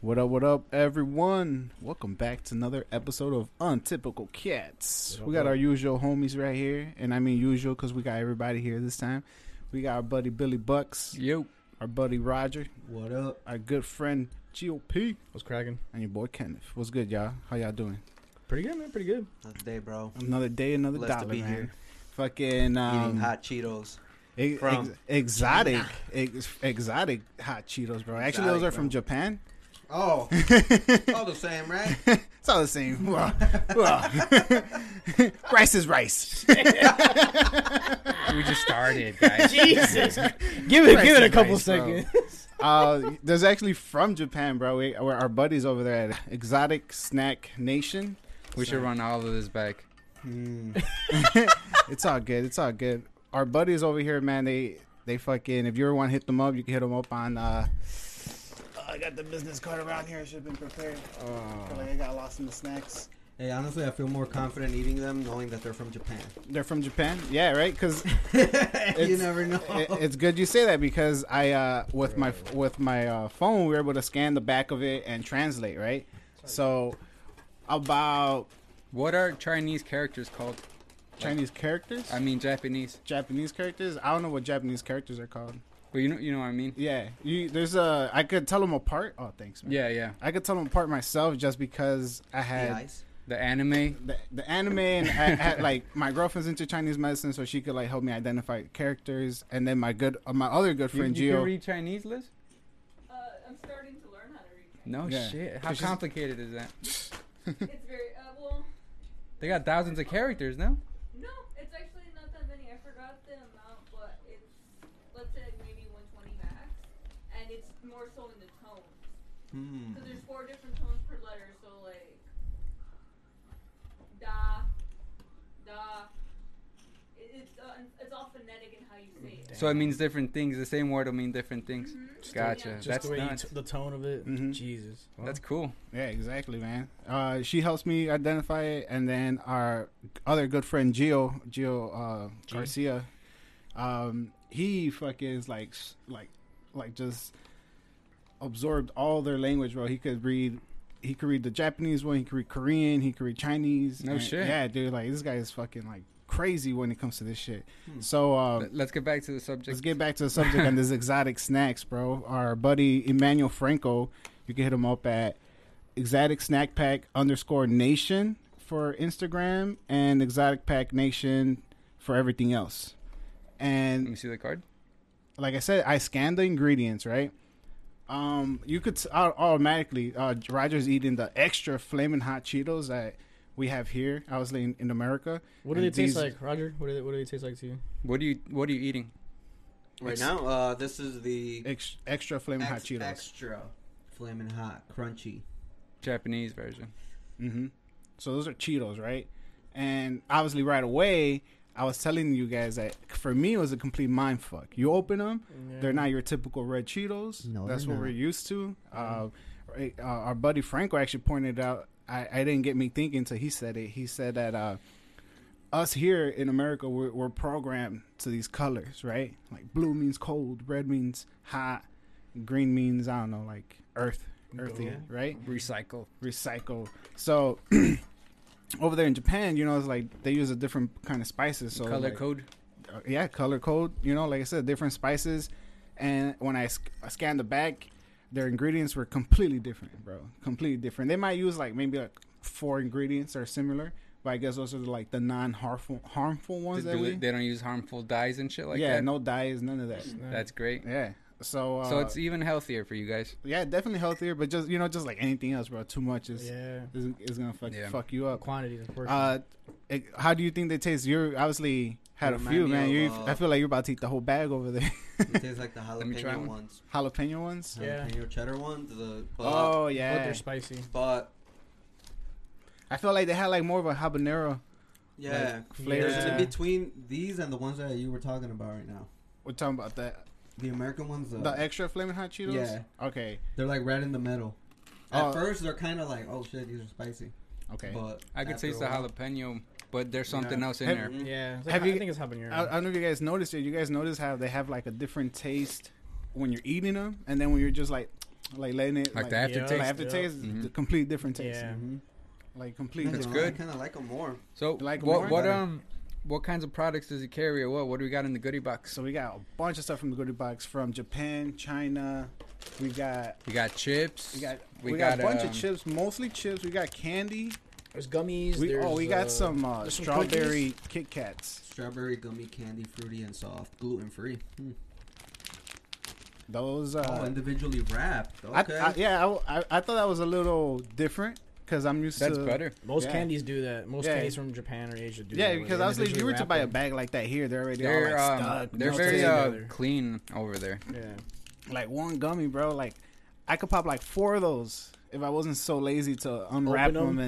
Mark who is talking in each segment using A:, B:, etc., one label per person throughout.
A: what up, everyone? Welcome back to another episode of Untypical Cats.
B: What up,
A: We got
B: what
A: our
B: up?
A: usual homies right here, and I mean usual because we got everybody here this time. We got our buddy Billy Bucks,
C: Yo.
A: our buddy Roger,
B: What up?
A: our good friend GOP,
C: What's cracking?
A: and your boy Kenneth. What's good, y'all? How y'all doing?
C: Pretty good, man. Pretty good.
B: Another day, bro.
A: Another day, another
B: Blessed to
A: dollar,
B: be
A: man.
B: here.
A: Fucking um,
B: Eating hot Cheetos.
A: ex-
B: from
A: ex- exotic, ex- exotic hot Cheetos, bro. Actually, those
B: Exotic,
A: are from
B: bro.
A: Japan.
B: Oh, all the same, right?
A: It's all the same. Well, well. rice is rice.
C: We just started, guys. Jesus.
B: Give
A: it- give it a couple seconds.
B: Bro.
A: Uh, there's actually from Japan, bro. We, we're our buddies over there at Exotic Snack Nation.
C: We should run all of this back.
A: It's all good. It's all good. Our buddies over here, man. They they fucking. If you ever want to hit them up, you can hit them up on. Uh, oh, I got the business card around here. I should have been prepared. I feel like I got lost in the snacks.
B: Hey, honestly, I feel more confident eating them knowing that they're from Japan.
A: They're from Japan, yeah, right? Because
B: you never know.
A: it, it's good you say that because I uh, with my with my uh, phone we were able to scan the back of it and translate, right? So about
C: What are Chinese characters called?
A: Chinese characters,
C: I mean Japanese.
A: Japanese characters. I don't know what Japanese characters are called.
C: Well, you know, you know what I mean.
A: Yeah, you there's a I could tell them apart. Oh, thanks, man.
C: Yeah, yeah.
A: I could tell them apart myself just because I
B: the
A: had
B: ice.
C: The anime.
A: the, the anime and I had like my girlfriend's into Chinese medicine, so she could like help me identify characters. And then my good uh, my other good
C: You,
A: friend
C: you can
A: Gio.
C: read Chinese, Liz?
D: Uh, I'm starting to learn how to read Chinese.
C: No
A: Yeah.
C: shit. How
A: Cause she's-
C: complicated is that?
D: it's very uh, well.
C: They got thousands of characters, no?
D: No, it's actually not that many. I forgot the amount, but it's let's say maybe 120 max, and it's more so in the tone.
B: Hmm.
D: So there's four different tones per letter. So like da, da. It, it's uh, it's all phonetic in how you say it.
C: So it means different things. The same word will mean different things.
D: Mhm.
C: Gotcha.
D: Yeah.
E: Just
C: That's
E: the way you
C: nuts.
E: t- the tone of it.
A: Mhm.
E: Jesus. Mm-hmm. Well,
C: That's cool.
A: Yeah, exactly, man. Uh, she helps me identify it, and then our other good friend Gio, Gio uh,
E: G.
A: Garcia, um, he fucking is like, s- like, like just absorbed all their language, bro. He could read, he could read the Japanese one, he could read Korean, he could read Chinese.
C: No
A: and-
C: shit.
A: Yeah, dude, like this guy is fucking like crazy when it comes to this shit.
B: Hmm.
A: So um,
C: Let- Let's get back to the subject.
A: Let's get back to the subject on this exotic snacks, bro. Our buddy Emmanuel Franco, you can hit him up at exotic snack pack underscore nation for Instagram and exotic pack nation for everything else.
C: Let me
A: And
C: see the card.
A: like I said, I scanned the ingredients, right? Um, you could t- au- automatically uh, Roger's eating the extra flaming hot Cheetos that we have here. I was in, in America.
E: what do they
A: And
E: taste
A: these-
E: like, Roger? What do they What do they taste like to you?
C: What are you What are you eating?
B: Right now, uh, this is the
A: Ex- extra flaming hot
B: ex-
A: Cheetos.
B: extra flaming hot, crunchy.
C: Japanese version.
A: Mm-hmm. So those are Cheetos, right? And obviously, right away, I was telling you guys that for me, it was a complete mind fuck. You open them, they're not your typical red Cheetos.
B: No,
A: that's
B: they're
A: what
B: not.
A: we're used to.
C: Mm-hmm.
A: Uh, right, uh, our buddy Franco actually pointed out. I, I didn't get me thinking till he said it. He said that uh, us here in America, we're, we're programmed to these colors, right? Like blue means cold, red means hot, green means I don't know, like earth, earthy,
E: Gold.
A: right?
C: Recycle.
A: recycle. So over there in Japan, you know, it's like they use a different kind of spices. So
C: Color
A: like,
C: code.
A: uh, yeah, color code. You know, like I said, different spices. And when I, sc- I scanned the back, their ingredients were completely different, bro. Completely different. They might use like maybe like four ingredients or similar, but I guess those are like the non harmful harmful ones
C: They-
A: that we.
C: they don't use harmful dyes and shit like
A: yeah,
C: that.
A: no dyes, none of that.
C: That's great.
A: Yeah. So, uh,
C: So it's even healthier for you guys.
A: yeah, definitely healthier, but just you know, just like anything else, bro. Too much is
E: yeah.
A: is, is gonna fuck,
C: Yeah.
A: fuck you up.
E: Quantity is important.
A: Uh, it, how do you think they taste? You obviously had a
B: Remind
A: few,
B: me
A: man.
B: of,
A: You,
B: uh,
A: I feel like you're about to eat the whole bag over there.
B: It tastes like the
C: me try
B: jalapeno
C: one.
B: ones,
A: Jalapeno ones.
E: Yeah.
B: jalapeno cheddar ones. The but,
A: Oh
E: but
A: yeah.
E: they're spicy.
B: but
A: I feel like they had like more of a habanero
B: yeah,
A: flavor.
B: there's
A: to
B: in
A: it.
B: between these and the ones that you were talking about right now.
A: We're talking about the
B: The American ones, uh,
A: the extra flaming hot Cheetos.
B: Yeah.
A: Okay.
B: They're like right in the middle. At
A: Oh.
B: first, they're kind of like, oh shit, these are spicy.
A: Okay.
B: But
C: I could
B: after
C: taste
B: a
C: the
B: while-
C: jalapeno, but there's
B: Yeah.
C: something else in
A: Have-
C: there.
B: Mhm.
E: Yeah. It's
A: Have
E: Like,
A: you-
E: I think it's habanero.
A: I, I don't know if you guys noticed it. You guys notice how they have like a different taste when you're eating them, and then when you're just like, like letting it
C: Like the aftertaste?
A: Like aftertaste,
C: Yeah.
A: is a complete different taste.
E: Yeah.
B: Mm-hmm.
A: Like complete.
C: That's
A: different.
C: good.
B: I kind of like them more.
C: So
A: Like
C: what?
A: more?
C: What um, what kinds of products does he carry, or what? What do we got in the goodie box?
A: So we got a bunch of stuff from the goodie box from Japan, China. We got
C: We got chips.
A: we got
C: we,
A: we, got, a bunch
C: um,
A: of chips, mostly chips. We got candy.
E: There's gummies.
A: We,
E: there's,
A: oh, we
E: uh,
A: got some uh,
E: there's some
A: strawberry Kit Kats.
B: Strawberry gummy candy, fruity and soft, gluten free.
A: Those uh,
B: oh, individually wrapped.
A: I,
B: Okay.
A: I, yeah, I, I, I thought that was a little different because I'm used
C: That's
A: to.
C: better.
E: Most
A: Yeah.
E: candies do that. Most
A: Yeah.
E: candies from Japan or Asia do that.
A: Yeah,
E: where
A: because
E: they
A: I was like, if you
E: individually
A: were to
E: wrap
A: buy a
E: them.
A: bag like that here, they're already all
C: They're
A: like
C: um,
A: stuck.
C: they're
A: melted
C: very uh,
A: together.
C: clean over there.
E: Yeah.
A: like one gummy, bro. Like I could pop like four of those if I wasn't so lazy to unwrap them.
E: Open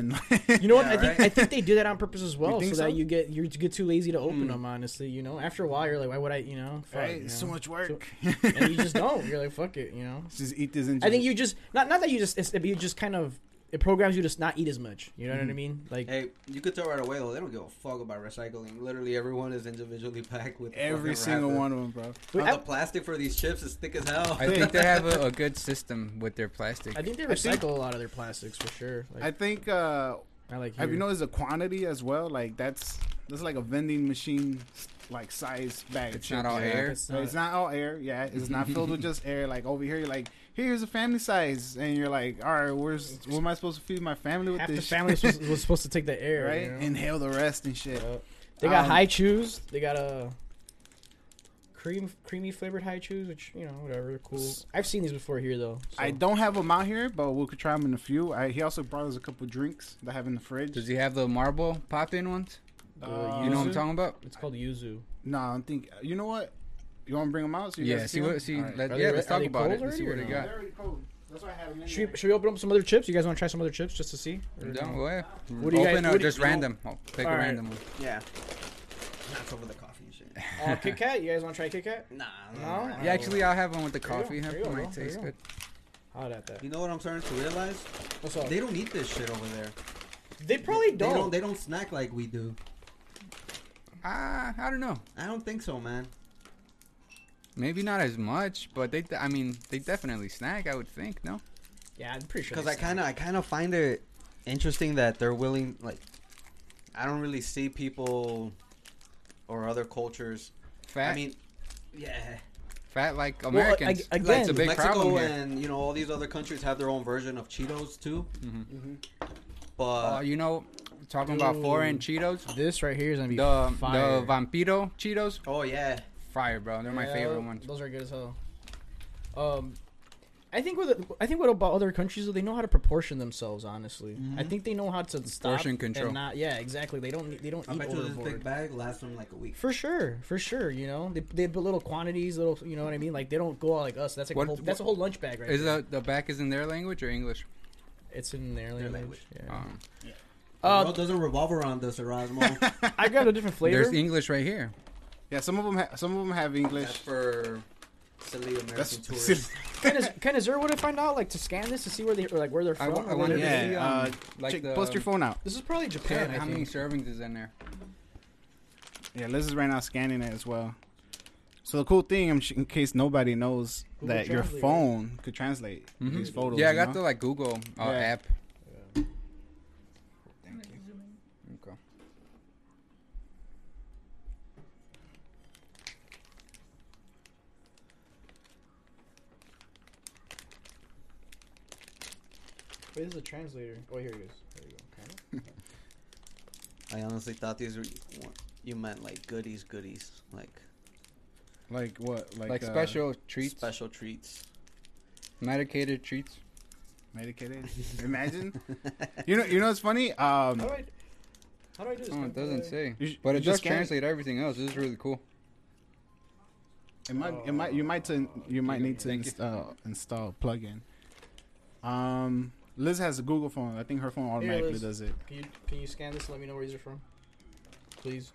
A: and
E: You know what?
B: Yeah,
E: I think
B: right?
E: I think they do that on purpose as well, so,
A: think so?
E: that you get you get too lazy to open
B: Mm.
E: them. Honestly, you know, after a while, you're like, why would I? You know, fuck,
A: right,
E: you know?
A: so much work.
E: and you just don't. You're like, fuck it. You know,
A: Just eat this. And
E: I think you just not not that you just it's, you just kind of it programs you to just not eat as much. You know what I mean? Like
B: Hey, you could tell right away though. They don't give a fuck about recycling. Literally, everyone is individually packed with
A: every
B: fucking
A: single
B: wrapper.
A: one of them, bro.
E: Wait,
B: But
E: I-
B: the plastic for these chips is thick as hell.
C: I think they have a, a good system with their plastic.
E: I think they
A: I think-
E: recycle a lot of their plastics for sure. Like,
A: I think. uh
E: I like.
A: Have you
E: here.
A: noticed the quantity as well? Like that's that's like a vending machine like size bag. of
C: It's not
A: chips.
C: all
E: Yeah,
C: air.
E: it's
A: So
E: not-
A: it's not all air. Yeah, it's not filled with just air. Like over here, you're like, here's a family size, and you're like, all right, where's what am I supposed to feed my family with
E: half
A: this?
E: the
A: shit?"
E: family was, was supposed to take the air,
A: right?
E: You know?
A: Inhale the rest and shit.
E: Uh, they got
A: Um,
E: high chews. They got a cream creamy flavored high chews, which you know whatever they're cool. I've seen these before here though. so-
A: I don't have them out here, but we could try them in a few. I, he also brought us a couple drinks that I have in the fridge.
C: Does he have the marble pop-in ones?
E: the
A: Uh,
C: You know what I'm
E: yuzu?
C: talking about?
E: It's called yuzu.
A: no, I'm thinking. You know what? You want to bring them out? So you
C: Yeah.
A: guys
C: See
A: them?
C: what? See.
A: All right.
C: Let,
E: Are
C: yeah.
E: they-
C: Let's
E: are
C: talk
E: they
C: about it.
E: cold
C: Let's see what
E: already
C: he
E: or
C: got.
A: They're already cold. That's why I had 'em in
E: Should
A: there.
E: we, should we open up some other chips? You guys want to try some other chips just to see? Or
C: No,
E: no?
C: well, yeah.
E: What do
C: Open
E: you guys-
C: or
E: what do you-
C: just random? Oh, pick a
E: Alright.
C: random one.
B: yeah. Not over the coffee and shit.
E: Uh, Kit Kat. You guys want to try Kit Kat?
B: Nah.
E: No?
B: nah, nah.
C: Yeah, actually, I'll have one with the
E: you go,
C: coffee.
E: there
C: That
E: you go, bro,
C: might
E: there
C: taste
E: you
C: good.
E: go. Hot at that.
B: You know what I'm starting to realize?
E: What's up?
B: They
E: They,
B: don't eat this shit over there.
E: probably
B: They don't.
E: don't.
B: They don't snack like we do.
C: Ah, I don't know.
B: I don't think so, man.
C: Maybe not as much, but they. I mean, they definitely snack. I would think. No.
E: yeah, I'm pretty sure.
B: Because
E: they
B: I kind of, I kind of find it interesting that they're willing. Like, I don't really see people or other cultures.
C: Fat.
B: I mean, yeah,
C: fat like
E: ag-
C: Americans.
E: again,
C: That's a big
B: Mexico
C: problem here.
B: and you know all these other countries have their own version of Cheetos too.
A: Mhm.
B: But uh,
C: Oh, you know, talking about foreign Cheetos.
E: snack. This right here is gonna be
C: The
E: fire.
C: the vampiro Cheetos,
B: oh yeah,
C: fire, bro. They're my
E: Yeah,
C: favorite ones.
E: Those are good as hell. Um, I think with I think what about other countries though, they know how to proportion themselms. Honestly, I think they know how to stop
C: Portion Mm-hmm. control.
E: And not, yeah, exactly. They don't they don't
B: I
E: eat
B: bet you this big
E: overboard.
B: bag lasts them like a week.
E: For sure, for sure. You know, they they put little quantities, little. You know what I mean? Like they don't go out like us. That's like
C: What-
E: a whole, that's a whole lunch bag right
C: Is
E: there.
C: the the back is in their language or English?
E: it's in their language.
B: language.
E: Yeah.
C: Um,
B: The
E: Uh,
B: world doesn't revolve around us, Erasmo.
E: I got a different flavor.
C: Oh. there's e English right here.
A: Yeah, some of them. Ha- some of them have
B: That's
A: English.
B: for silly American
A: That's
B: tourists.
E: Can is can is there a way to find out like to scan this to see where they or, like where they're
C: I
E: from?
C: wa-
E: or
C: I
E: where
C: wanna-
E: they're-
C: Yeah,
A: yeah.
C: um,
A: uh,
C: like
A: check,
C: the- um,
A: bust your phone out.
E: This is probably Japan. I
C: how
E: think.
C: many servings is in there?
A: Yeah, Liz is right now scanning it as well. So the cool thing, I'm sh- in case nobody knows,
E: Google
A: that your
E: Translate,
A: phone could translate
C: Mhm.
A: these photos.
C: yeah, I
A: you
C: got
A: know?
C: the like Google uh,
A: Yeah.
C: app. Okay.
E: Wait, this is a translator. Oh, here it is. There you go. Kind of.
B: I honestly thought these were you meant like goodies, goodies, like,
A: like what like,
C: Like,
A: uh,
C: special treats,
B: special treats.
C: medicated treats.
A: medicated. Imagine, you know, you know, it's funny. Um,
E: How do I? How do I do this?
C: Oh, it doesn't say,
A: You sh-
C: but
A: you
C: it
A: just
C: does
A: scan it.
C: translate everything else. This is really cool.
A: it might, it might, you might, to, you might need to
C: Thank you.
A: install install a plugin. Um, Liz has a Google phone. I think her phone automatically
E: Liz.
A: does it.
E: Can you can you scan this and let me know where these are from, please?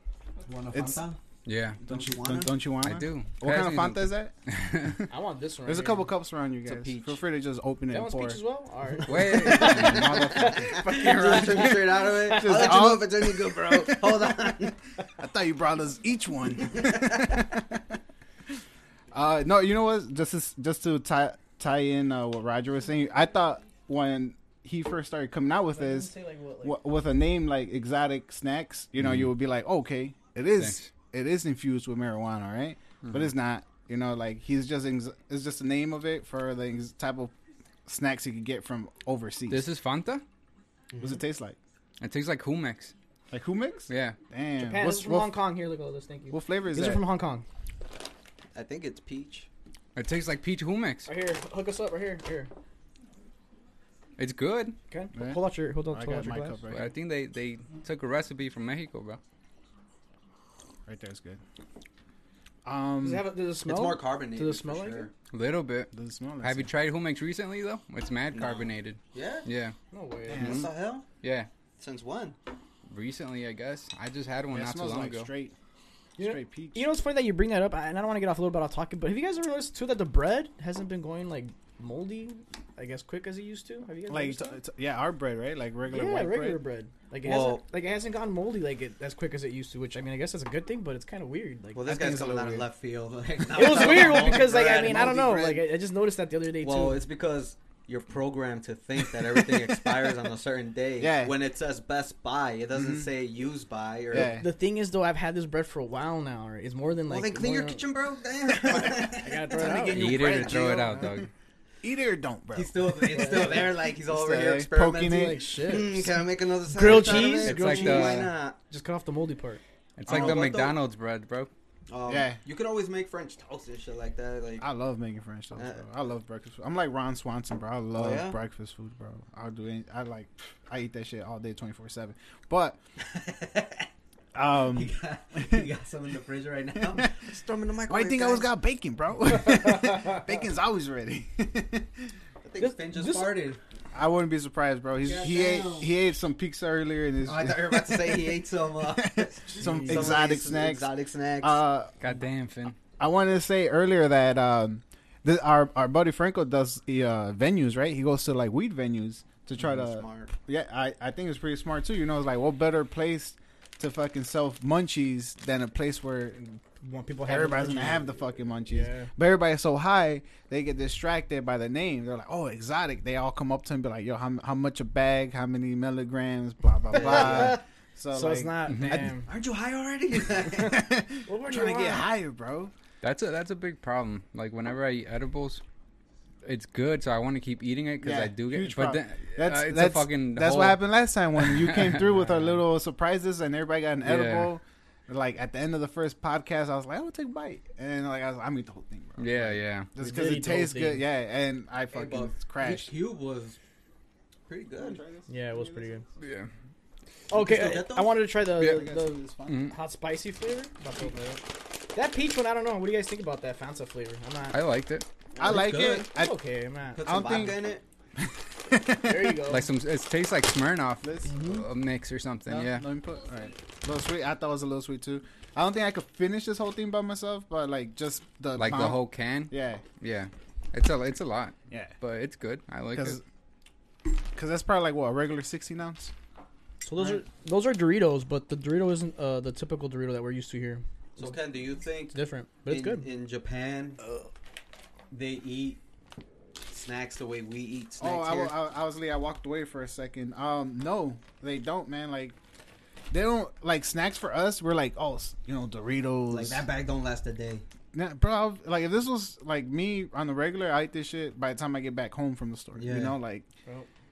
B: Wanna
A: It's-
B: Fanta?
C: Yeah,
A: Don't you
B: wanna?
A: don't, don't you want?
C: I do.
A: What
C: Pass
A: kind of
C: me
A: Fanta is that?
C: something.
E: I want this one.
A: There's a
E: right
A: couple
E: here.
A: cups around you
C: It's a
A: guys.
C: peach.
A: Feel free to just open it and
E: That one's
A: pour.
E: peach as well. All right.
C: Wait, motherfucker.
B: Just drink straight out of it. I'll
A: Just
B: let you know
A: all-
B: if it's any good, bro. Hold on.
A: I thought you brought us each one. uh, no, you know what? Just to, just to tie tie in uh, what Roger was saying, I thought when he first started coming out with this, w- with a name like exotic snacks, you know, you would be like, oh, okay, it is,
C: Mm-hmm. Thanks. Mm-hmm.
A: it is infused with marijuana, right? But it's not. You know, like he's just ex- it's just the name of it for the ex- type of snacks you could get from overseas.
C: This is Fanta.
A: What's it taste like?
C: It tastes like Humex.
A: Like who mix?
C: Yeah.
A: Damn.
E: Japan, this
A: What's,
E: is from
A: what,
E: Hong Kong. Here, look at this. Thank you.
A: what flavor is
E: These
A: that?
E: are from Hong Kong.
B: I think it's peach.
C: It tastes like peach Humex.
E: Right here, hook us up. Right here, here.
C: It's good,
E: Okay,
A: Right.
E: hold out your hold out,
A: I
E: hold
A: got
E: out your
A: my
E: glass.
A: cup right
C: but
A: here.
C: I think they they took a recipe from Mexico, bro.
A: Right there is good. Um,
E: Does it have a, does it smell?
B: It's more carbonated.
E: Does it
B: for
E: smell like
B: sure.
E: it?
C: A little bit.
A: does it smell like
C: Have you
A: something?
C: tried Humex recently though? It's mad
B: No.
C: carbonated.
B: Yeah.
C: Yeah.
E: No way.
A: Yeah.
B: What the hell?
C: Yeah.
B: Since when?
C: Recently, I guess. I just had one
A: Yeah, it
C: not too
A: smells
C: long
A: like
C: ago.
A: straight,
E: You know-
A: straight peach.
E: You know, it's funny that you bring that up, I- and I don't want to get off a little bit off talking, but have you guys ever noticed too that the bread hasn't been going like moldy, like as quick as it used to? Have you guys
A: like
E: noticed
A: t-
E: that?
A: t- yeah, our bread, right? Like regular
E: yeah,
A: white
E: regular
A: bread.
E: bread. Like it
B: Well-
E: hasn't like it hasn't gone moldy like it as quick as it used to. Which I mean, I guess that's a good thing, but it's kind of weird. Like
B: Well, this
C: I think
B: guy's
C: it's a
B: coming
C: little
B: out of
C: weird.
B: left field.
E: it was weird well,
B: Multi-bread,
E: because like I mean I don't know
B: multi-bread.
E: like I, I just noticed that the other day
B: Well,
E: too.
B: it's because you're programmed to think that everything expires on a certain day.
A: Yeah.
B: When it says best by, it doesn't
E: Mm-hmm.
B: say use by or.
A: Yeah.
E: The thing is though, I've had this bread for a while now. Right? It's more than
B: Well,
E: like.
B: then clean
E: more
B: your
E: than-
B: kitchen, bro. Damn. I
E: gotta throw it out.
A: New
C: Eat it
A: bread,
C: or throw it
A: Gio.
C: out, dog.
A: Eat it or don't, bro.
B: He's still, it's still there. Like he's
A: It's
B: all over
A: still
B: here
A: there, poking
B: experimenting.
A: it.
E: Like
B: Hmm,
E: shit.
B: can I make another sandwich
E: Grilled
B: out of
E: cheese?
B: it?
C: Grilled cheese?
B: Why not?
E: just cut off the moldy part.
C: It's like
B: Oh,
C: the
B: what the-
C: McDonald's bread, bro.
B: Um,
A: Yeah.
B: You could always make French toast and shit like that. Like
A: I love making French toast.
B: Uh, Oh,
A: bro. I love breakfast. Food. I'm like Ron Swanson, bro. I love
B: yeah?
A: breakfast food, bro. I'll do. Any, I like. I eat that shit all day, twenty four seven. But um,
B: you, got, you got some in the fridge right now. Just throw 'em in the microwave.
A: why do you think I always
B: guys.
A: got bacon, bro? Bacon's always ready.
B: I think
E: This-
B: Finn just
E: this-
B: farted.
A: I wouldn't be surprised, bro. He's, he ate
B: Goddamn.
A: he ate some pizza earlier and his
B: Oh, I thought you were about to say he ate some uh,
A: some
B: of
A: exotic
B: these
A: snacks.
B: Exotic snacks.
A: Uh,
C: Goddamn, Finn.
A: I wanted to say earlier that um, th our our buddy Franco does the uh, venues, right? He goes to like weed venues to try to.
B: Mm, Smart.
A: Yeah, I, I think it's pretty smart too. You know, it's like what better place to fucking sell munchies than a place where
E: Want people have
A: everybody's gonna have the fucking munchies.
E: Yeah.
A: But everybody's so high, they get distracted by the name. They're like, oh, exotic. They all come up to him, and be like, yo, how, how much a bag? How many milligrams? Blah blah blah. so
E: So it's
A: like,
E: not. Damn.
B: Aren't you high already?
E: What were
A: I'm
E: you
A: trying to get
E: on?
A: higher, bro.
C: That's a that's a big problem. Like whenever I eat edibles, it's good, so I want to keep eating it because
A: Yeah,
C: I do get.
A: huge
C: But
A: problem.
C: then,
A: That's
C: uh, it's
A: that's
C: a fucking.
A: that's
C: hole.
A: what happened last time when you came through with our little surprises and everybody got an
C: Yeah.
A: edible. Like at the end of the first podcast, I was like, "I'm gonna take a bite," and like I was, like, "I'm gonna eat the whole thing, bro."
C: Yeah, yeah.
A: just
E: We
A: because
E: did
A: it
E: eat the whole
A: tastes good.
E: thing.
A: Yeah, and I
B: Hey,
A: fucking
B: but
A: crashed.
B: Peach Cube was pretty good.
E: Yeah, it was pretty good.
C: Yeah.
E: Okay,
B: still
E: I,
B: get those?
E: I wanted to try the,
C: Yeah.
E: the,
C: Mhm.
A: Mm,
E: the hot spicy flavor. That peach one, I don't know. What do you guys think about that Fanta flavor? I'm not.
C: I liked it.
A: I like
B: good.
A: it.
E: I'm
A: I,
E: okay, I'm not.
B: Put
A: I
B: some
A: don't think-
B: vodka in it.
E: There you go.
C: Like some, it tastes like Smirnoff
A: This-
C: uh, mix or something.
A: no,
C: yeah.
A: Let me put. All right. Little sweet. I thought it was a little sweet too. I don't think I could finish this whole thing by myself, but like just the
C: Like the
A: amount-
C: whole can.
A: Yeah.
C: Yeah. It's a it's a lot,
A: Yeah.
C: but it's good. I like
A: Because
C: it.
A: that's probably like what a regular 16 ounce.
E: so those are those are Doritos, but the Dorito isn't uh, the typical Dorito that we're used to here.
B: So Ken, do you think
E: It's different, but it's
B: in,
E: good.
B: in Japan they eat snacks the way we eat snacks
A: Oh, I,
B: here?
A: wa- I, I was Lee. I walked away for a second. Um, no, they don't, man. Like, they don't like snacks for us. We're like, oh, s- you know, Doritos.
B: like that bag don't last a day.
A: Nah, bro. I'll- like, if this was like me on the regular, I eat this shit by the time I get back home from the store.
B: Yeah.
A: You know, like,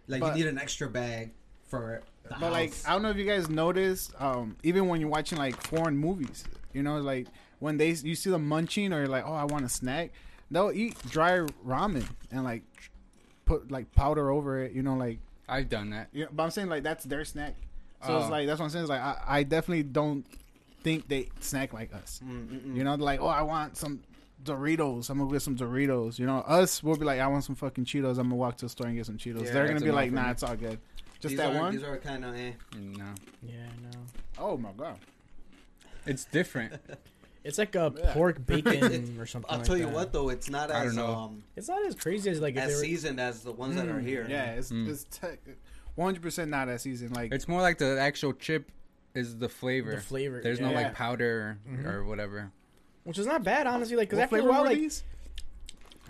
B: Like
A: But-
B: you need an extra bag for the
A: but like,
B: house.
A: I don't know if you guys noticed. Um, even when you're watching like foreign movies, you know, like when they you see them munching or you're like, oh, I want a snack. They'll eat dry ramen and like tr- put like powder over it. You know, like
C: I've done that.
A: Yeah, but I'm saying like that's their snack. So
C: Oh.
A: it's like that's what I'm saying. It's like I, I definitely don't think they snack like us.
B: Mm,
A: You know, like oh, I want some Doritos. I'm gonna get some Doritos. You know, us we'll be like, I want some fucking Cheetos. I'm gonna walk to the store and get some Cheetos.
B: Yeah,
A: They're gonna
C: that's
A: be
C: enough
A: like,
C: for
A: Nah,
C: me.
A: it's all good. Just
B: these
A: that
B: are,
A: one.
B: These are kind of eh.
C: No,
E: yeah, no.
A: Oh my god.
C: it's different.
E: It's like a
A: Yeah.
E: pork bacon or something.
B: I'll
E: like
B: tell you
E: that.
B: what though, it's not
C: I don't
B: as
C: know.
B: um
E: It's not as crazy as like if
B: as
E: they were,
B: seasoned as the ones that are here.
A: Yeah, it's
C: Mm.
A: it's te- 100% not that season. Like
C: it's more like the actual chip is the flavor.
E: the flavor.
C: There's no
E: yeah.
A: Yeah.
C: like powder or whatever.
E: which is not bad honestly. Like because
A: what
E: after a
A: flavor
E: while,
A: were
E: like
A: these?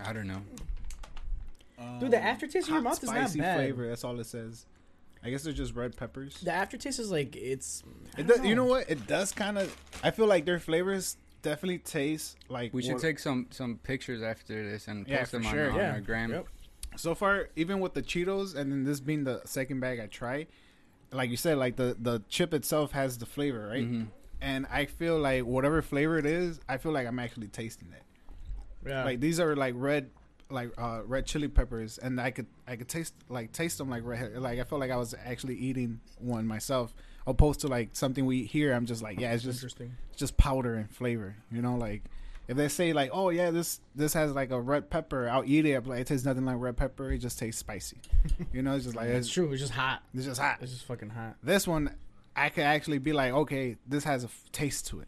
C: I don't know.
E: Dude, the
F: Um,
E: aftertaste in your
A: Oh, Hot,
E: mouth is not
A: spicy
E: bad.
A: flavor. That's all it says. I guess they're just red peppers.
E: The aftertaste is like it's. I
A: It
E: don't
A: does, you know what? It does kind of. I feel like their flavors definitely taste like.
C: We should
A: what-
C: take some some pictures after this and
A: Yeah,
C: post
A: for
C: them on,
A: sure.
C: on
E: Yeah.
C: our gram.
E: Yep.
A: so far, even with the Cheetos, and then this being the second bag I try, like you said, like the the chip itself has the flavor, right?
C: Mhm.
A: And I feel like whatever flavor it is, I feel like I'm actually tasting it.
E: Yeah.
A: Like these are like red, like uh red chili peppers, and I could I could taste like taste them like red. Like I felt like I was actually eating one myself, opposed to like something we eat here. I'm just like, yeah, it's just
E: interesting.
A: just powder and flavor. You know, like if they say like, oh yeah, this this has like a red pepper, I'll eat it. But it tastes nothing like red pepper. It just tastes spicy. you know, it's just like
E: It's
A: it's,
E: true. It's just hot.
A: it's just hot.
E: It's just fucking hot.
A: This one, I could actually be like, okay, this has a f- taste to it.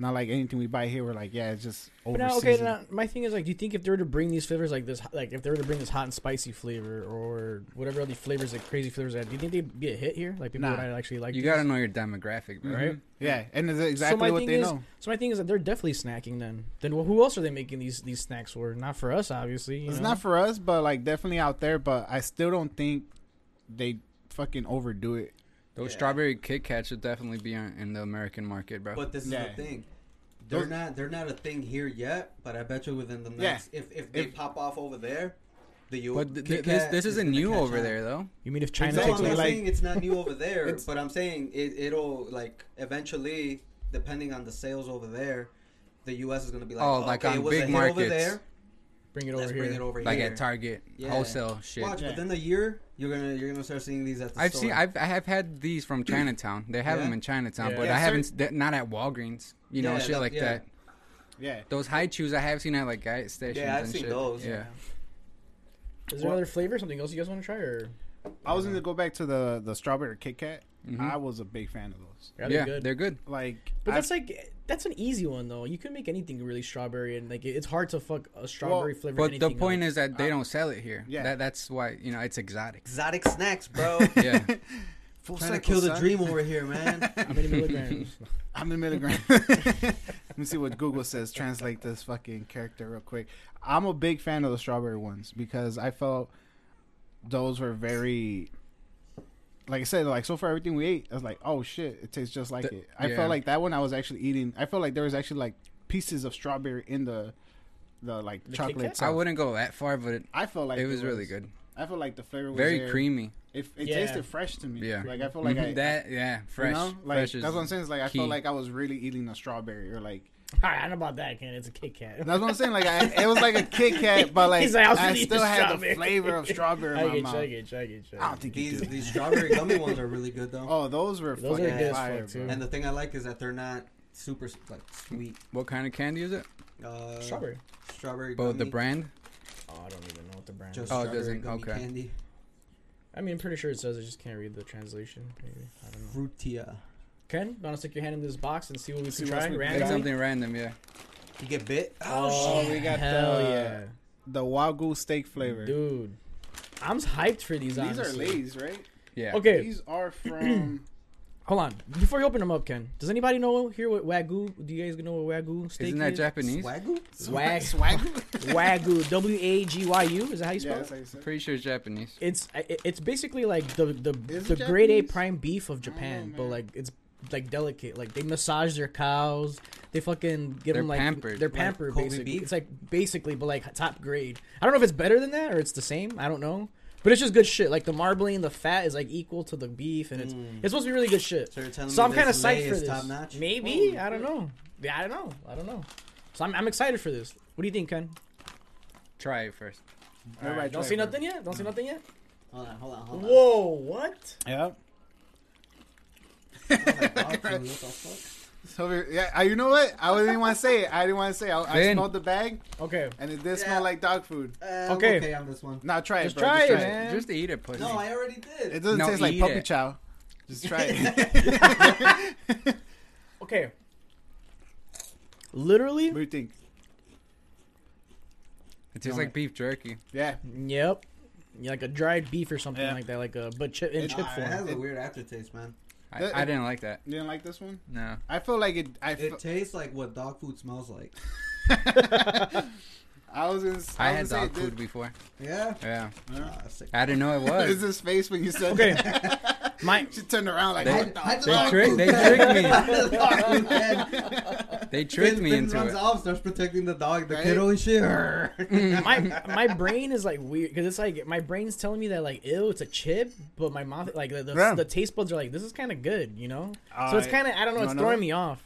A: Not like anything we buy here. We're like, yeah, it's just
E: But
A: over
E: now, okay, now, my thing is like, do you think if they were to bring these flavors like this, like if they were to bring this hot and spicy flavor or whatever other flavors, like crazy flavors, that do you think they'd be a hit here? Like people
A: Nah.
E: would actually like.
C: You
E: these?
C: gotta know your demographic, bro.
E: right?
A: Yeah, and it's
E: so my
A: exactly what
E: thing
A: they
E: is,
A: know.
E: So my thing is that they're definitely snacking then. Then well, who else are they making these these snacks for? Not for us, obviously. you
A: It's
E: know?
A: not for us, but like definitely out there. But I still don't think they fucking overdo it.
C: Those
B: Yeah.
C: strawberry Kit Kats should definitely be on, in the American market, bro.
B: But this is
A: Yeah.
B: the thing. They're
A: Those-
B: not they're not a thing here yet, but I bet you within the
A: Yeah.
B: next if if they
A: If-
B: pop off over there, the U.
C: But th-
B: Kit
C: th- this
B: Kat
C: this
B: is
C: isn't
B: gonna
C: new
B: catch
C: over
B: on.
C: there though.
E: You mean if China
A: Exactly,
B: No,
E: takes
B: I'm
E: over?
B: not
A: like-
B: saying it's not new over there,
A: It's-
B: but I'm saying it, it'll like eventually, depending on the sales over there, the U.S. is gonna be like,
C: Oh,
B: oh,
C: like
B: okay,
C: on
B: it was a
C: big
B: hit over
C: markets.
B: there,
E: bring it
B: let's
E: over
B: bring
E: here.
B: it over
C: Like
B: here.
C: at Target,
B: Yeah.
C: wholesale shit.
B: Watch,
A: Yeah.
B: within a year, you're gonna you're gonna start seeing these at the
C: I've
B: store.
C: seen, I've, I have had these from Chinatown. They have
B: Yeah.
C: them in Chinatown,
E: Yeah.
C: but
A: Yeah,
C: I
A: sir.
C: haven't. th- Not at Walgreens, you know,
B: Yeah,
C: shit
B: that-
C: like
B: yeah.
C: that.
A: Yeah,
C: Those high chews I have seen at like gas stations.
B: yeah, I've
C: and
B: seen
C: shit.
B: those.
C: Yeah.
E: Is there
A: Well-
E: another flavor? Something else you guys want to try? Or
A: I was gonna go back to the the strawberry Kit Kat.
E: Mm-hmm.
C: Mhm.
A: I was a big fan of those.
C: yeah,
E: yeah, they're good.
C: they're good.
A: Like,
E: But
A: I-
E: that's like that's an easy one though. You can make anything really strawberry, and like it- it's hard to fuck a strawberry flavor.
C: But the point is that they don't sell it here.
A: yeah.
C: Yeah, that, that's why you know it's exotic.
B: Exotic snacks, bro.
C: Yeah,
A: full
B: Trying to
A: circle,
B: kill the
A: son.
B: dream over here, man.
E: how many milligrams?
A: I'm in milligram. Let me see what Google says. Translate this fucking character real quick. I'm a big fan of the strawberry ones because I felt those were very, like I said, like so far everything we ate, I was like, oh shit, it tastes just like
C: The-
A: it. I
C: yeah.
A: felt like that one I was actually eating. I felt like there was actually like pieces of strawberry in the, the like
E: The Kit
A: chocolate.
E: Kat?
C: I
A: itself.
C: wouldn't go that far, but it,
A: I felt like
C: it was really good.
A: I felt like the flavor was
C: Very
A: there.
C: creamy.
A: It, it
E: Yeah.
A: tasted fresh to me.
C: Yeah.
A: like I felt like
C: Mhm.
A: I
C: that. Yeah, fresh.
A: You know? Like
C: fresh is
A: that's what I'm saying. It's like I
C: key.
A: felt like I was really eating a strawberry or like
E: All right, I know about that, Ken. It's a Kit Kat.
A: that's what I'm saying. Like I, it was like a Kit Kat, but like,
E: He's like, I
A: I,
E: was eating
A: still had
E: strawberry.
A: the flavor of strawberry
E: I
A: in my
E: get you,
A: mouth.
E: I
A: I
E: get you, I get you.
A: don't think
B: these
A: you do.
B: these strawberry gummy ones are really good though.
A: Oh, those were
E: Those are
A: fucking
E: good as
A: fire,
E: fuck, too.
A: bro.
B: And the thing I like is that they're not super like sweet.
C: What kind of candy is it?
B: Uh,
E: Strawberry.
B: Strawberry.
C: Oh,
B: gummy.
C: the brand.
E: Oh, I don't even know what the brand.
B: Just
E: Is.
C: Oh, it
B: strawberry
C: doesn't-
B: gummy
C: okay.
B: candy.
E: I mean, I'm pretty sure it says. I just can't read the translation. Maybe I don't know.
B: Frutia.
E: Ken, want to stick your hand in this box and see what we
A: See
E: can
A: what
E: try?
A: we can
C: Like
A: Gummy?
E: Randomly?
C: something random. Yeah.
B: You get bit. Oh,
C: Oh.
A: shit. Oh, we got
E: Oh, hell
A: the
E: yeah,
A: The wagyu steak flavor.
E: uh, dude. I'm hyped for these.
A: these are
E: honestly.
A: Lay's, right?
C: Yeah.
E: Okay,
A: These are from.
E: hold on. Before you open them up, Ken, does anybody know here what wagyu? Do you guys know what wagyu steak
C: Isn't that
E: is?
C: Japanese?
B: Swaggle?
E: Swag.
A: Swag.
E: wagyu? W a g y u. Is that how
A: yeah,
E: you spell
A: that's
E: it?
A: how you say it.
C: Pretty sure it's Japanese.
E: It's I- i- it's basically like the the,
A: Is
E: the
A: it
E: grade A
A: Japanese?
E: prime beef of
A: don't
E: Japan,
A: know,
E: but
A: man.
E: like it's like delicate. Like they massage their cows. They fucking
C: They're
E: give them like
C: pampered.
E: they're
C: Like
E: pampered
B: Kobe
E: basically.
B: beef?
E: It's like basically, but like top grade. I don't know if it's better than that or it's the same. I don't know, but it's just good shit. Like the marbling, the fat is like equal to the beef, and it's
B: Mm.
E: it's supposed to be really good shit.
B: So you're telling
E: So
B: me
E: I'm kind of
B: this lay
E: psyched for
B: is
E: this.
B: top-notch?
E: Maybe
B: Holy
E: I don't know. Yeah, I don't know. I don't know. So I'm, I'm excited for this. What do you think, Ken?
C: Try it first.
A: Everybody
E: Don't
A: try
E: see
A: it, bro.
E: nothing yet. Don't see nothing yet.
B: Hold on, hold on, hold on.
E: Whoa! What?
A: Yep.
B: Like, wow, dude, what the fuck?
A: So we- yeah, I- you know what? I didn't want to say it. I didn't want to say. It. I, I
C: Vin.
A: smelled the bag,
E: Okay.
A: and it did
B: Yeah.
A: smell like dog food.
B: Uh, I'm
E: Okay.
B: okay on this one.
A: Now try
E: Just
A: it, bro.
E: try
A: Just
E: it,
A: try
E: man.
C: Just eat it, pussy.
B: No, I already
A: It
B: did.
A: doesn't
C: No,
A: taste like
C: eat
A: puppy
C: it.
A: chow. Just try it.
E: Okay. Literally.
A: what do you think?
C: it tastes like beef jerky.
A: Yeah,
E: Yep. Yeah, like a dried beef or something
A: Yeah.
E: like that, like a but chip in
A: It's-
E: chip
B: Nah, it
E: form.
B: has a weird aftertaste, man.
A: That-
C: I, I didn't like that.
A: you didn't like this one.
C: No.
A: I feel like it. I
B: It
A: feel,
B: tastes like what dog food smells like.
A: I was gonna. s-
C: I,
A: I,
C: had
A: was gonna
C: dog
A: say,
C: food before.
B: Yeah.
C: Yeah,
A: Huh?
B: Ah, sick.
C: I didn't know it
A: Is
C: was.
A: his face when you said
E: Okay.
A: that?
E: My-
A: she turned around like
C: They-
A: what the
B: I- I
A: fuck?
B: thought-
C: tricked- they tricked me.
B: They
C: they tricked me into
B: runs
C: it.
B: off, starts protecting the dog, the
A: Right?
B: kiddo and shit.
C: Mm.
E: my my brain is like weird because it's like my brain's telling me that like ew it's a chip, but my mouth like the, the,
A: Yeah.
E: the taste buds are like this is kind of good, you know.
A: Uh,
E: so it's kind of I don't know,
A: you
E: it's
A: want
E: throwing
A: another?
E: me off.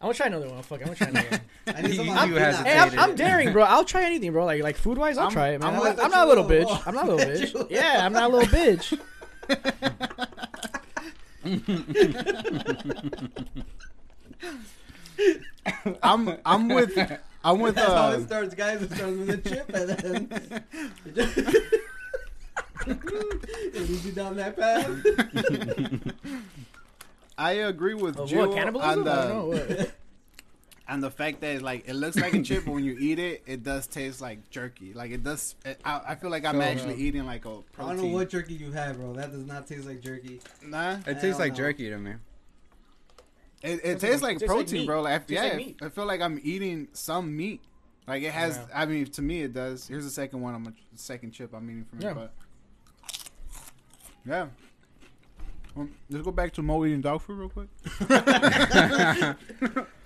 E: I'm gonna try another one. Fuck, I'm gonna try another one.
B: I need
C: You-
B: some
C: you
B: Alpina.
C: hesitated.
E: hey, I'm, I'm daring, bro. I'll try anything, bro. Like like food wise, I'll
A: I'm-
E: try it, man.
A: I'm
E: I'm,
A: with
E: not,
B: the
E: I'm not a little
B: chihuahua.
E: bitch. I'm not a little bitch.
B: Chihuahua.
E: Yeah, I'm not a little bitch.
A: I'm I'm with I'm with
B: That's how
A: uh,
B: it starts, guys. It starts with a chip, and then it just- it leads you down that path.
A: I agree with
E: Oh,
A: Jill
E: what cannibalism?
A: on
E: I don't know.
A: the
E: What?
A: on the fact that it's like it looks like a chip, but when you eat it, it does taste like jerky. Like it does. It, I, I feel like I'm
C: So,
A: actually
C: uh,
A: eating like a protein.
B: I don't know what jerky you had, bro. That does not taste like jerky.
A: Nah,
C: It tastes like
B: know.
C: jerky to me.
A: it, it tastes like
E: Tastes like- tastes like
A: protein,
E: meat.
A: bro. Like,
E: Tastes
A: yeah,
E: like meat.
A: I feel like I'm eating some meat. Like it has.
E: Yeah.
A: I mean, to me, it does. Here's the second one. I'm a second chip I'm eating from.
E: Yeah.
A: Yeah. But yeah. Um, let's go back to Mo eating dog food real quick.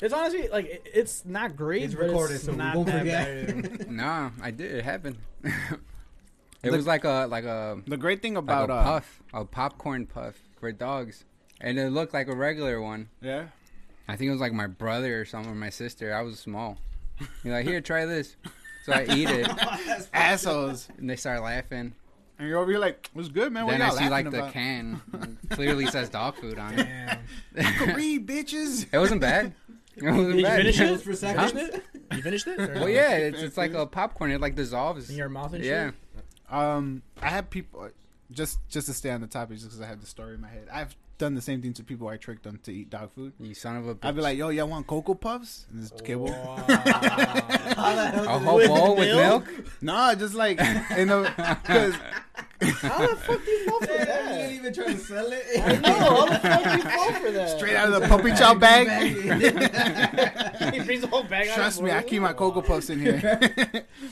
E: It's honestly like it, it's not great.
B: It's
E: but
B: recorded,
E: it's
B: so we
E: not
B: won't
E: that
B: forget.
E: bad.
C: Nah, I did. It happened. it
A: The-
C: was like a like a
A: The great thing
C: like
A: about
C: a
A: uh,
C: puff, a popcorn puff for dogs, and it looked like a regular one.
A: yeah,
C: I think it was like my brother or someone, my sister. I was small. You're like, here, try this. So I eat it,
A: assholes.
C: and they start laughing.
A: And you're over here like, "What's good, man?" What
C: then I
A: y'all
C: see like
A: laughing
C: the
A: about?
C: can and clearly says dog food on it.
E: Damn.
C: it
A: Three bitches.
C: wasn't bad. It wasn't
E: Did you
C: bad.
E: finish
B: Just
E: it?
B: for
E: You
B: seconds.
E: finished it? You finished it? Or
C: Well,
E: no?
C: yeah, it's, it's like a popcorn. It like dissolves.
E: In your mouth and
C: yeah,
E: shit.
A: Um, I have people just just to stay on the topic, just because I have the story in my head. I've done the same thing to people. I tricked them to eat dog food.
C: you son of a. Bitch.
A: I'd be like, "Yo, y'all want cocoa puffs?" And this kid will,
E: Wow.
B: How the hell
C: a
B: did
C: whole
B: it-
C: bowl with
E: milk?
C: milk.
A: nah, just like in a because
E: How the fuck do you fall for
B: Yeah, You didn't
E: that?
B: even try to sell it.
E: No, how the fuck do you fall for that?
A: straight out of the puppy chow bag.
E: he brings the whole bag out.
A: Trust me, I keep my cocoa puffs in here.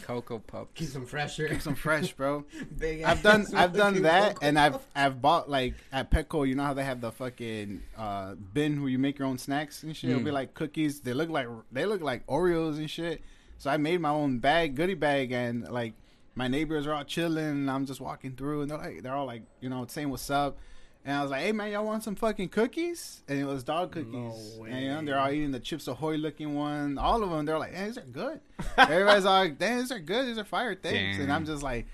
C: Cocoa puff.
B: Keep some fresher.
A: Keep some fresh, bro.
B: Big
A: I've done
B: ass
A: I've done
B: fucking
A: that,
B: cocoa.
A: and I've I've bought like at Petco. You know how they have the fucking uh, bin where you make your own snacks and shit. It'll be
C: Mm.
A: like cookies. They look like they look like Oreos and shit. So I made my own bag, goodie bag, and like my neighbors are all chilling, and I'm just walking through, and they're like they're all like you know saying what's up. And I was like, "Hey man, y'all want some fucking cookies?" And it was dog cookies. And you know, they're all eating the Chips Ahoy looking one. All of them, they're like, "Man, these are good." Everybody's all like, "Damn, these are good. These are fire things." And
C: Damn.
A: I'm just like,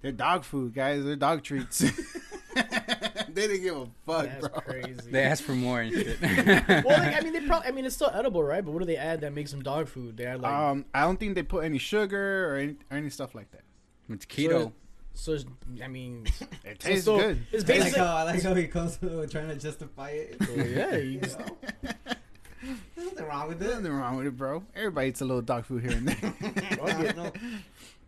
A: they're dog food, guys. They're dog treats. they didn't give a fuck,
E: That's
A: bro.
E: crazy.
C: They asked for more and shit.
E: well, like, I mean, they probably. I mean, it's still edible, right? But what do they add that makes them dog food? They add like
A: Um, I don't think they put any sugar or any, or any stuff like that.
C: it's keto.
E: so. It's, I mean,
A: It
E: so,
A: tastes uh,
E: so
A: good.
E: It's
B: I like
E: basically.
B: how, I like how he comes with trying to justify it.
E: Well, yeah, you just-
B: There's nothing wrong with
A: There's
B: it.
A: nothing wrong with it, bro. Everybody eats a little dog food here and there.
E: Well, you
B: No.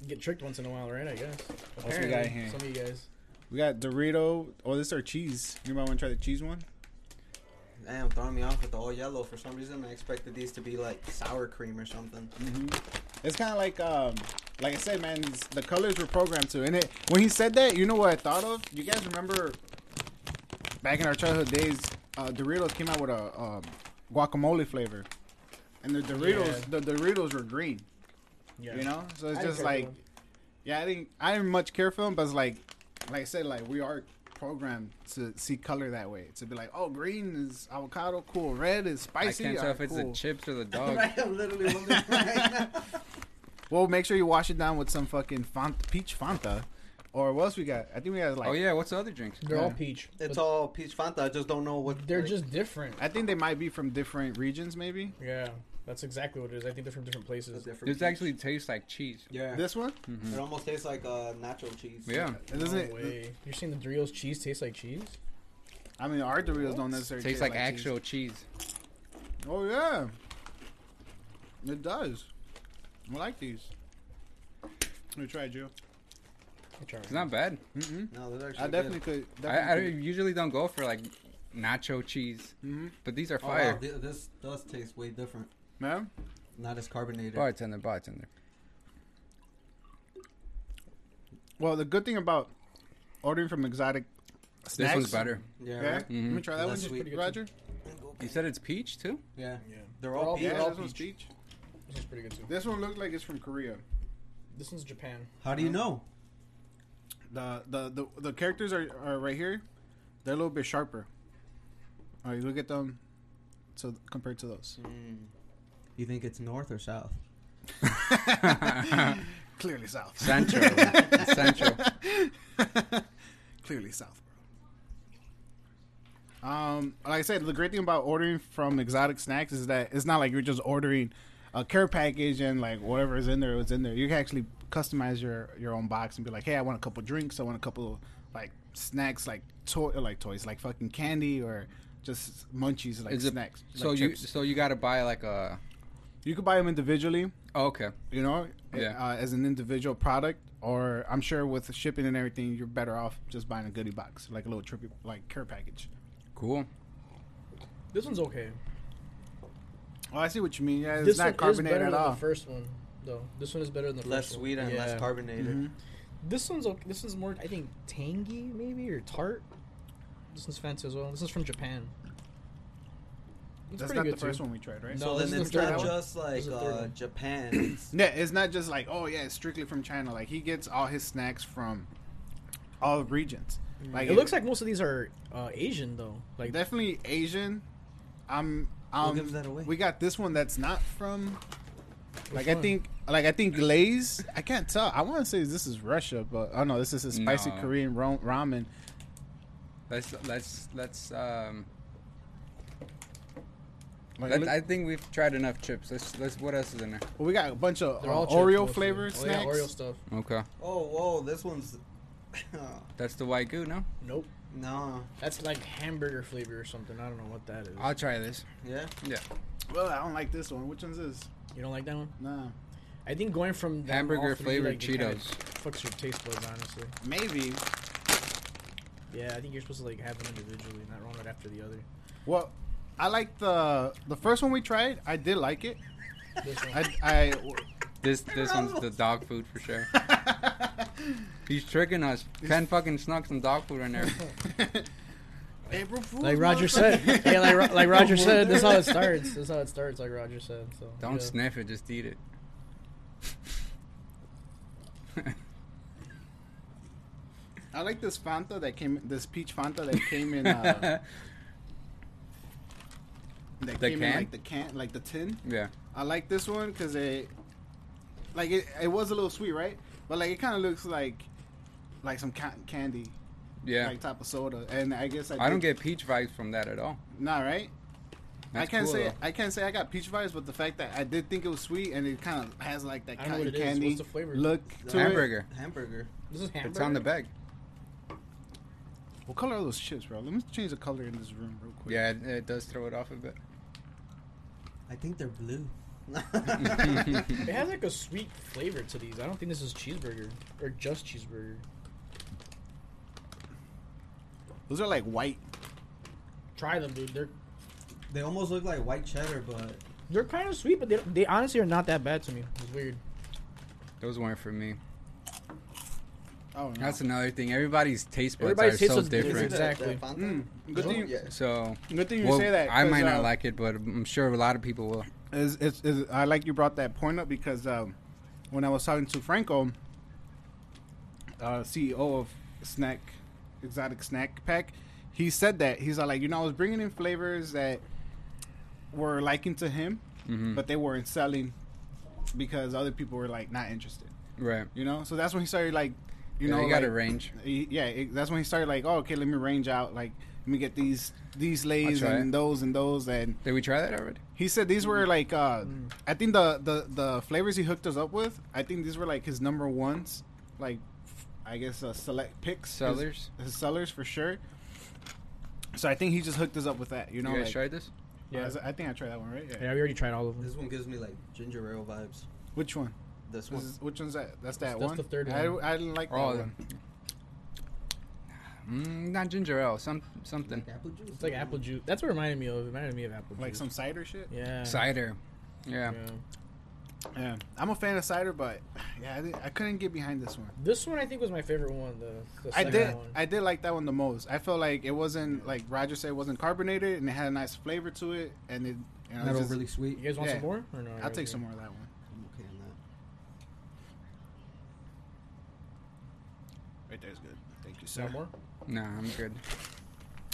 E: get tricked once in a while, right? I guess.
A: we got
E: Apparently,
A: here?
E: Some of you guys.
A: we got Dorito. Oh, this our cheese. Anybody want to try the cheese one?
B: Damn, throwing me off with the all yellow. For some reason, I expected these to be like sour cream or something.
A: It's kind of like, um, like I said, man. it's- The colors were programmed to, and it. When he said that, you know what I thought of? You guys remember back in our childhood days, uh, Doritos came out with a um, guacamole flavor, and the Doritos, the Doritos were green.
E: Yeah.
A: You know, so it's
E: I
A: just
E: didn't care
A: like,
E: for them.
A: yeah, I didn't, I didn't much care for them, but it's like, like I said, like we are programmed to see color that way. To be like, oh, green is avocado, cool. Red is
C: I
A: spicy.
C: can't tell
A: ah,
C: if it's
A: cool.
C: the chips or the dog.
B: Right, I'm literally wondering right now.
A: Well, make sure you wash it down with some fucking font, peach Fanta, or what else we got? I think we got like,
C: oh yeah, what's the other drinks?
E: They're all
A: Yeah.
E: peach.
B: It's
E: but
B: all peach Fanta. I just don't know what
E: They're
B: like-
E: just different.
A: I think they might be from different regions, maybe.
E: Yeah, that's exactly what it is. I think they're from different
B: the
E: places.
B: different.
C: This actually tastes like cheese.
B: yeah.
A: This one,
B: it almost tastes like uh, nacho cheese.
C: Yeah,
A: it
E: No
A: doesn't.
E: way. You're saying the Doritos cheese tastes like cheese?
A: I mean, our Doritos
E: What?
A: don't necessarily
C: tastes
A: taste
C: like,
A: cheese.
C: actual cheese.
A: Oh yeah, it does. I like these. Let me try, it, Joe.
E: It's all
C: It's
E: right.
C: not bad.
A: Mm-hmm.
B: No, they're actually.
A: I definitely could.
C: I, I
A: Definitely
C: usually don't go for like nacho cheese,
A: Mhm.
C: but these are
B: Good. Oh, wow,
C: fire.
B: thi- this does taste way different.
A: Ma'am?
B: Not as carbonated.
C: Bartender, bartender.
A: Well, the good thing about ordering from exotic snacks.
C: This one's better.
A: Yeah,
B: Yeah.
C: Mm-hmm.
A: let me try that
B: That's
A: one, just
B: sweet.
A: Roger.
C: You said it's peach too.
B: Yeah.
E: Yeah.
B: They're
E: They're all
B: all
E: peach.
B: peach.
A: Yeah,
E: all
A: this one's peach.
E: This is pretty good too.
A: This one looks like it's from Korea.
E: This one's Japan.
B: How do you know?
A: The the the, the characters are, are right here. They're a little bit sharper. All right, look at them. So compared to those,
B: Mm. You think it's north or south?
A: clearly south.
C: Central, It's central.
A: Clearly south, bro. Um, like I said, the great thing about ordering from exotic snacks is that it's not like you're just ordering a care package and like whatever is in there, what's in there. You can actually customize your your own box and be like, hey, I want a couple drinks, I want a couple like snacks, like toy, or like toys, like fucking candy or just munchies, like
C: Is it-
A: snacks.
C: so
A: like
C: you
A: chips.
C: so you gotta buy like a.
A: you could buy them individually
C: Oh, okay.
A: you know,
C: Yeah.
A: uh, as an individual product, or I'm sure with shipping and everything, you're better off just buying a goodie box, like a little trippy, like care package.
C: Cool.
E: This one's okay.
A: Oh, I see what you mean. Yeah, it's
E: this
A: not
E: one is
A: carbonated
E: better
A: at
E: than
A: all.
E: the first one, though. This one is better than the
B: Less
E: first one.
B: sweet and less
E: Yeah.
B: carbonated.
A: Mhm.
E: This one's okay. This is more, I think, tangy maybe or tart. This one's fancy as well. This is from Japan. It's
A: That's
E: pretty
A: not the
E: good
A: first
E: too.
A: one we tried, right?
E: No,
B: So
E: this
B: then
E: is
B: it's
E: the third
B: not
E: one.
B: just
E: This is
B: like
E: the third
B: uh,
E: one.
B: Japan. It's-
A: Yeah, it's not just like oh yeah, it's strictly from China. Like he gets all his snacks from all regions. Like
E: Mm. It looks like most of these are uh, Asian though. Like
A: definitely Asian. I'm.
B: Who
A: Um,
B: gives that away?
A: We got this one that's not from. Like I
E: one?
A: think, like I think Lay's. I can't tell. I want to say this is Russia, but oh no, this is a spicy
C: No.
A: Korean ro- ramen.
C: Let's let's let's um.
A: Like,
C: Let,
A: look-
C: I think we've tried enough chips. Let's let's. What else is in there?
A: well, we got a bunch of
E: they're
A: uh,
E: all chips
A: Oreo
E: mostly.
A: flavored
E: Oh,
A: snacks.
E: Yeah, Oreo stuff.
C: Okay,
B: Oh, whoa, this one's.
C: that's the white goo. No,
E: Nope.
B: no.
E: That's like hamburger flavor or something. I don't know what that is.
C: I'll try this.
B: Yeah?
A: Well, I don't like this one. Which one's this?
E: you don't like that one?
A: Nah,
E: I think going from them all
C: Hamburger
E: three,
C: flavored
E: like, it kinda
C: Cheetos.
E: fucks your taste buds honestly.
A: maybe.
E: Yeah, I think you're supposed to like have them individually, not run right after the other.
A: Well, I like the the first one we tried. I did like it.
E: This one.
A: I I.
C: This this one's the dog food for sure. He's tricking us. Ken fucking snuck some dog food in there.
A: April Fool's,
E: like Roger said,
A: motherfucker.
E: yeah, like, Ro- like Roger said, that's how it starts. That's how it starts, like Roger said. So
C: Don't
E: yeah.
C: sniff it. Just eat it.
A: I like this Fanta that came, this peach Fanta that came in, uh, that
C: The
A: came in
C: can?
A: like the can, like the tin.
C: yeah.
A: I like this one because it, like it, it was a little sweet, right? But like it kind of looks like, like some cotton candy,
C: Yeah.
A: like type of soda. And I guess I,
C: I don't
A: did-
C: get peach vibes from that at all.
A: nah, right.
C: That's
A: I can't
C: cool,
A: say
C: though.
A: I can't say I got peach vibes, but the fact that I did think it was sweet and it kind of has like that
E: I don't know
A: cotton
E: what it is.
A: candy
E: What's the flavor?
A: look
B: The
A: to it.
C: hamburger.
B: Hamburger.
E: This is hamburger.
C: It's on the bag.
A: What color are those chips, bro? Let me change the color in this room real quick.
C: Yeah, it, it does throw it off a bit.
B: I think they're blue.
E: It has like a sweet flavor to these. I don't think this is cheeseburger or just cheeseburger.
A: Those are like white.
E: Try them, dude. They're
B: they almost look like white cheddar, but
E: they're kind of sweet, but they, they honestly are not that bad to me. It's weird.
C: Those weren't for me.
A: Oh, no.
C: That's another thing. Everybody's taste buds
E: Everybody's
C: are
E: taste
C: so
E: buds-
C: different.
E: Exactly.
A: Mm, good,
E: No?
A: thing you,
B: Yeah.
C: So
A: good thing you
C: well,
A: say that.
C: I
A: 'cause,
C: might not
A: uh,
C: like it, but I'm sure a lot of people will.
A: Is, is, is, I like you brought that point up because um, when I was talking to Franco, uh, CEO of Snack Exotic Snack Pack, he said that he's like, you know, I was bringing in flavors that were liking to him,
C: Mhm.
A: but they weren't selling because other people were like not interested.
C: Right.
A: You know, so that's when he started like, you
C: Yeah,
A: know,
C: you got to
A: like-
C: range.
A: he- yeah, it, that's when he started like, oh, okay, let me range out, like, let me get these these lays
C: try
A: and
C: it.
A: those and those and
C: Did we try that already?
A: he said these were like uh I think the, the the flavors he hooked us up with. I think these were like his number ones, like f- I guess uh, select picks his-
C: Sellers?
A: his, sellers for sure. So I think he just hooked us up with that. You
C: You
A: know,
C: guys
A: like,
C: tried this?
A: yeah. I,
E: Yeah.
A: was- I think I tried that one right. Yeah.
E: Yeah, we already tried all of them.
B: This one gives me like ginger ale vibes.
A: Which one? This
B: This one.
A: is, which one's that? That's that
E: That's
A: one.
E: the third
A: I,
E: one.
A: I didn't like that
C: All of
A: one.
C: them. Mm, not ginger ale. Some something.
B: apple juice.
E: It's like apple juice. That's what it reminded me of. It reminded me of apple juice.
A: Like some cider shit.
E: yeah
C: Cider.
E: Yeah.
C: Yeah.
A: Yeah, I'm a fan of cider, but yeah, I, didn't- I couldn't get behind this one.
E: This one I think was my favorite one. The, the
A: I
E: second
A: did,
E: One.
A: I did like that one the most. I felt like it wasn't like Roger said, it wasn't carbonated, and it had a nice flavor to it, and it, you know,
B: Not
A: just-
B: overly sweet.
E: you guys want
A: yeah.
E: some more or no?
A: I'll take some more of that one
B: I'm okay on that.
A: right there is good. Thank you,
E: Some
A: sir.
E: more?
C: Nah, I'm good.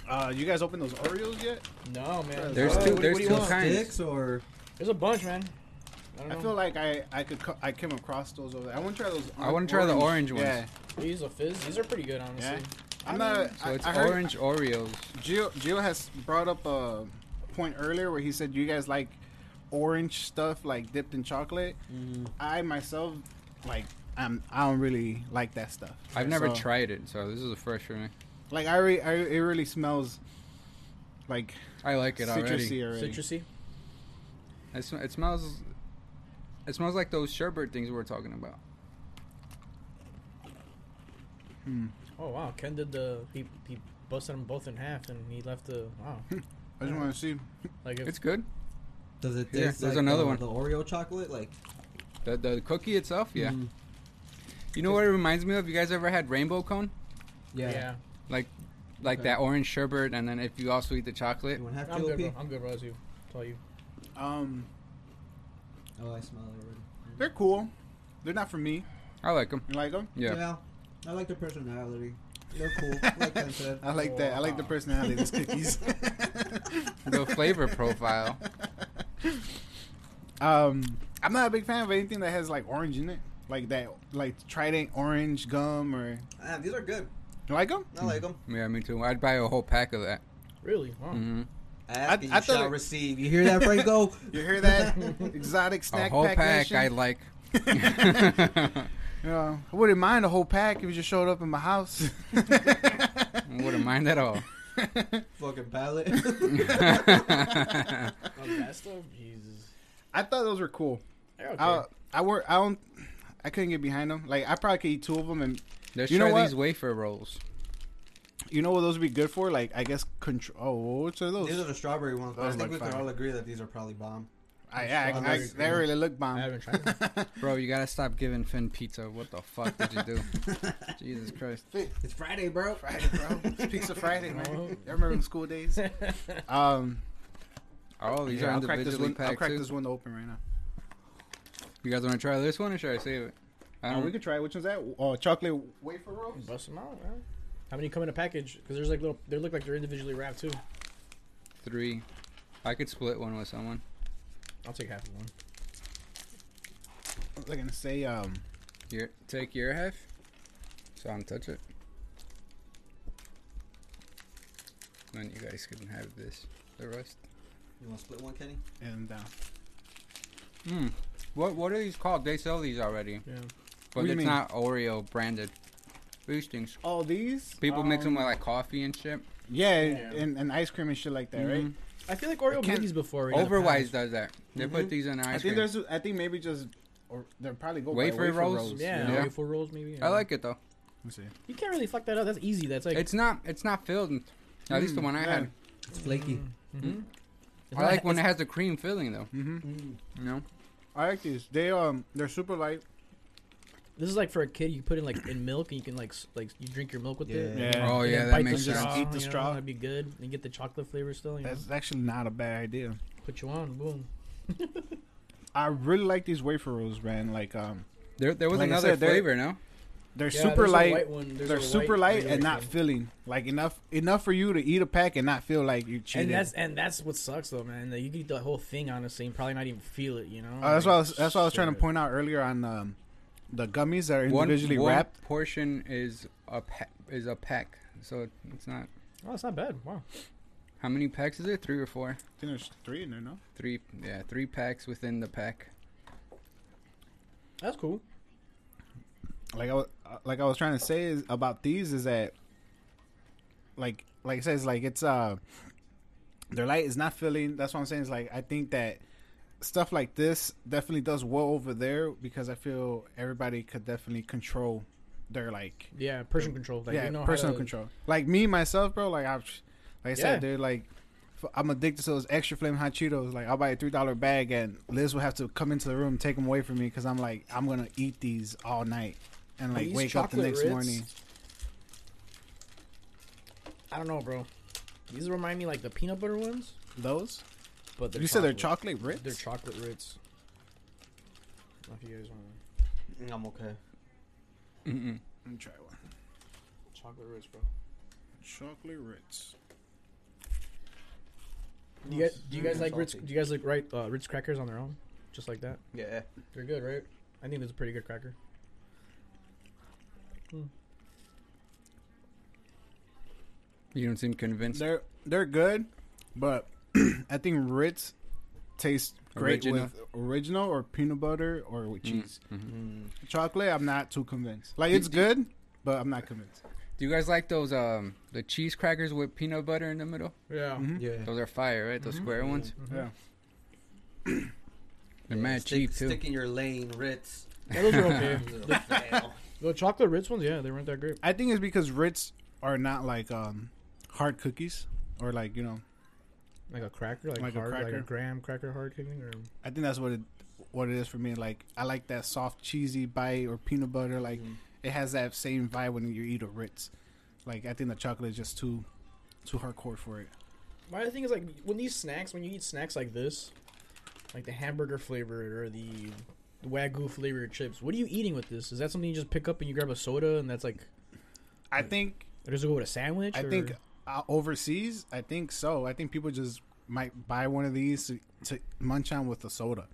A: Uh, you guys open those Oreos yet?
E: No, man.
C: There's
E: Oh,
C: two-
E: what-
C: there's
E: what do you
C: two
E: want?
C: kinds.
B: Sticks or
E: There's a bunch, man. I don't
A: I
E: know.
A: feel like I I could co- I came across those over there. I want to try those.
C: I wanna try the orange ones.
A: Yeah,
E: these are fizz. These are pretty good, honestly.
A: yeah. I'm not.
C: So it's
A: I, I heard
C: orange Oreos.
A: Gio Gio has brought up a point earlier where he said you guys like orange stuff like dipped in chocolate.
C: Mm-hmm.
A: I myself like I'm I don't really like that stuff.
C: I've never
A: So,
C: tried it, so this is a first for me.
A: Like I, re, I it really smells like
C: I like it already.
A: citrusy already.
E: Citrusy.
C: It, sm- it smells. It smells like those sherbet things we were talking about.
E: Oh wow, Ken did the he he busted them both in half and he left the wow
A: I just want to see.
E: like if,
C: It's good.
B: does it taste
C: Here,
B: like
C: there's another
B: the,
C: one.
B: The Oreo chocolate, like
C: The the cookie itself, yeah.
B: mm,
C: You know what it reminds me of? You guys ever had rainbow cone?
B: yeah.
E: yeah.
C: Like, like
B: Okay.
C: that orange sherbet, and then if you also eat the chocolate,
B: You want half
E: I'm good, bro.
B: KOP?
E: I'm good, bro. As you tell you,
A: Um,
B: Oh, I smell it already.
A: they're cool. They're not for me.
C: I like them.
A: You like them?
C: Yeah.
B: I like their personality. They're cool. like Ken said.
A: I like that. I like the
E: Wow.
A: personality of these cookies.
C: The flavor profile.
A: Um, I'm not a big fan of anything that has like orange in it, like that, like Trident orange gum or
B: Ah, these are good.
A: you like Oh. them.
B: I like them.
C: Mm-hmm. Yeah, me too. I'd buy a whole pack of that.
E: really? Wow.
C: hmm
B: Ask
A: I
B: and you
A: thought
B: shall
A: it-
B: receive. You hear that, Franco?
A: You hear that? Exotic
C: A
A: snack
C: whole
A: pack.
C: pack,
A: nation?
C: I like.
A: You know, I wouldn't mind a whole pack if it just showed up in my house.
C: Wouldn't mind at all.
B: Fucking palate.
E: Oh, that stuff, Jesus.
A: I thought those were cool.
E: They're okay.
A: I I were I don't I couldn't get behind them. Like I probably could eat two of them, and
C: Let's
A: You know
C: try
A: what?
C: these wafer rolls.
A: you know what those would be good for? Like I guess control. Oh, what's are
B: these are
A: those?
B: the strawberry ones, but I
A: Those look
B: think we can
A: fire.
B: all agree that these are probably bomb.
A: I, I, I, I they really look bomb.
E: I haven't tried. Them.
C: Bro, you gotta stop giving Finn pizza. What the fuck did you do? Jesus Christ.
B: It's Friday, bro.
A: Friday, bro. It's Pizza Friday, man.
E: No.
A: I remember them school days. Um,
C: Oh, these
A: yeah,
C: are
A: I'll crack this
C: individually
A: one. I'll
C: packed
A: crack
C: too.
A: this one open right now.
C: You guys wanna try this one or should I save it? I
A: Uh,
C: don't,
A: we could try. Which one's that? Oh, chocolate wafer rolls.
E: Bust them out, man. How many come in a package? Because there's like little. They look like they're individually wrapped too.
C: three. I could split one with someone.
E: I'll take half of one.
A: I was gonna say, um,
C: Your, take your half. So I'm touch it. Then you guys can have this. The rest.
B: You want to split one, Kenny?
A: and uh,
C: Hmm. What what are these called? They sell these already,
E: Yeah.
C: but
A: do you
C: it's
A: mean?
C: not Oreo branded. These things.
A: all oh, these
C: People mix them with
A: um,
C: like coffee and shit.
A: yeah,
E: Yeah.
A: And, and ice cream and shit like that, right?
C: Mhm.
E: I feel like Oreo
A: can't-
E: made these before. right?
C: Overwise does that. They put
B: Mhm.
C: these in their
A: Mm-hmm. I
C: ice
A: think
C: cream.
A: there's, I think maybe just, or they will probably go by
C: Wafer rolls?
E: Yeah.
C: Yeah.
E: Oreo four rolls maybe.
C: I like it though.
A: Let me see.
E: You can't really fuck that up. That's easy. That's like.
C: It's not it's not filled. in- At least the
A: Mm,
C: one I
A: yeah.
C: had.
B: It's flaky.
E: Mhm. It's
C: I
E: not-
C: like when it
E: it's-
C: has the cream filling though.
A: Mm-hmm.
B: Mm.
C: You know.
A: I like these. They um, they're super light.
E: This is like for a kid. You put in like in milk and you can like s- like you drink your milk with it.
B: Yeah.
A: Yeah.
C: Oh
E: And
C: yeah,
E: then
C: that
E: bite
C: makes
E: the
A: Just
C: sense.
E: straw,
A: eat the
E: you know,
A: straw.
E: That'd be good. And get the chocolate flavor still. You know?
A: That's actually not a bad idea.
E: Put you on. Boom.
A: I really like these wafer rolls, man. Like um,
C: There there was
A: Like I
C: another
A: said, they're-
C: flavor, no?
A: they're
E: Yeah,
A: super
E: there's a
A: light.
E: white one. There's
A: they're
E: a
A: super
E: white
A: light
E: flavor
A: and not
E: thing.
A: filling. Like enough enough for you to eat a pack and not feel like you cheated.
E: And that's and that's what sucks though, man. That you can eat the whole thing honestly and probably not even feel it. You know.
A: Uh, that's what I was,
E: Like,
A: that's what I was trying to
E: shit.
A: point out earlier on um, the gummies that are
C: One,
A: individually
C: one
A: wrapped.
C: portion is a pa- is a pack. So it's not
E: Oh, it's not bad. Wow.
C: how many packs is it? Three or four?
A: I think there's three in there, no?
C: Three yeah, three packs within the pack.
E: That's cool.
A: Like I was, uh, like I was trying to say is about these is that like like it says like it's uh their light is not filling. That's what I'm saying. Is like I think that stuff like this definitely does well over there because I feel everybody could definitely control their like
E: Yeah, person control. Like,
A: yeah
E: you know how
A: personal
E: to-
A: control. Like me myself, bro. Like I, like I
E: Yeah.
A: said, dude. Like f- I'm addicted to those extra flame hot Cheetos. Like I'll buy a three dollar bag, and Liz will have to come into the room and take them away from me because I'm like I'm gonna eat these all night and like
E: These
A: wake up the
E: chocolate
A: next
E: Ritz?
A: morning.
E: I don't know, bro. These remind me like the peanut butter ones,
A: Those
E: but they're
A: you said they're chocolate Ritz.
E: They're chocolate Ritz. I don't know if you guys want
B: Mm, I'm okay.
C: Mm-mm.
A: Let me try one.
E: chocolate Ritz, bro.
A: Chocolate Ritz.
E: Do you guys, do you guys
B: Mm,
E: like Ritz?
B: salty.
E: Do you guys like right uh, Ritz crackers on their own, just like that?
B: Yeah.
E: They're good, right? I think it's a pretty good cracker.
C: You don't seem convinced.
A: They're they're good, but I think Ritz tastes great
C: Original.
A: with original or peanut butter or with
E: Hmm.
A: cheese.
B: Mm.
A: Chocolate, I'm not too convinced. Like it's good, but I'm not convinced.
C: Do you guys like those um the cheese crackers with peanut butter in the middle?
E: Yeah.
A: Mhm.
B: Yeah.
C: Those are fire, right? Those square ones.
A: Mm-hmm.
E: Mm-hmm.
A: Yeah.
C: They're mad
B: stick,
C: cheap too.
B: Stick in your lane, Ritz.
E: Yeah, those
B: Uh-huh.
E: are okay.
B: Little fail.
E: the chocolate Ritz ones, yeah, they weren't that great.
A: I think it's because Ritz are not like um, hard cookies or like you know.
E: Like a cracker, like,
A: Like a
E: hard, like
A: cracker?
E: a graham cracker hard cooking, or
A: I think that's what it what it is for me. Like I like that soft cheesy bite or peanut butter. Like
B: Mhm.
A: it has that same vibe when you eat a Ritz. Like I think the chocolate is just too too hardcore for it.
E: My other thing is like when these snacks, when you eat snacks like this, like the hamburger flavored or the wagyu flavored chips, what are you eating with this? Is that something you just pick up and you grab a soda and that's like,
A: I think
E: or does it go with a sandwich?
A: I
E: or-
A: think uh, overseas, I think so. I think people just might buy one of these to, to munch on with a soda.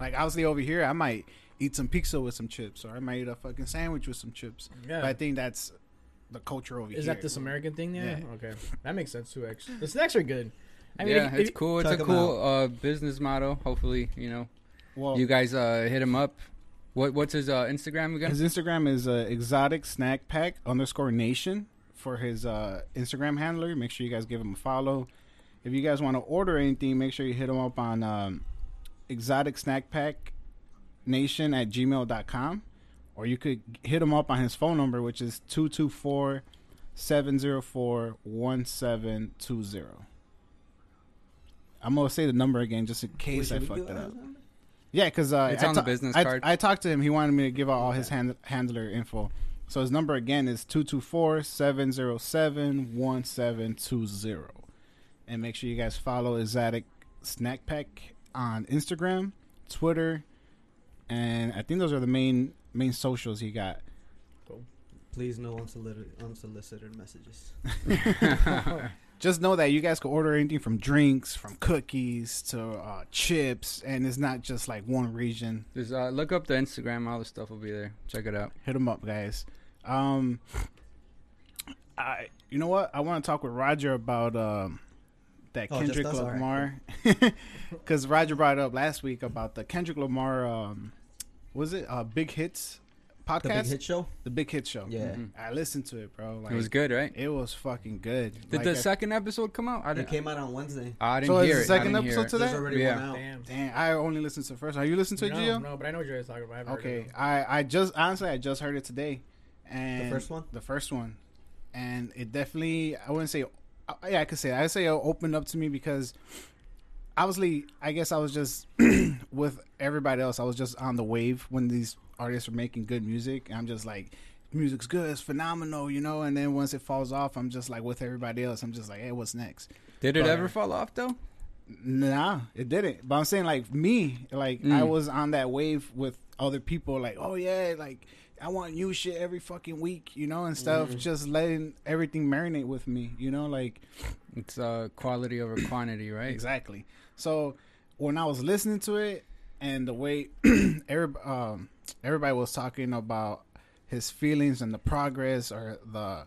A: Like obviously over here, I might eat some pizza with some chips, or I might eat a fucking sandwich with some chips.
E: Yeah.
A: But I think that's the culture over
E: is
A: here.
E: that this American thing? Yeah.
A: Yeah.
E: Okay, that makes sense too. Actually, the snacks are good. I mean,
C: yeah,
E: if-
C: it's
E: if-
C: cool. It's a
B: Check 'em
C: cool uh, business model. Hopefully, you know,
A: Well,
C: you guys uh, hit him up. What what's his uh, Instagram again?
A: his Instagram is uh, exotic snack pack underscore nation for his uh, Instagram handler. Make sure you guys give him a follow. If you guys want to order anything, make sure you hit him up on um, exotic snack pack nation at gmail.com or you could hit him up on his phone number, which is 224 704 1720. I'm going to say the number again just in case
B: Wait,
A: I
B: should we do
A: fucked it
B: that?
A: up. Yeah, because uh,
C: It's
A: I
C: on the
A: ta-
C: business
A: I,
C: card.
A: I talked to him. He wanted me to give out all his hand- handler info. So his number again is 224-707-1720. And make sure you guys follow Exotic Snack Pack on Instagram, Twitter, and I think those are the main main socials he got.
B: Please no unsolicited, unsolicited messages.
A: Just know that you guys can order anything from drinks, from cookies to uh, chips, and it's not just like one region.
C: Just uh, look up the Instagram. All the stuff will be there. Check it out.
A: hit him up, guys. Um, I you know what? I want to talk with Roger about um that
B: Oh, just
A: Kendrick
B: us? All right,
A: Lamar because Roger brought it up last week about the Kendrick Lamar um was it uh Big Hits podcast
B: The big hit show.
A: the Big Hit show. Mm-hmm.
B: Yeah.
C: Mhm.
A: I listened to it, bro. Like
C: it was good, right?
A: It was fucking good.
C: Did
A: Like,
C: the
A: I-
C: second episode come out? I
B: It
C: didn't.
B: came out on Wednesday.
C: I didn't
A: so
C: hear
A: is the
C: it.
A: second
C: I didn't hear
A: episode to
B: There's
A: that?
B: already
C: Yeah.
B: one out.
E: damn.
A: Damn, I only listened to the first. Are you listening to it,
E: no,
A: Gio?
E: no, but I know what you guys talking about. I haven't heard
A: Okay,
E: of
A: I I just honestly I just heard it today, and
B: first one?
A: the first one, and it definitely I wouldn't say, uh, yeah I could say I would say it opened up to me because, obviously I guess I was just with everybody else I was just on the wave when these artists were making good music and I'm just like music's good it's phenomenal you know and then once it falls off I'm just like with everybody else I'm just like hey what's next
C: Did it
A: Oh,
C: ever
A: yeah.
C: fall off though?
A: Nah, it didn't. But I'm saying like me, like
C: Mm.
A: I was on that wave with other people, like, oh yeah, like I want new shit every fucking week, you know, and stuff. Just letting everything marinate with me, you know, like
C: It's uh, quality over quantity, right?
A: exactly. So when I was listening to it and the way every, um, everybody was talking about his feelings and the progress or the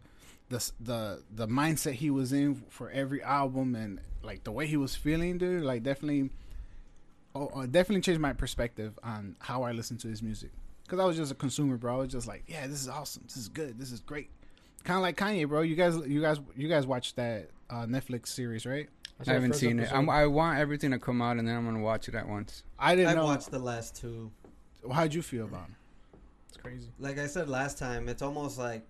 A: the the the mindset he was in for every album and like the way he was feeling, dude, like definitely oh, uh, definitely changed my perspective on how I listen to his music. Cause I was just a consumer, bro. I was just like, yeah, this is awesome. This is good. This is great. Kind of like Kanye, bro. You guys, you guys, you guys watched that uh, Netflix series, right?
C: I
E: saw the
C: haven't
E: first
C: seen it.
E: episode.
C: I'm, I want everything to come out, and then I'm gonna watch it at once.
A: I didn't
B: I've
A: know.
B: watched the last two.
A: How'd you feel about him?
E: It's crazy.
B: Like I said last time, it's almost like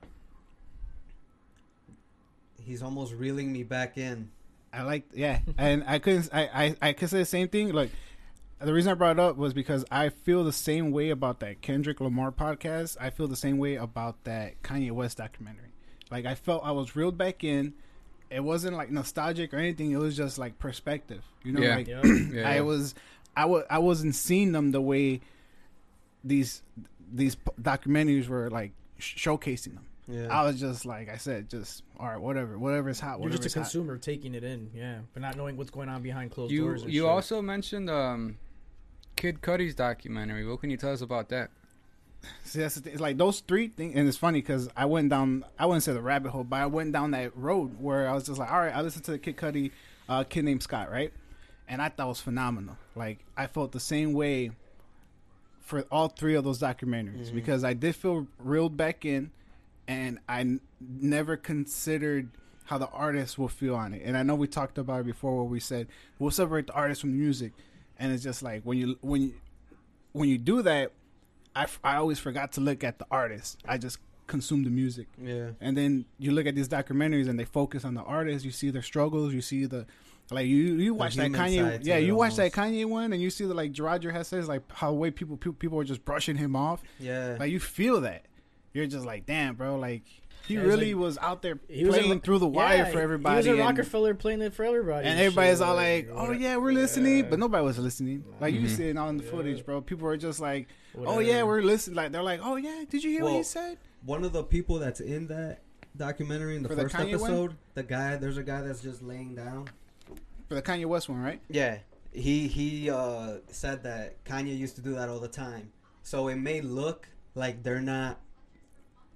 B: he's almost reeling me back in
A: I like yeah, and I couldn't. I I I could say the same thing. Like the reason I brought it up was because I feel the same way about that Kendrick Lamar podcast. I feel the same way about that Kanye West documentary. Like I felt I was reeled back in. It wasn't like nostalgic or anything. It was just like perspective. You know,
C: Yeah.
A: like
E: Yeah.
C: Yeah.
A: I was I was I wasn't seeing them the way these these p- documentaries were like sh- showcasing them.
B: Yeah.
A: I was just like I said, just all right, whatever, whatever is hot,
E: You're
A: whatever
E: just a
A: is hot.
E: consumer taking it in, yeah, but not knowing what's going on behind closed
C: you
E: doors. And
C: you
E: shit.
C: also mentioned um, Kid Cudi's documentary. What can you tell us about that?
A: See, that's the thing. It's like those three things, and it's funny because I went down. I wouldn't say the rabbit hole, but I went down that road where I was just like, all right, I listened to the Kid Cudi, uh, kid named Scott, right? And I thought it was phenomenal. Like I felt the same way for all three of those documentaries because I did feel reeled back in, and I n- never considered how the artist will feel on it. And I know we talked about it before where we said we'll separate the artist from the music, and it's just like when you when you, when you do that, I, f- I always forgot to look at the artist. I just consumed the music.
B: Yeah.
A: And then you look at these documentaries and they focus on the artist. You see their struggles. You see the like you you watch that
B: human
A: Kanye
B: side to
A: yeah
B: it
A: you watch that
B: almost.
A: Kanye one and you see the like Roger Hesse's like how the way people people people are just brushing him off.
B: Yeah.
A: Like you feel that. You're just like damn bro like he
E: Yeah, it's
A: really
E: like-
A: was out there
E: He was a
A: playing
E: ro-
A: through the wire
E: Yeah,
A: for everybody.
E: He
A: and-
E: was a Rockefeller playing it for everybody.
A: and everybody's
E: shit,
A: all like, "Oh
E: what-
A: yeah, we're listening,"
E: yeah. Mm-hmm.
A: but nobody was listening. Like you
C: Mhm.
A: seen on the
E: Yeah.
A: footage, bro. People are just like, "Oh
E: Whatever.
A: yeah, we're listening." Like they're like, "Oh yeah, did you hear what he
B: Well,
A: said?"
B: One of the people that's in that documentary in the
A: For the
B: first
A: Kanye one?
B: episode, the guy, there's a guy that's just laying down.
A: For the Kanye West one, right?
B: Yeah, he he uh, said that Kanye used to do that all the time. So it may look like they're not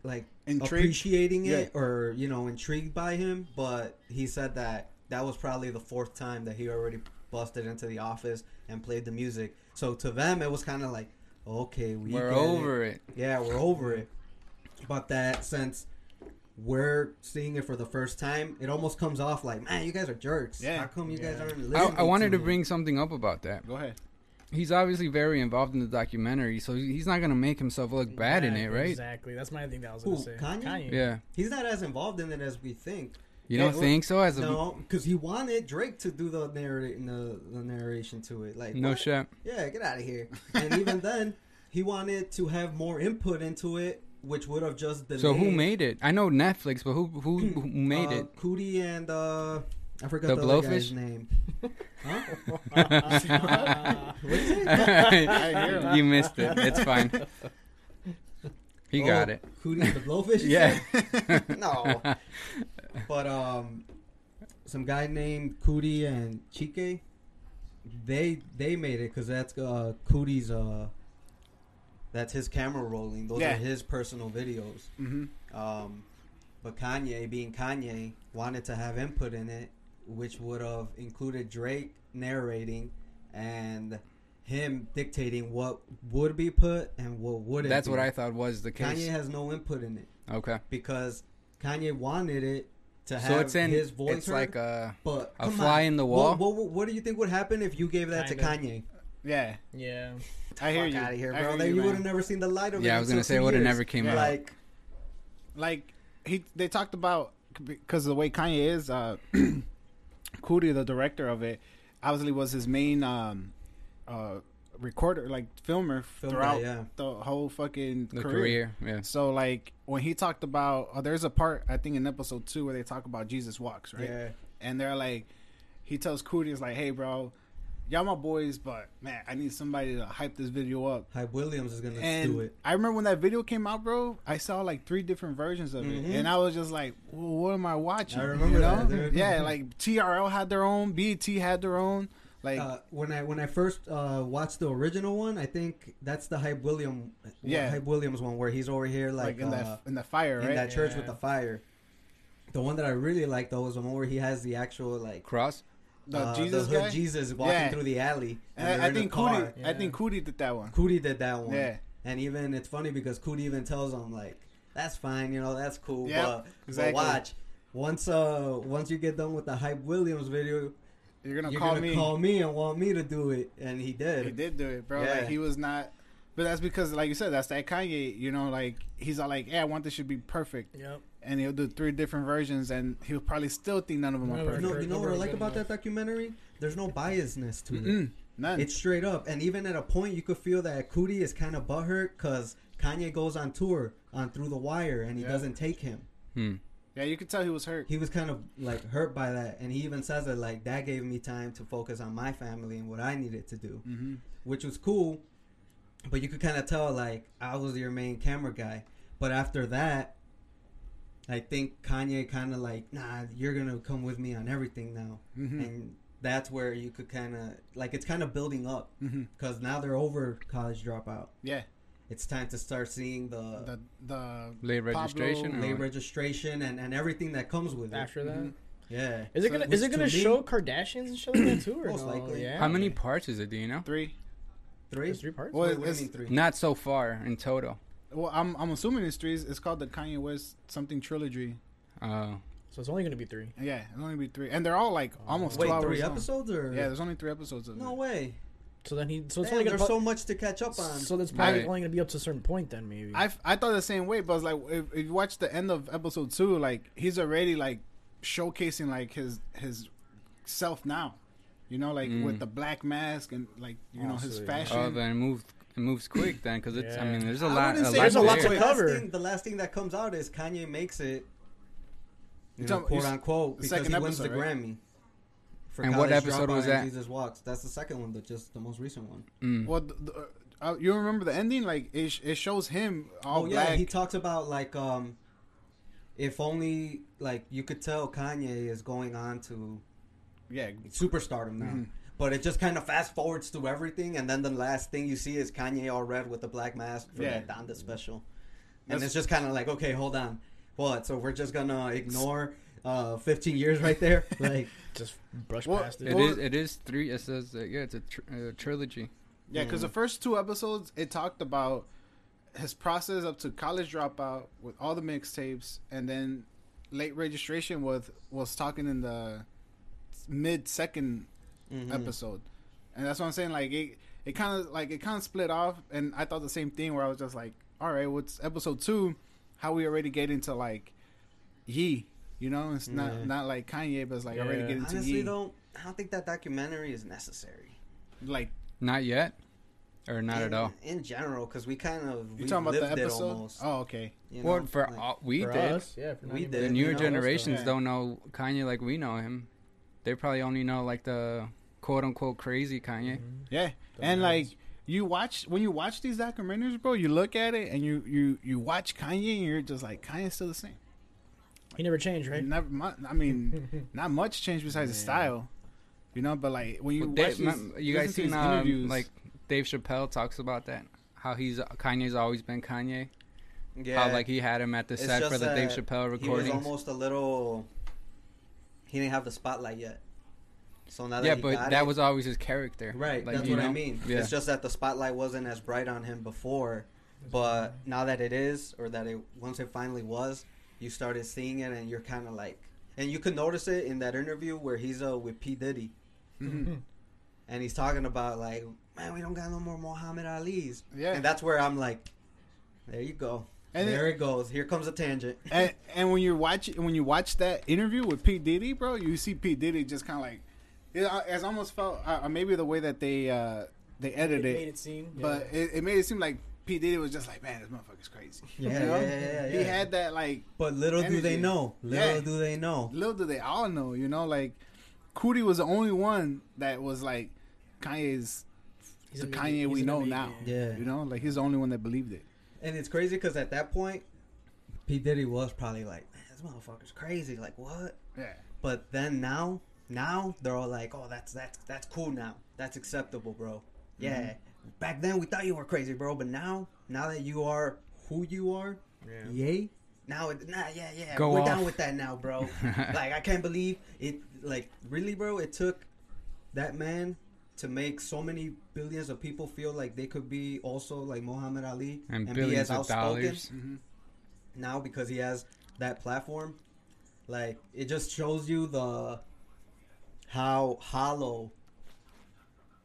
B: like
A: Intrigued?
B: appreciating it or you know intrigued by him, but he said that that was probably the fourth time that he already busted into the office and played the music. So to them, it was kind of like, okay, we
C: We're
B: get it.
C: over it.
B: Yeah, we're over it. But that since we're seeing it for the first time, it almost comes off like, man, you guys are jerks.
A: Yeah.
B: How come you guys
E: Yeah.
B: aren't
C: I,
B: listening?
C: I wanted to
B: me?"
C: bring something up about that.
A: Go ahead.
C: He's obviously very involved in the documentary, so he's not gonna make himself look bad in it, right?
E: Exactly. That's my thing that I was
B: Who,
E: gonna say.
B: Kanye?
C: Yeah.
B: He's not as involved in it as we think.
C: You
B: Yeah,
C: don't
B: well,
C: think so? As a
B: No, because he wanted Drake to do the narrating, the, the narration to it. Like,
C: no
B: what?
C: shit.
B: Yeah, get out of here. and even then, he wanted to have more input into it, which would have just delayed.
C: So who made it? I know Netflix, but who who, who made
B: uh,
C: it?
B: Cootie and uh, I forgot
C: The
B: the, other
C: Blowfish?
B: guy's name. huh?
A: hear
C: you missed it. It's fine. He
B: Oh,
C: got it.
B: Cootie and the Blowfish. you
C: Yeah.
B: said? no, but um, some guy named Cootie and Chike, they they made it because that's uh Cootie's uh, that's his camera rolling. Those
A: Yeah.
B: are his personal videos.
A: Mm-hmm.
B: Um, but Kanye, being Kanye, wanted to have input in it, which would have included Drake narrating and him dictating what would be put and what wouldn't.
C: That's
B: be.
C: what I thought was the
B: Kanye
C: case.
B: has no input in it
C: Okay.
B: because Kanye wanted it to have
C: So it's in.
B: his voice.
C: It's
B: heard,
C: like uh, a.
B: but
C: a
B: come
C: fly
B: on.
C: in the
B: What-
C: wall?
B: What, what, do you think would happen if you gave that to
E: Kinda.
B: Kanye?
A: Yeah,
E: yeah.
A: I hear
B: Fuck
A: you.
B: out of here,
A: I
B: bro!
A: hear
B: Then you
A: man.
B: would have never seen the light of it.
C: Yeah, I was
B: until
C: gonna say
B: two
C: would have
B: years.
C: never came out.
B: Like,
A: like he they talked about because of the way Kanye is uh Cootie the director of it obviously was his main um uh recorder like filmer
B: Filmer,
A: throughout
B: yeah.
A: the whole fucking
C: the
A: career.
C: career. Yeah.
A: So like when he talked about oh, there's a part I think in episode 2 where they talk about Jesus walks, right?
B: yeah,
A: and they're like, he tells Cootie, he's like, hey, bro, y'all my boys, but man, I need somebody to hype this video up.
B: Hype Williams is gonna
A: and
B: do it.
A: I remember when that video came out, bro, I saw like three different versions of
B: Mhm.
A: it. And I was just like, well, what am I watching?
B: I remember
A: you know?
B: that, dude.
A: Yeah, like TRL had their own, BET had their own. Like,
B: uh, when I when I first uh, watched the original one, I think that's the hype William,
A: Yeah.
B: hype Williams one where he's over here
A: like,
B: like,
A: in,
B: uh,
A: that, in the fire,
B: in
A: right?
B: that church
E: Yeah.
B: with the fire. The one that I really like though is the one where he has the actual like
C: Cross.
A: the
B: uh,
A: Jesus
B: the hood
A: guy.
B: Jesus walking
A: Yeah.
B: through the alley.
A: And
B: they're
A: I, I
B: in a
A: think
B: car.
A: Cootie, I
E: Yeah.
A: think Cootie did that one.
B: Cootie did that one.
A: Yeah.
B: And even it's funny because Cootie even tells him like, "That's fine, you know, that's cool."
A: Yep,
B: but,
A: exactly.
B: but watch once uh once you get done with the hype Williams video,
A: You're gonna
B: you're
A: call
B: gonna
A: me.
B: call me and want me to do it, and he did.
A: He did do it, bro.
B: Yeah.
A: Like he was not. But that's because, like you said, that's that Kanye. You know, like he's all like, "Yeah, I want this should be perfect,"
E: Yep.
A: and he'll do three different versions, and he'll probably still think none of them
E: None
A: are
E: of
A: perfect.
B: You
E: them
B: know,
E: Perfect.
B: you know what I like
E: Good
B: about
E: enough.
B: that documentary? There's no biasness to it.
A: Mm, none.
B: It's straight up, and even at a point, you could feel that Cootie is kind of butthurt because Kanye goes on tour on Through the Wire, and he
E: Yeah.
B: doesn't take him.
C: Hmm.
A: yeah, you could tell he was hurt.
B: He was kind of like hurt by that, and he even says that like that gave me time to focus on my family and what I needed to do,
A: hmm
B: which was cool. But you could kind of tell like I was your main camera guy. But after that, I think Kanye kind of like, nah, you're gonna come with me on everything now,
A: hmm
B: and that's where you could kind of like it's kind of building up
A: hmm
B: because now they're over college dropout.
A: Yeah,
B: It's time to start seeing the,
A: the the
C: Late registration.
A: Pablo-
C: or
B: late
C: what?
B: registration and, and everything that comes with it.
E: After that,
A: Mhm.
B: Yeah.
E: is it
B: So,
E: gonna
B: which
E: is it
B: to
E: gonna
B: me-
E: show Kardashians and shit like that too? Or
B: Most
E: no?
B: likely.
E: Yeah.
C: How many parts is it? Do you know?
A: three.
B: three?
E: There's three parts.
A: Well,
B: Wait, what do
A: it's-
B: you mean three?
C: Not so far in total.
A: Well, I'm I'm assuming it's three. It's called the Kanye West something trilogy.
C: Uh,
E: So it's only gonna be three.
A: Yeah, it'll only be three, and they're all like almost
B: Wait,
A: two hours.
B: three
A: long.
B: episodes or?
A: Yeah, there's only three episodes of
B: no
A: it.
B: way.
E: So then he. So
B: Damn,
E: it's only gonna.
B: there's so
E: Pu-
B: much to catch up on.
E: so that's probably
C: Right.
E: only gonna be up to a certain point then maybe.
A: I, I thought the same way, but it's like if, if you watch the end of episode two, like he's already like showcasing like his his self now, you know, like
C: Mm.
A: with the black mask and like you know his
E: Honestly, yeah.
A: fashion.
C: oh, then it moves. It moves quick then, because it's. I
E: Yeah.
C: mean, there's a
B: I
C: lot.
B: wouldn't
C: A
B: say
E: There's
C: lot
E: a lot
C: there.
E: to
B: the
E: cover.
B: Last thing, the last thing that comes out is Kanye makes it, you
A: You're
B: know,
A: talking-
B: quote
A: you're-
B: unquote,
A: the
B: because
A: second
B: he wins the
A: episode, right?
B: Grammy. For
C: And what
B: College
C: episode
B: Dropout
C: was
B: and
C: that?
B: Jesus Walks. That's the second one, but just the most recent one.
C: Mm.
A: Well, the, the, uh, you remember the ending? Like it, sh- it shows him all
B: oh yeah,
A: black.
B: he talks about like um, if only like you could tell Kanye is going on to
A: yeah,
B: superstardom now.
C: Mm-hmm.
A: Mhm.
B: But it just kind of fast forwards to everything, and then the last thing you see is Kanye all red with the black mask for
A: Yeah.
B: that
C: Mm-hmm.
B: Donda special, and
A: That's-
B: it's just kind of like, okay, hold on, what? So we're just gonna ignore uh, 15 years right there, like
E: just brush
A: Well,
E: past it.
C: It
A: Well-
C: is. It is three. It says. uh, Yeah, it's a, tr- a trilogy.
A: yeah. Because
B: Mm.
A: the first two episodes, it talked about his process up to college dropout with all the mixtapes, and then late registration with was talking in the mid second
B: mhm.
A: episode, and that's what I'm saying. Like it, it kind of like it kind of split off, and I thought the same thing where I was just like, all right, what's episode two? How we already get into like Yee, you know? It's not
B: Yeah.
A: not like Kanye, but it's like already
E: Yeah.
A: get into
B: Honestly,
A: Yee.
B: though, I don't think that documentary is necessary.
A: Like
C: Not yet, or not at
B: In-
C: all.
B: In general, because we kind of
A: you
B: we
A: talking about the
B: lived it
A: episode?
B: Almost,
A: Oh, okay.
B: you
C: Well,
B: know?
C: for
B: Like,
C: all, we
E: for
C: did.
E: us, yeah. For
B: We did.
E: not
C: The
E: even-
B: you
C: newer
B: know,
C: generations
A: yeah.
C: don't know Kanye like we know him. They probably only know like the quote unquote crazy Kanye.
B: Mm-hmm.
A: Yeah, and like you watch when you watch these documentaries, bro, you look at it and you you you watch Kanye and you're just like Kanye's still the same.
E: he never changed, right?
A: Never, mu- I mean, not much changed besides the style, you know. But like when you
C: Well,
A: watch
C: Dave-
A: these,
C: you
A: listen
C: guys
A: to
C: seen
A: these
C: um,
A: interviews,
C: like Dave Chappelle talks about that how he's Kanye's always been Kanye.
B: yeah,
C: How like he had him at the
B: It's
C: set for
B: just
C: the Dave
B: that
C: Chappelle
B: he was
C: recordings.
B: almost a little. He didn't have the spotlight yet. So now that
C: yeah,
B: he
C: but
B: got
C: that
B: it-
C: was always his character.
B: Right,
C: Like,
B: that's
C: you
B: what I
C: know?
B: mean.
C: Yeah.
B: It's just that the spotlight wasn't as bright on him before, but now that it is, or that it once it finally was, you started seeing it, and you're kind of like, and you could notice it in that interview where he's uh, with P Diddy,
A: Mhm.
B: and he's talking about like, man, we don't got no more Muhammad Ali's,
A: Yeah.
B: and that's where I'm like, there you go,
A: And it-
B: there it goes, here comes a tangent.
A: and, and when you watch when you watch that interview with P Diddy, bro, you see P Diddy just kind of like it, it's almost felt uh, uh, maybe the way that they uh, they edited
E: It
A: it,
E: made it seem,
A: but it, it made it seem like P Diddy was just like, man, this motherfucker's crazy.
B: yeah,
A: You know?
B: yeah, yeah, yeah,
A: He
B: yeah.
A: had that like
B: but little do they
A: energy.
B: know, little
A: Yeah.
B: do they know,
A: little do they all know, you know, like Cootie was the only one that was like Kanye's
E: He's
A: the
E: an
A: Kanye
E: amazing-
A: we
E: he's an
A: know
E: amazing-
A: now.
B: Yeah.
A: You know, like he's the only one that believed it.
B: And it's crazy because at that point, P Diddy was probably like, "Man, this motherfucker's crazy." Like what?
A: Yeah.
B: But then now, now they're all like, "Oh, that's that's that's cool now. That's acceptable, bro."
C: Mm-hmm.
B: Yeah. Back then we thought you were crazy, bro. But now, now that you are who you are,
E: Yeah.
B: yay. Now, it, nah, yeah, yeah,
C: Go
B: we're
C: off.
B: down with that now, bro. like I can't believe it. Like really, bro, it took that man to make so many billions of people feel like they could be also like Muhammad Ali
C: And billions of dollars.
B: now because he has that platform like it just shows you the how hollow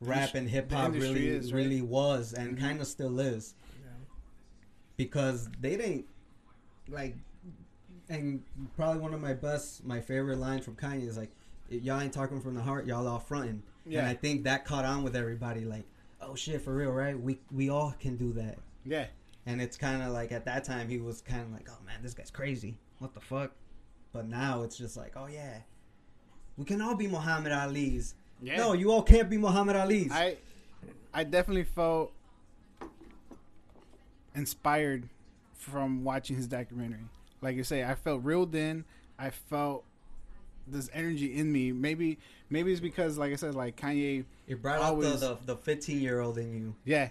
B: rap and hip hop
A: industry
B: really
A: is, right? Mm-hmm.
B: really was and kind of still is
E: Yeah.
B: because they didn't like and probably one of my best my favorite lines from Kanye is like y'all ain't talking from the heart y'all all fronting and
A: Yeah.
B: I think that caught on with everybody like oh shit for real right we we all can do that
A: Yeah.
B: and it's kind of like at that time he was kind of like oh man this guy's crazy what the fuck but now it's just like oh yeah we can all be Muhammad Ali's
A: Yeah.
B: no you all can't be Muhammad Ali's
A: I I definitely felt inspired from watching his documentary. Like you say, I felt reeled in. I felt this energy in me. Maybe maybe it's because like I said, like Kanye
B: it brought out
A: always-
B: the the 15 year old in you
A: Yeah.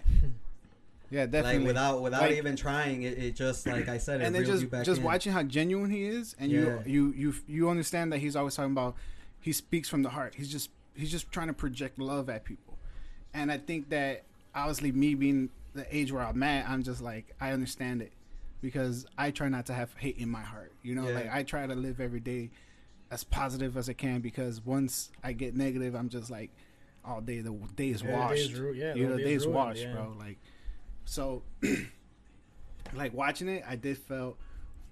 A: Yeah, definitely.
B: like without without
A: Like-
B: even trying it, it just like i said it
A: and then
B: reeled
A: just
B: you back
A: just
B: in.
A: watching how genuine he is and
B: Yeah.
A: you you you you understand that he's always talking about he speaks from the heart he's just he's just trying to project love at people and i think that obviously me being the age where i'm at i'm just like i understand it because i try not to have hate in my heart you know
B: Yeah.
A: like i try to live every day as positive as i can because once i get negative i'm just like all day the day is
E: Yeah, the day is
A: washed
E: ru- yeah,
A: you
E: the
A: know
E: day
A: the
E: is
A: day is
E: ruined,
A: washed
E: yeah.
A: bro like so like watching it i did felt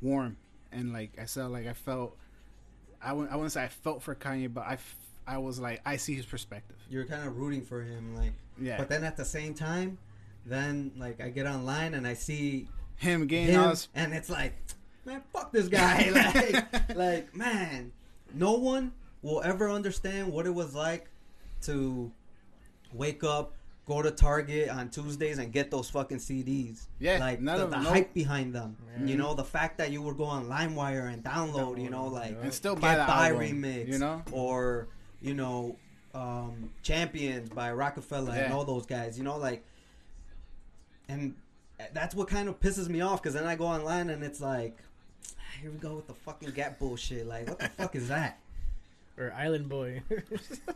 A: warm and like i said like i felt i wouldn't, I wouldn't say i felt for kanye but i f- i was like i see his perspective
B: you're kind of rooting for him like
A: Yeah.
B: but then at the same time then like i get online and i see
A: him getting
B: him,
A: all his-
B: and it's like man fuck this guy like like man no one will ever understand what it was like to wake up go to target on tuesdays and get those fucking cds
A: Yeah,
B: like
A: none
B: the,
A: of
B: the
A: them- no-
B: hype behind them you know the fact that you would go on limewire and download you know like
A: and still buy
B: Get
A: the
B: By
A: album,
B: remix,
A: you know
B: or you know, um, Champions by Rockefeller and
A: Yeah.
B: all those guys, you know, like, and that's what kind of pisses me off because then I go online and it's like, "Ah, here we go with the fucking Gap bullshit. Like, what the fuck is that?
E: Or Island Boy.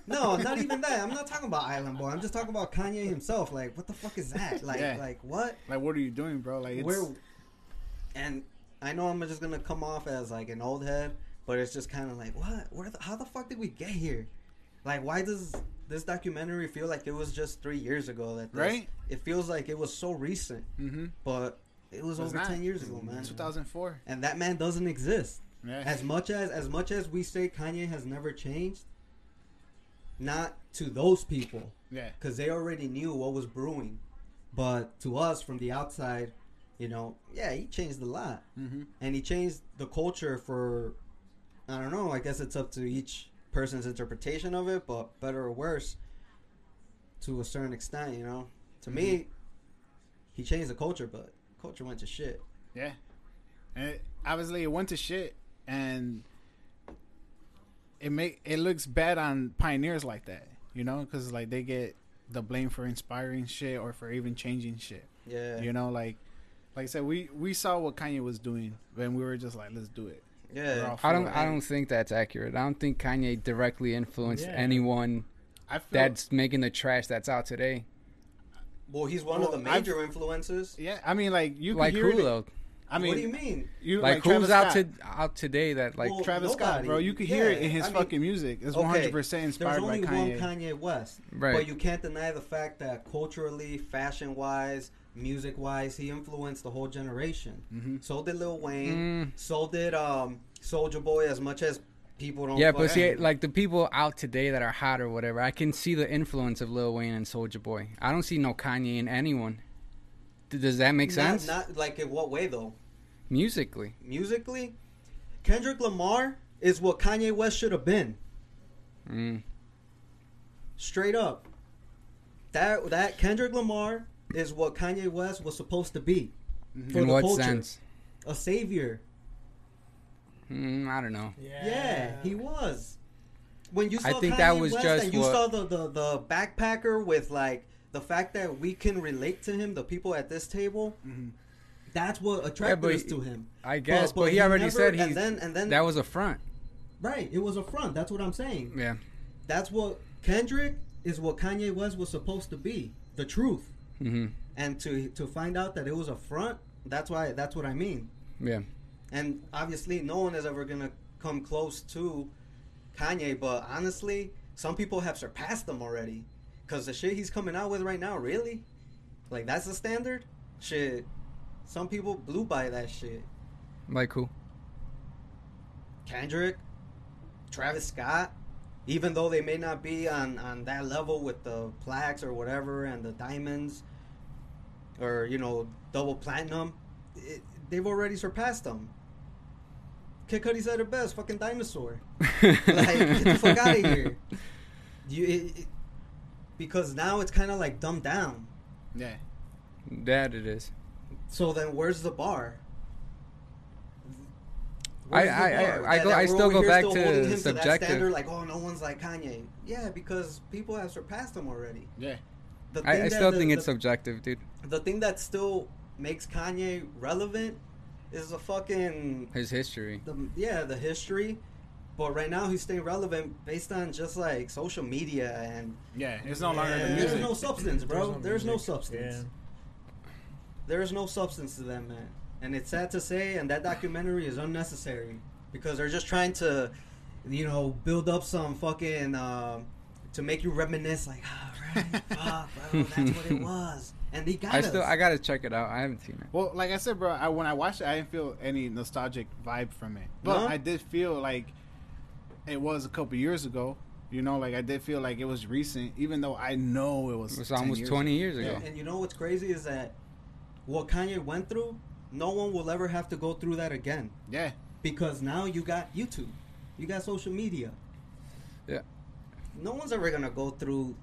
B: No, not even that. I'm not talking about Island Boy. I'm just talking about Kanye himself. Like, what the fuck is that? Like,
A: Yeah.
B: like what?
A: like what are you doing bro like it's,
B: Where? And I know I'm just gonna come off as like an old head, but it's just kind of like, what? Where? The, how the fuck did we get here? Like, why does this documentary feel like it was just three years ago? That this,
A: Right?
B: It feels like it was so recent,
A: Mhm.
B: but it was
A: It's
B: over
A: not.
B: ten years ago, man.
A: 2004
B: And that man doesn't exist.
A: yeah
B: As much as as much as we say Kanye has never changed, not to those people
A: yeah
B: because they already knew what was brewing. But to us from the outside, you know, yeah, he changed a lot,
A: mm-hmm.
B: and he changed the culture for. I don't know. I guess it's up to each person's interpretation of it, but better or worse, to a certain extent, you know. To me, he changed the culture, but culture went to shit.
A: Yeah. And it, obviously it went to shit and it make it looks bad on pioneers like that, you know, cuz like they get the blame for inspiring shit or for even changing shit.
B: Yeah,
A: You know, like like I said we we saw what Kanye was doing and we were just like let's do it. We're
B: yeah.
A: all
C: I
A: for
C: don't.
A: it.
C: I don't think that's accurate. I don't think Kanye directly influenced
E: Yeah.
C: anyone
A: I feel
C: that's making the trash that's out today.
B: Well, he's one
A: Well,
B: of the major influences.
A: Yeah, I mean like you
C: Like
A: can hear
C: who
A: it.
C: though?
A: I mean
B: what do you mean?
A: you-
C: Like,
A: Travis
C: who's out
A: Scott.
C: to out today that like?
B: Well,
A: Travis Scott,
B: Nobody.
A: bro, you could hear it
B: Yeah,
A: in his
B: I mean,
A: fucking music. It's 100% inspired
B: There's only
A: by Kanye.
B: one Kanye West,
C: Right.
B: But you can't deny the fact that culturally, fashion-wise, music-wise, he influenced the whole generation.
A: Mm-hmm.
B: So did Lil
C: Mm.
B: Wayne. So did um, Soldier Boy. As much as people don't,
C: yeah, but see,
B: fucking-
C: like the people out today that are hot or whatever, I can see the influence of Lil Wayne and Soldier Boy. I don't see no Kanye in anyone. D- does that make
B: not,
C: sense?
B: Not like in what way though?
C: Musically,
B: Musically, Kendrick Lamar is what Kanye West should have been.
C: mm.
B: Straight up, that that Kendrick Lamar is what Kanye West was supposed to be.
A: Mm-hmm.
B: For
C: in
B: the
C: what
B: culture.
C: sense?
B: A savior.
C: Mm, I don't know.
E: yeah.
B: Yeah, he was. When you
C: I
B: saw
C: think
B: Kanye
C: that was
B: West
C: just
B: and you
C: what-
B: saw the, the the backpacker with like the fact that we can relate to him, the people at this table, that's what
C: Mm-hmm.
B: attracted
C: but
B: us
C: he-
B: to him.
C: I guess,
B: but
C: but, he,
B: he
C: already
B: never-
C: said
B: and
C: he.
B: then- and then-
C: that was a front.
B: Right, it was a front. That's what I'm saying.
C: Yeah.
B: That's what Kendrick is what Kanye West was supposed to be, the truth.
C: hmm
B: And to to find out that it was a front, that's why that's what I mean.
C: Yeah.
B: And obviously, no one is ever gonna come close to Kanye. But honestly, some people have surpassed them already. Cause the shit he's coming out with right now, really, like that's the standard. Shit, some people blew by that shit.
C: Like who?
B: Kendrick, Travis Scott, even though they may not be on, on that level with the plaques or whatever and the diamonds or, you know, double platinum, it, they've already surpassed them. Kid Cudi said it best, fucking dinosaur.
C: like,
B: get the fuck outta here. You, it, it, because now it's kind of like dumbed down.
A: Yeah.
C: That it is.
B: So then where's the bar?
C: I- I- I- I go- I
B: we're
C: still
B: over
C: go
B: here
C: back
B: still
C: to
B: holding him that
C: subjective.
B: standard, like, oh, no one's like Kanye. Yeah, because people have surpassed him already.
A: Yeah.
B: The thing
C: I, I
B: that
C: still
B: the-
C: think it's
B: the,
C: subjective, dude.
B: the thing that still makes Kanye relevant is the fucking
C: His history.
B: the, yeah the history. But right now he's staying relevant based on just like social media and
A: Yeah. It's no longer the
B: Yeah.
A: music.
B: There's no substance, bro. There's no
E: music.
B: substance.
E: Yeah.
B: there is no substance to that man, and it's sad to say. And that documentary is unnecessary because they're just trying to, you know, build up some fucking um, to make you reminisce, like, ah, right, fuck, bro, that's what it was. And he got
C: I
B: us.
C: still I gotta check it out. I haven't seen it.
A: Well, like I said, bro, I, when I watched it, I didn't feel any nostalgic vibe from it. But
B: No?
A: I did feel like it was a couple years ago. You know, like I did feel like it was recent, even though I know it was.
C: It was
A: 10
C: almost
A: years
C: twenty
A: ago.
C: years ago.
B: And, and you know what's crazy is that what Kanye went through, no one will ever have to go through that again
A: Yeah,
B: because now you got YouTube, you got social media.
C: Yeah.
B: no one's ever gonna go through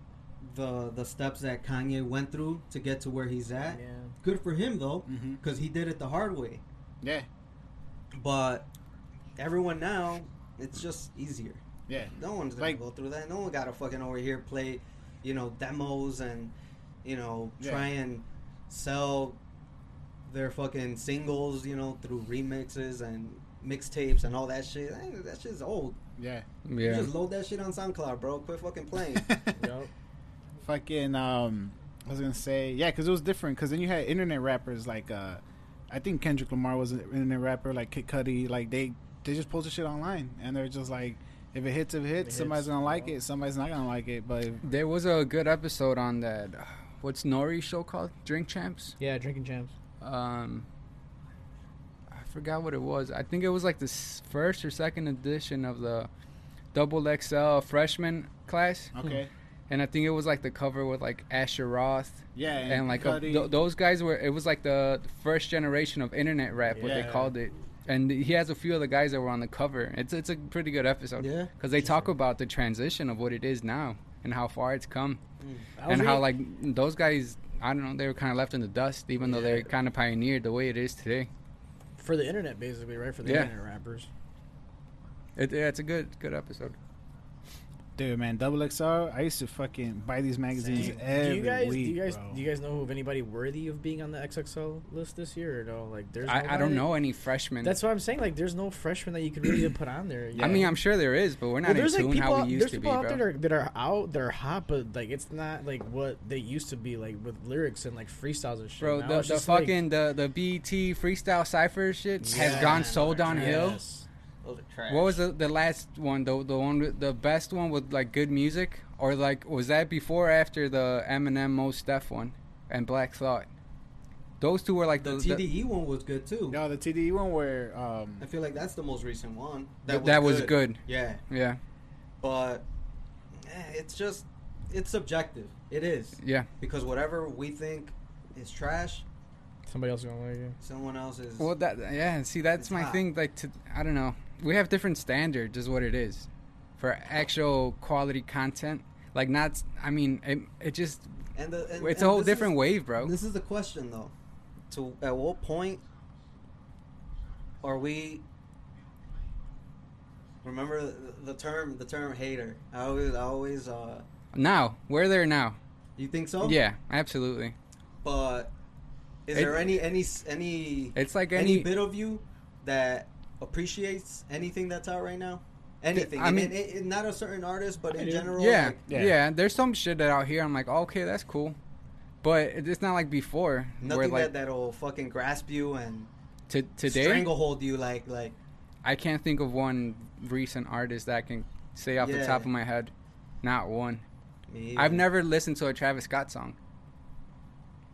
B: the the steps that Kanye went through to get to where he's at.
E: Yeah.
B: Good for him though,
A: Mhm.
B: because he did it the hard way.
A: yeah,
B: But everyone now, it's just easier.
A: yeah.
B: No one's gonna
A: Like-
B: go through that. No one gotta fucking over here play, you know, demos and you know
A: Yeah.
B: try and sell their fucking singles, you know, through remixes and mixtapes and all that shit. Eh, That shit's old.
A: Yeah.
C: Yeah.
B: You just load that shit on SoundCloud, bro. Quit fucking playing.
E: Yup.
A: Fucking. Um, I was gonna say yeah, because it was different. Because then you had internet rappers like, uh, I think Kendrick Lamar was an internet rapper, like Kid Cudi. Like they they just post the shit online, and they're just like, if it hits, if it hits.
E: hits,
A: somebody's gonna like
E: you know.
A: it, somebody's not gonna like it. But if-
C: There was a good episode on that. uh, What's Nori's show called? Drink Champs.
E: yeah, drinking champs.
C: Um, I forgot what it was. I think it was like the s- first or second edition of the Double XL freshman class,
A: okay,
C: and I think it was like the cover with like Asher Roth
A: yeah,
C: and, like a, th- those guys were. It was like the first generation of internet rap, what they
A: Yeah.
C: called it. And he has a few of the guys that were on the cover. It's it's a pretty good episode.
B: Yeah.
C: because they talk about the transition of what it is now and how far it's come
E: I was
C: and how
E: really-
C: like those guys i don't know they were kind of left in the dust even though they kind of pioneered the way it is today
E: for the internet basically, right? For the
C: Yeah.
E: internet rappers.
C: it, yeah, it's a good good episode
A: Dude, man, Double XR. I used to fucking buy these magazines
E: Same.
A: every
E: do you guys,
A: week.
E: do you guys,
A: bro.
E: do you guys know of anybody worthy of being on the XXL list this year or no? Like, there's.
C: I, I don't
E: nobody?
C: know any freshmen
E: That's what I'm saying. Like, there's no freshman that you could really put on there.
C: i mean i'm sure there is but we're not
E: Well,
C: in
E: there's
C: tune
E: like people,
C: how
E: out
C: we used
E: there's
C: to be
E: people out
C: bro
E: there that are, that are out, that are hot, but like it's not like what they used to be, like with lyrics and like freestyles and shit.
C: Bro,
E: Now
C: the,
E: it's
C: the
E: just, like,
C: fucking the the BT freestyle cipher shit has
E: Yeah.
C: gone so downhill.
E: yes.
B: Those are trash.
C: What was the, the last one? The the one with- the best one with like good music, or like was that before or after the Eminem Most Steph one and Black Thought? Those two were like
B: The
C: the, the-
B: TDE one was good too.
A: No, the TDE
E: E
A: one where um,
B: I feel like that's the most recent one.
C: Th- that was good.
B: Yeah,
C: yeah
B: but eh, it's just it's subjective. It is
C: yeah.
B: because whatever we think is trash,
E: Somebody else is gonna like it.
B: someone else is.
C: Well, that yeah. See, that's
B: It's
C: my
B: hot.
C: thing. Like, to, I don't know. We have different standards, is what it is, for actual quality content. Like, not. I mean, it, it just.
B: and the, and,
C: It's a
B: and
C: whole
B: this
C: different
B: is-
C: wave, bro.
B: This is the question though. To at what point are we? Remember the- the term the term hater. I always I always uh.
C: Now we're there now.
B: You think so?
C: Yeah, absolutely.
B: But is
C: It-
B: there any any s- any
C: It's like
B: any,
C: any.
B: bit of you that appreciates anything that's out right now? Anything.
C: I
B: I mean,
C: mean-
B: it, it- not a certain artist, but in
E: do.
B: general.
C: yeah,
B: like,
A: Yeah.
C: yeah, There's some shit that out here. I'm like, "Oh, okay, that's cool, but it- it's not like before. where
B: nothing
C: like
B: that that'll fucking grasp you and
C: to, today,
B: stranglehold you. Like like
C: I can't think of one recent artist that I can say off the
B: Yeah.
C: top of my head. Not one.
B: Me
C: I've
B: either.
C: never listened to a Travis Scott song.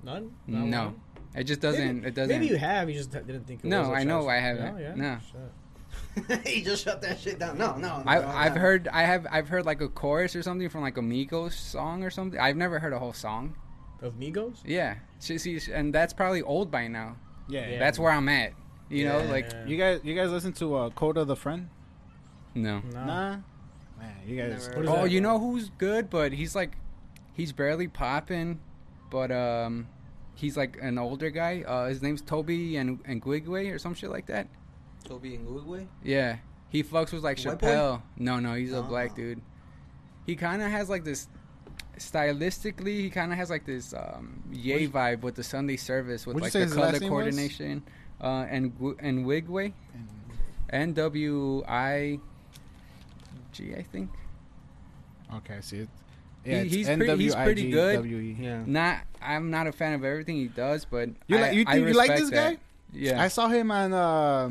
E: None? Not
C: No,
E: one?
C: it just doesn't.
E: Maybe,
C: it doesn't.
E: Maybe you have. You just didn't think. It
C: No,
E: was a
C: I know
E: trash-
C: I haven't.
E: No, yeah.
C: No.
E: Shit.
B: he just shut that shit down. No, no. no no,
C: I, I've
B: no.
C: heard I have I've heard like a chorus or something from like Amigos song or something. I've never heard a whole song.
E: Of Migos.
C: Yeah, she, see, and that's probably old by now.
A: Yeah.
E: Yeah.
C: That's where I'm at. You know,
B: Yeah.
C: like
A: You guys, you guys listen to uh, Coda the Friend?
C: no.
E: Nah.
A: Nah. Man, you guys.
E: What is
C: Oh,
E: that?
C: you know who's good, but he's like, he's barely popping, but um, he's like an older guy. Uh, his name's Toby and and Gwigwe or some shit like that.
B: Toby and Uruguay.
C: Yeah, he fucks with like
B: White boy?
C: Chappelle. No, no, he's a
B: No.
A: Ah.
C: black dude. He kind of has like this. Stylistically, he kind of has like this um, yay vibe with the Sunday service with
A: what'd you
C: like
A: say
C: the
A: his
C: color
A: last name was?
C: coordination uh, and Gw- and Wigway. N W I G, I think.
A: Okay, I see it.
C: He-
A: Yeah, it's
C: he's pretty- he's pretty good.
A: NWIGWE.
B: Yeah.
C: Not, I'm not a fan of everything he does, but
A: E. You
C: I,
A: like you,
C: I
A: you like
C: respect
A: this
C: that.
A: guy?
C: Yeah,
A: I saw him on. Uh,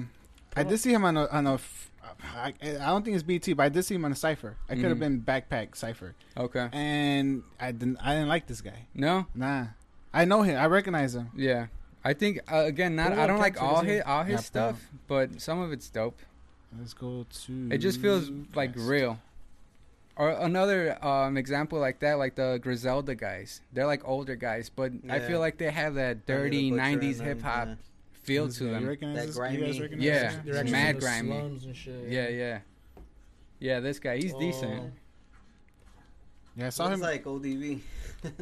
A: I did see him on a on a. f- I, I don't think it's BT, but I did see him on a cipher. I could have been
C: Mhm.
A: backpack cipher,
C: okay.
A: and I didn't. I didn't like this guy.
C: No,
A: Nah, I know him. I recognize him.
C: yeah. I think uh, again, not
E: Who
C: I don't like
E: Captain
C: all
E: is he?
C: his all his
A: Yeah,
C: stuff, but some of it's dope.
A: Let's go to.
C: It just feels like
A: Yes.
C: real. Or another um, example like that, like the Griselda guys. They're like older guys, but I
B: Yeah.
C: feel like they have that dirty '90s hip hop feel to
A: You
C: them.
A: recognize
B: That
A: this- you guys
B: grimy-
A: recognize
C: Yeah.
A: this guy?
E: They're actually
C: Mad
E: in the
C: grimy.
E: slums and shit.
C: Yeah, yeah, yeah. This guy, he's
E: Oh,
C: decent.
A: Yeah, I saw
B: Sounds
A: him.
B: like ODB.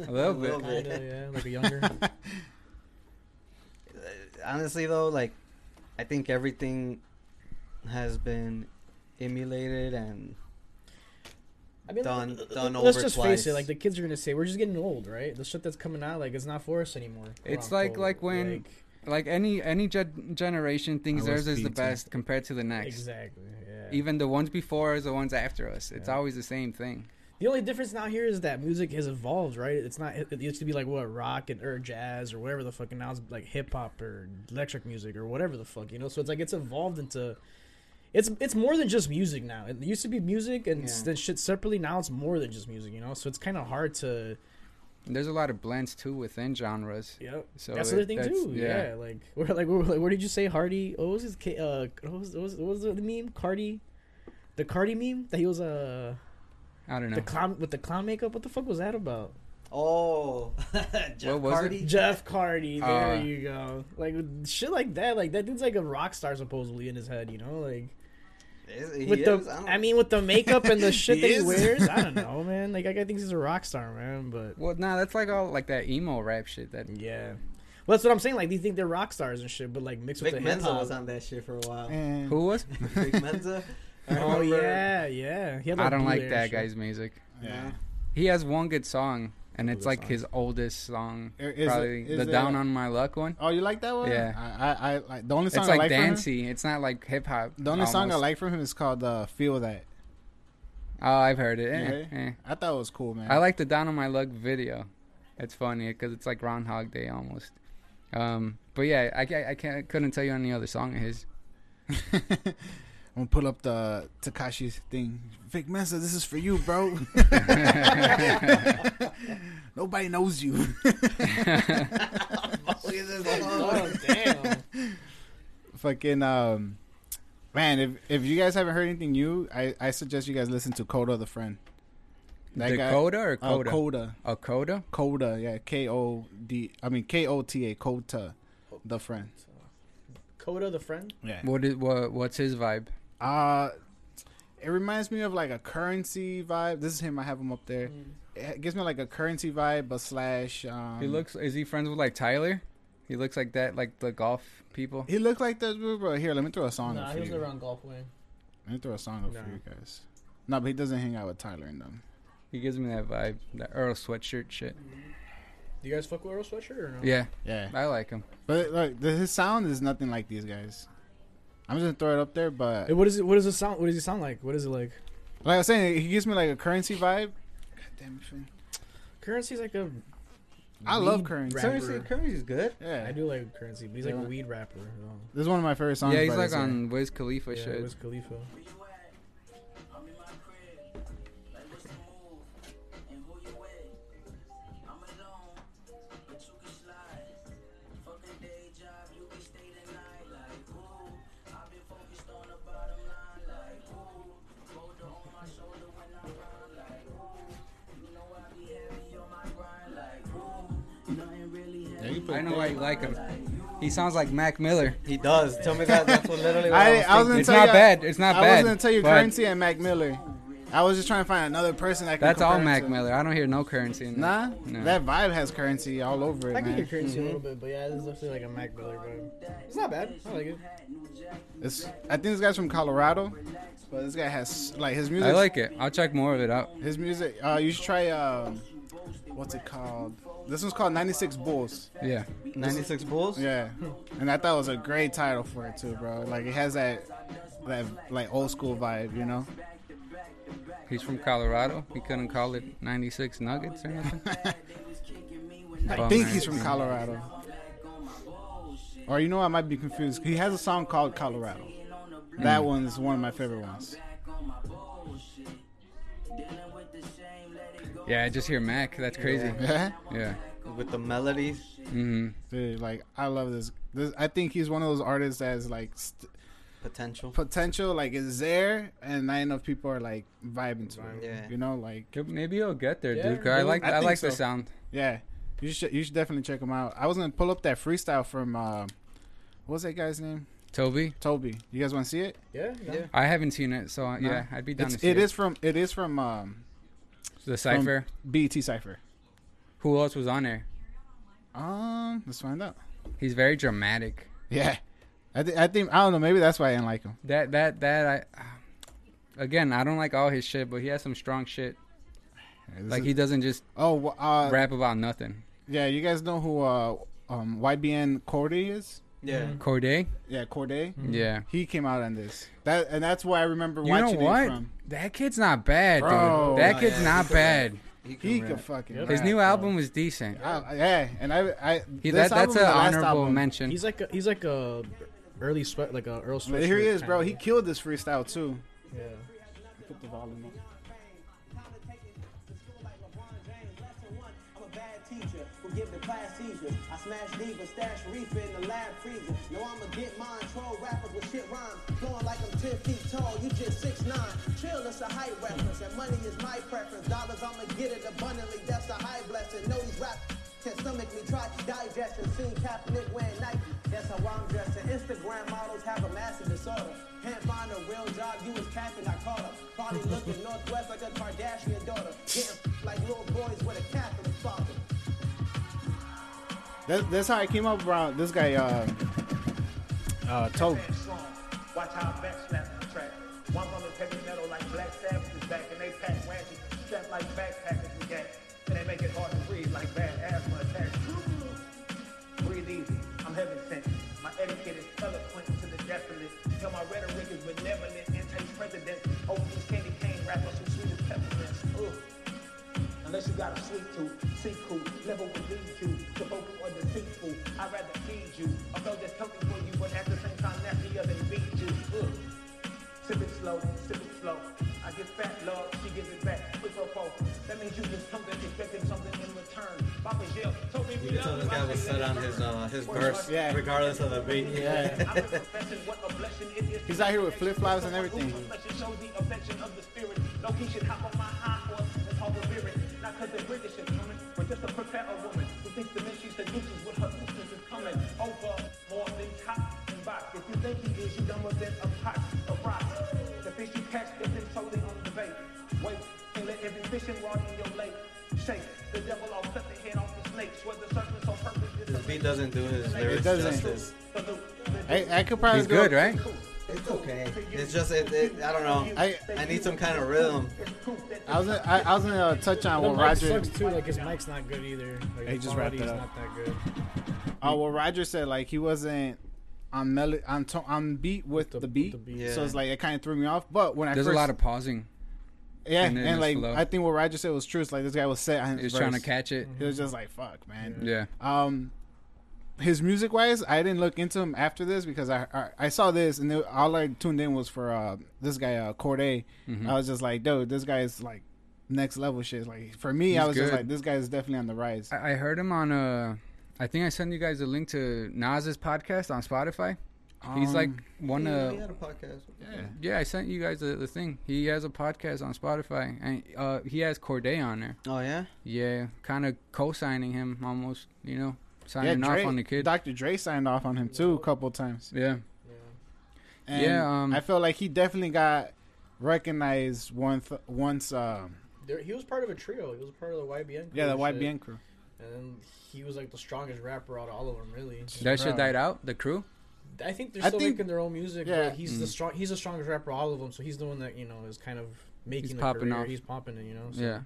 C: A little bit.
E: Kinda, yeah, like a younger.
B: Honestly, though, like, I think everything has been emulated and
E: I mean,
B: Done-
E: let-
B: done
E: Let's
B: over
E: just face
B: twice.
E: it. Like the kids are gonna say, we're just getting old, right? The shit that's coming out, like it's not for us anymore. quote
C: It's like-
E: unquote.
C: like when- Like any any gen- generation thinks
A: I
C: theirs
A: was
C: is the
A: BT.
C: best compared to the next.
E: exactly. Yeah.
C: Even the ones before is the ones after us. It's
E: Yeah.
C: always the same thing.
E: the only difference now here is that music has evolved, right? It's not. It it used to be like what rock and or jazz or whatever the fuck, and now it's like hip hop or electric music or whatever the fuck, you know. So it's like it's evolved into. It's it's more than just music now. It used to be music and s
B: Yeah.
E: then shit separately. Now it's more than just music, you know. So it's kind of hard to.
C: And there's a lot of blends too within genres.
E: Yep.
C: So it-
E: that's the other thing
C: that's-
E: too. Yeah. like where like where, like where did you say Hardy? What was his? ca- Uh, what was what was, what was the meme? Cardi, the Cardi meme that he was uh
C: I don't know.
E: the clown with the clown makeup. What the fuck was that about?
B: oh, Jeff
C: What was it?
B: Hardy.
E: Jeff Cardi. There
C: Uh.
E: you go. Like shit like that. Like that dude's like a rock star supposedly in his head. You know, like
B: Is- he
E: with
B: is?
E: the
B: don't-
E: I, mean with the makeup and the shit
B: He
E: that he
B: is?
E: wears. I don't know, man. Like that guy thinks he's a rock star, man. But
C: Well, nah, that's like all like that emo rap shit. That
E: yeah. Well, that's what I'm saying. Like, they think they're rock stars and shit, but like mixed
B: Vic
E: with the hip
B: Menza was
E: hop.
B: on that shit for a while.
A: And
C: who was?
B: Vic Menza. I
E: Oh
B: remember-
E: yeah, yeah. He had,
C: I don't
E: blue
C: like
E: hair
C: that
E: and shit.
C: guy's music.
A: Yeah.
C: He has one good song, and
E: One
C: it's
E: good
C: like
E: song.
C: his oldest song,
A: Is it-
C: probably
A: is
C: the
A: it-
C: "Down on My Luck" one.
A: Oh, you like that one?
C: Yeah.
A: I, I, I like the only song
C: It's
A: I
C: like
A: like from
C: dancey. It's not like hip hop.
A: him. The only song I
C: almost.
A: like from him is called uh, "Feel That."
C: Oh, I've heard it. Eh,
A: Yeah.
C: eh.
A: I thought it was cool, man.
C: I like the "Down on My Luck" video. It's funny because it's like Groundhog Day almost. Um, but yeah, I, ca- I can't couldn't tell you any other song of his.
A: I'm gonna pull up the Takashi thing. Vic Mensa, this is for you, bro. Nobody knows you.
B: Look at this
E: Oh
B: long-
E: damn!
A: Fucking um, man. If if you guys haven't heard anything new, I, I suggest you guys listen to Coda the Friend.
C: Dakota or
A: uh,
C: Coda?
A: Coda,
C: A Coda?
A: Coda, yeah, K O D. I mean K O T A, Coda, the Friend.
E: Coda the friend.
A: Yeah.
C: What is what? What's his vibe?
A: Uh it reminds me of like a currency vibe. This is him. I have him up there.
E: Mm.
A: It gives me like a currency vibe, but slash. Um,
C: He looks. Is he friends with like Tyler? He looks like that, like the golf people.
A: He looked like this, bro. Here, let me throw a song.
E: Nah,
A: up
E: he
A: for
E: was
A: you.
E: around golf wing.
A: Let me throw a song up
E: Nah.
A: for you guys. No, but he doesn't hang out with Tyler and them.
C: He gives me that vibe, that Earl sweatshirt shit.
E: Do you guys fuck with Earl Sweatshirt or no?
C: Yeah,
A: Yeah,
C: I like him.
A: but like the, his sound is nothing like these guys. I'm just gonna throw it up there, but
E: Hey, what is it? What does it sound? What does he sound like? What is it like?
A: like I was saying, he gives me like a currency vibe. God damn it, Finn.
E: Currency's like a.
A: I
E: weed
A: love currency.
E: rapper.
B: Currency, currency's good.
A: Yeah,
E: I do like currency, but he's like a
A: Yeah.
E: weed rapper. You know?
A: this is one of my favorite songs.
C: yeah, he's
A: by
C: like
A: this guy.
C: on Wiz Khalifa
E: yeah,
C: shit.
E: Wiz Khalifa.
F: Where you at? I'm in my crib. Like, what's the move? And who you
A: stupid.
C: I know why you like him. He sounds like Mac Miller.
B: He does. Tell me that. That's what literally. What
A: I,
B: I,
A: I was gonna
B: thinking.
C: It's
A: tell
C: not
A: you,
C: bad. It's not
A: I
C: bad,
A: was gonna tell you
C: but-
A: currency and Mac Miller. I was just trying to find another person that can.
C: That's all
A: compare him
C: Mac
A: to.
C: Miller. I don't hear no currency in that.
A: Nah,
C: No.
A: that vibe has currency all over it,
E: I
A: man.
E: can
A: Mm-hmm.
E: hear currency a little bit, but yeah, this is definitely like a Mac Miller vibe. It's not bad. I like it.
A: It's, I think this guy's from Colorado, but this guy has like his music.
C: I like it. I'll check more of it out.
A: his music. Uh, you should try. Um, what's it called? This one's called '96 Bulls.
C: Yeah.
B: Ninety-six Bulls.
A: Yeah, and I thought it was a great title for it too, bro. Like it has that that like old school vibe, you know.
C: He's from Colorado. He couldn't call it 96 Nuggets or nothing.
A: I think he's from Colorado. Or you know, I might be confused. He has a song called Colorado. That one's one of my favorite ones.
C: Yeah, I just hear Mac. That's crazy.
A: Yeah,
C: Yeah.
B: With the melodies.
C: hmm
A: dude, like I love this. this. I think he's one of those artists that's like st-
B: Potential.
A: potential, like is there, and not enough people are like vibing to it.
B: Yeah.
A: You know, like
C: Maybe he'll get there,
E: Yeah,
C: dude. 'cause I
E: really.
C: like
A: I
C: I,
A: think
C: like the
A: so.
C: sound.
A: yeah, you should you should definitely check him out. I was gonna pull up that freestyle from uh, what was that guy's name?
C: Toby,
A: Toby. You guys want to see it?
E: Yeah, no.
B: Yeah.
C: I haven't seen it, so uh, yeah, I'd be down
A: It's,
C: to see
A: it is from it is from um, E
C: the cipher.
A: BET Cipher.
C: Who else was on there?
A: Um, let's find out.
C: He's very dramatic.
A: Yeah. I, th- I think I don't know. Maybe that's why I didn't like him.
C: That that that I. uh, Again, I don't like all his shit, but he has some strong shit.
A: This
C: Like
A: is-
C: he doesn't just
A: oh wh- uh,
C: rap about nothing.
A: yeah. You guys know who uh, um, YBN Corday is?
B: Yeah.
C: Corday,
A: Yeah, Corday.
C: Hmm. yeah.
A: He came out on this. That and that's why I remember
C: You know
A: watching it
C: what?
A: from.
C: That kid's not bad,
A: Bro.
C: dude. That
A: Nah,
C: kid's
B: yeah,
C: not
B: he's alright.
C: bad.
A: He
B: can
A: could
B: rap.
A: fucking.
E: Yep.
C: His
A: rap,
C: new
A: bro.
C: album was decent.
A: I- yeah, and I, I
C: He,
A: this
C: that,
A: album
C: that's
A: was
C: an
A: the last
C: honorable
A: album.
C: mention.
E: He's like a, he's like a early sweat like a Earl
A: But
E: Sweat.
A: here he is, bro. He killed this freestyle too.
E: Yeah.
A: Put the volume up.
F: I'm a bad teacher, forgive the class seizures. I smash divas, stash reefer in the lab freezer. No, I'ma get mine, troll rappers with shit rhymes. Going like I'm 10 feet tall, you just 6'9. Chill is a high reference, and money is my preference. Dollars, I'ma get it abundantly, that's a high blessing. Know these rap can stomach me, try digestion. Seen Kaepernick wearing Nike, that's how I'm dressing. Instagram models have a massive disorder. Can't find a real job, you was capping, I caught her. Probably looking northwest like a Kardashian daughter. Getting like little boys with a Catholic father.
A: That, that's how I came up around this guy. Uh, uh, Toby.
G: Back strong. Watch how I backslap the track. One woman taking metal like black savages back, and they pack ratchets, strapped like backpackers we got. And they make it hard to breathe like bad asthma attacks. Breathe easy. I'm heaven sent. My etiquette is eloquent to the desolate. Yo, my rhetoric is benevolent, anti-president. Over these candy cane rappers who sweet as peppermints. Ugh. Unless you got a sweet tooth, see cool, never would lead you to vocal or deceitful. I'd rather feed you, although there's something for you, but at the same time, nastier than beat you. Ugh. Sip it slow, sip it slow. I get fat love, she gives it back. Quick or foe. That means you get something, expecting something in return. Papa Jill told me we
B: You can tell
G: love
B: this guy was set on his uh, his verse,
A: Yeah.
B: regardless of the beat.
A: Yeah.
G: I'm a profession, what a blessing it is to
A: He's out here with
G: be
A: flip-flops and
G: someone whose
A: everything.
G: profession shows the affection of the spirit. No, he should hop on my high horse and talk a lyric. Not because they're British and coming, but just to prepare a woman who thinks the men she seduces with her sisters is coming over more than top and box. If you think he is, you dumber than a pot of rocks. The fish you catch is then solely on the bait. Wait and let every fishing rod in your lake shake. The devil all cut the head off the snake. Swear the serpent's on purpose. is
B: This
G: a-
B: beat doesn't do his
A: It
B: lyrics
A: doesn't.
B: justice.
G: Salute.
A: I, I could probably
C: He's
A: go-
C: good, right?
B: It's okay. It's just it, it, I don't know.
A: I-
B: I I need some kind of rhythm.
A: I was gonna, I, I was gonna uh, touch on
E: The
A: what
E: mic
A: Roger.
E: sucks too. Like his mic's not good either. Like,
A: Hey,
E: the
A: just wrap it
E: quality's
A: up.
E: not that good.
A: Uh, what Roger said, like he wasn't on mel- on to- on beat with the,
E: the-
A: beat,
E: with the beat.
A: so
B: Yeah.
A: it's like it kind of threw me off. But when I
C: There's
A: first,
C: a lot of pausing.
A: yeah,
C: and
A: and,
C: then it's
A: like
C: slow.
A: I think what Roger said was true. It's like this guy was set. On his
C: He was trying to
A: verse. Mm-hmm.
C: catch it.
A: He was just like, "Fuck, man."
C: Yeah.
A: Um, his music wise, I didn't look into him after this because I I, I saw this and then all I tuned in was for uh this guy uh, Corday.
C: Mm-hmm.
A: I was just like, dude, this guy is like next level shit. Like for me, I
C: He's
A: was just
C: good.
A: like, this guy is definitely on the rise.
C: I, I heard him on uh I think I sent you guys a link to Nas's podcast on Spotify. He's like one
B: Yeah,
C: of
B: he had a podcast.
A: Um, yeah.
C: yeah, I sent you guys the, the thing. He has a podcast on Spotify, and uh, he has Corday on there.
B: Oh yeah.
C: Yeah, kind of co-signing him almost, you know. signing
A: Dre,
C: off on the kid.
A: Dr. Dre signed off on him too a couple times.
C: yeah,
A: And
C: Yeah, um,
A: I feel like he definitely got recognized once. Once, um,
E: There, he was part of a trio. He was part of the YBN. Crew
A: yeah, the
E: and shit.
A: YBN crew.
E: And then he was like the strongest rapper out of all of them, really.
C: that shit
A: Bro.
C: died out. The crew.
E: I think they're
A: I
E: still
A: think-
E: making their own music.
A: yeah.
E: but he's the strong. He's the strongest rapper of all of them. So he's the one that you know is kind of making
C: He's
E: the
C: popping
E: career.
C: off.
E: He's popping it, you know. So.
C: Yeah,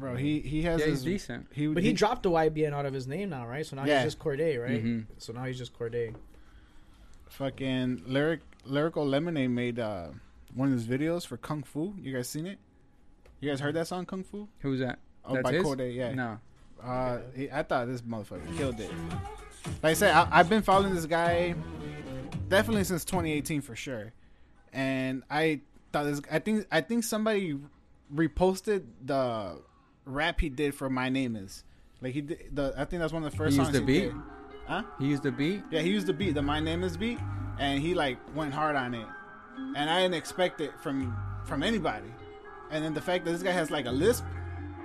A: Bro, he he has
C: yeah, he's
A: his.
C: decent.
A: He,
E: But he dropped the YBN out of his name now, right? So now
A: Yeah.
E: he's just Corday, right?
C: Mhm.
E: So now he's just Corday.
A: fucking lyric lyrical lemonade made uh, one of his videos for Kung Fu. You guys seen it? You guys heard that song Kung Fu?
C: Who's that?
A: Oh,
C: That's
A: by
C: his?
A: Corday, yeah.
C: No.
A: Uh, he, I thought this motherfucker killed it. Like I said, I, I've been following this guy definitely since 2018 for sure, and I thought this. I think I think somebody reposted the rap he did for "My Name Is." Like he did the. I think that's one of the first
C: He used
A: songs
C: the
A: he
C: beat?
A: did. Huh?
C: He used the beat.
A: Yeah, he used the beat, the "My Name Is" beat, and he like went hard on it, and I didn't expect it from from anybody. And then the fact that this guy has like a lisp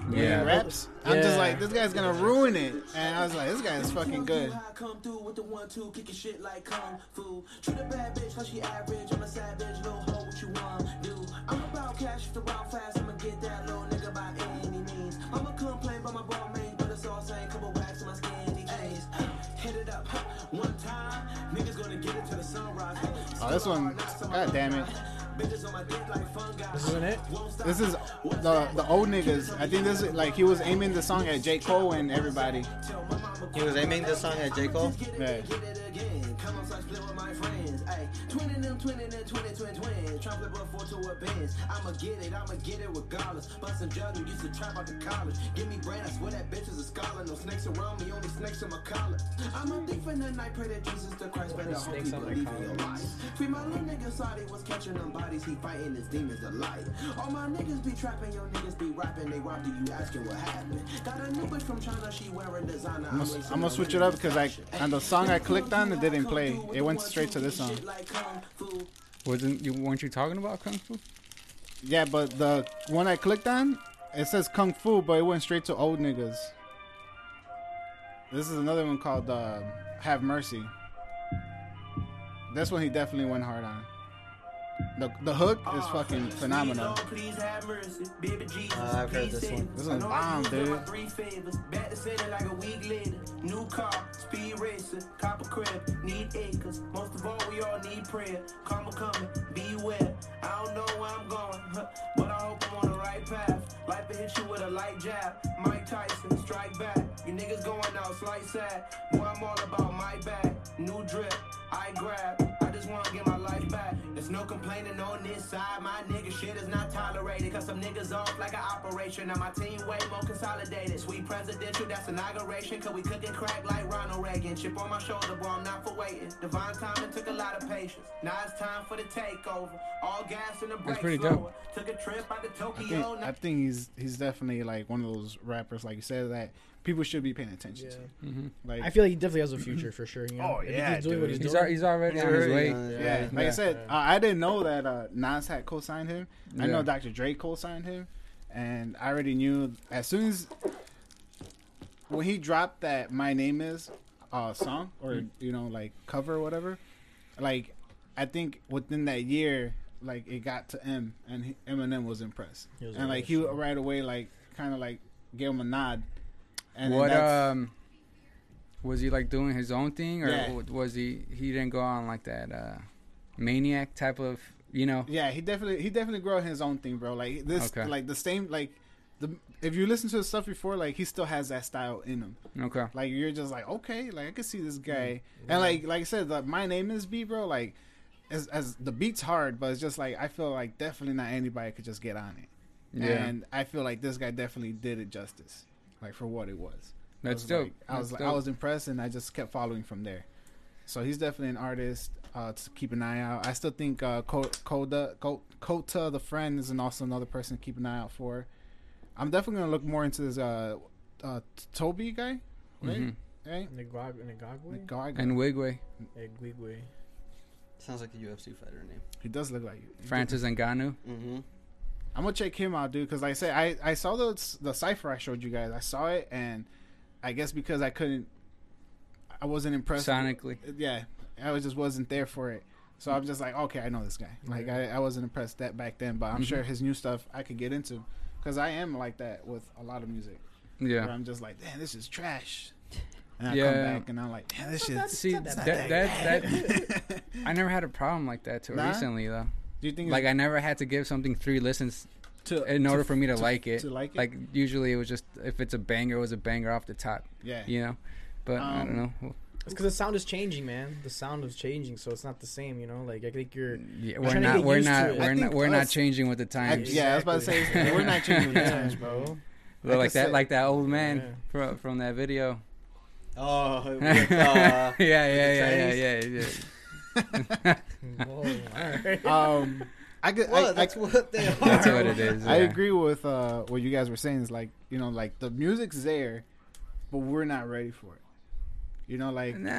A: when he
C: Yeah.
A: raps, I'm just
E: Yeah.
A: like, this guy's gonna ruin it. And I was like, this guy is fucking good.
F: I come through with the one two, kicking shit like kung fu. Treat a bad bitch like she average. I'm a savage, little hoe. What you want do? I'm about cash if the round fast. I'ma get that little nigga by any means. I'ma complain about my ball main, but it's all same. Couple wax in my skin, these days. Hit it up one time, niggas gonna get it till the sunrise.
A: Oh, this one, god damn it.
F: Bitches on my dick like fungi.
E: This isn't it.
F: Won't stop.
A: This is the the old niggas. I think this is like he was aiming the song at J Cole and everybody.
B: He was aiming this song at J. Cole.
A: Yeah.
F: Get it again. Come on, start split with my friends. Ay, twin and them, twin and them, twin and twin, twin. Try flip up four to a Benz. I'ma get it, I'ma get it regardless. Bust some juggle, used to trap out the college. Give me brain, I swear that bitch is a scholar. No snakes around me, only snakes in my collar. I'm a thief in the night, pray that Jesus the Christ, but I hope
E: Snakes
F: you
E: on my
F: believe in your
E: collar.
F: life. Free my little nigga, Saudi was catching them bodies, he fighting his demons alive. All my niggas be trapping, your niggas be rapping, they robbed you, you asking what happened. Got a new bitch from China, she wearing designer.
A: I'm gonna, I'm gonna switch it up because I on the song I clicked on it didn't play. It went straight to this song.
C: Wasn't you? Weren't you talking about kung fu?
A: Yeah, but the one I clicked on, it says Kung Fu, but it went straight to old niggas. This is another one called uh, Have Mercy. This one he definitely went hard on. The, the hook is fucking phenomenal.
B: Uh, I've heard this one.
A: This one's bomb, dude.
F: Three favors, back to city like a week later. New car, speed racer, copper crib, need acres. Most of all, we all need prayer. Karma coming, beware. I don't know where I'm going, huh, but I hope I'm on the right path. Life will hit you with a light jab. Mike Tyson, strike back. You niggas going out, slight sad. Boy, I'm all about my bag. New drip, I grab. I just wanna get my life back. There's no complaining on this side. My nigga shit is not tolerated. Cause some niggas off like an operation. Now my team way more consolidated. Sweet presidential, that's inauguration. Cause we cooking crack like Ronald Reagan. Chip on my shoulder, boy, I'm not for waiting. Divine timing took a lot of patience. Now it's time for the takeover. All gas in the brake
C: pretty dope.
F: slower. Took a trip out to
A: I think,
F: Tokyo.
A: I think he's he's definitely like one of those rappers, like you said, that people should be paying attention to. Like,
E: I feel like he definitely has a future for sure. You know?
A: Oh,
E: If he
A: yeah,
E: keeps doing what
A: dude.
E: he's
C: He's
E: doing.
C: al- he's already on his way.
A: yeah, like I
C: Yeah.
A: said, uh, I didn't know that uh, Nas had co-signed him. I know
C: Yeah.
A: Dr. Dre co-signed him, and I already knew as soon as when he dropped that "My Name Is" uh, song or you know like cover or whatever, like I think within that year, like it got to M, and he, Eminem was impressed,
E: He was
A: and like
E: impressed,
A: he
E: yeah.
A: right away like kind of like gave him a nod. And then
C: what
A: that's-
C: um was he like doing his own thing or
A: Yeah.
C: w was he he didn't go on like that uh maniac type of you know
A: Yeah, he definitely he definitely grew out his own thing, bro. Like this,
C: Okay.
A: like the same, like the if you listen to his stuff before, like he still has that style in him.
C: okay
A: Like you're just like okay, like I can see this guy,
C: Mm.
A: and like like I said, the, my name is B, bro. Like as as the beat's hard, but it's just like I feel like definitely not anybody could just get on it,
C: yeah
A: and I feel like this guy definitely did it justice, like for what it was. I
C: that's
A: was
C: dope
A: Like, I was like,
C: That's
A: I
C: dope.
A: was impressed, and I just kept following from there. So he's definitely an artist uh, to keep an eye out. I still think uh, Ko- Koda, Ko- Kota the friend is an also another person to keep an eye out for. I'm definitely gonna look more into this uh, uh, T- Toby guy, right?
C: Mhm.
A: Right?
E: Nigag- Nigagwe?
A: The guy-
C: and Wigway,
E: Nigagwe.
B: Sounds like a UFC fighter name.
A: he does look like you.
C: Francis Ngannou.
B: Mm-hmm.
A: I'm gonna check him out, dude. Because like I said, I I saw the the cipher I showed you guys. I saw it, and I guess because I couldn't I wasn't impressed. with-
C: Sonically.
A: yeah, I was just wasn't there for it. So I'm just like, okay, I know this guy. Like I, I wasn't impressed that back then,
C: Mm-hmm.
A: but I'm sure his new stuff I could get into, because I am like that with a lot of music. Where
C: Yeah.
A: I'm just like, damn, this is trash. And I come
C: Yeah.
A: back and I'm like, damn, this shit.
C: See that that, that I never had a problem like that till
A: Nah.
C: recently though.
A: Do you think
C: Like I never had to give something three listens
A: to,
C: in order for me to, like it.
A: to like it?
C: usually it was just if it's a banger, it was a banger off the top.
A: yeah,
C: You know, but I don't
A: Um,
C: know.
E: It's because the sound is changing, man. The sound is changing, so it's not the same. You know, like I think you're.
C: Yeah,
E: trying
C: we're
E: to
C: not.
E: get
C: We're
E: used to
C: not.
E: it.
A: I
C: We're not.
A: think
C: We're not
A: us-
C: changing with the
A: I,
C: times.
A: yeah. I was about to say we're not changing the times, bro.
E: bro.
C: Look
A: I
C: like
A: can
C: that.
A: say-
C: Like that old man
E: Yeah.
C: from from that video.
B: Oh, with,
C: yeah,
B: uh,
C: yeah, yeah, yeah,
B: Chinese?
C: yeah, yeah.
E: Whoa, all right.
C: Uh,
A: Um, I could.
B: well,
A: I,
B: that's
A: I,
B: what they are.
C: That's what it is.
A: I
C: yeah.
A: agree with uh, what you guys were saying. Is like you know, like the music's there, but we're not ready for it. You know, like
C: Nah,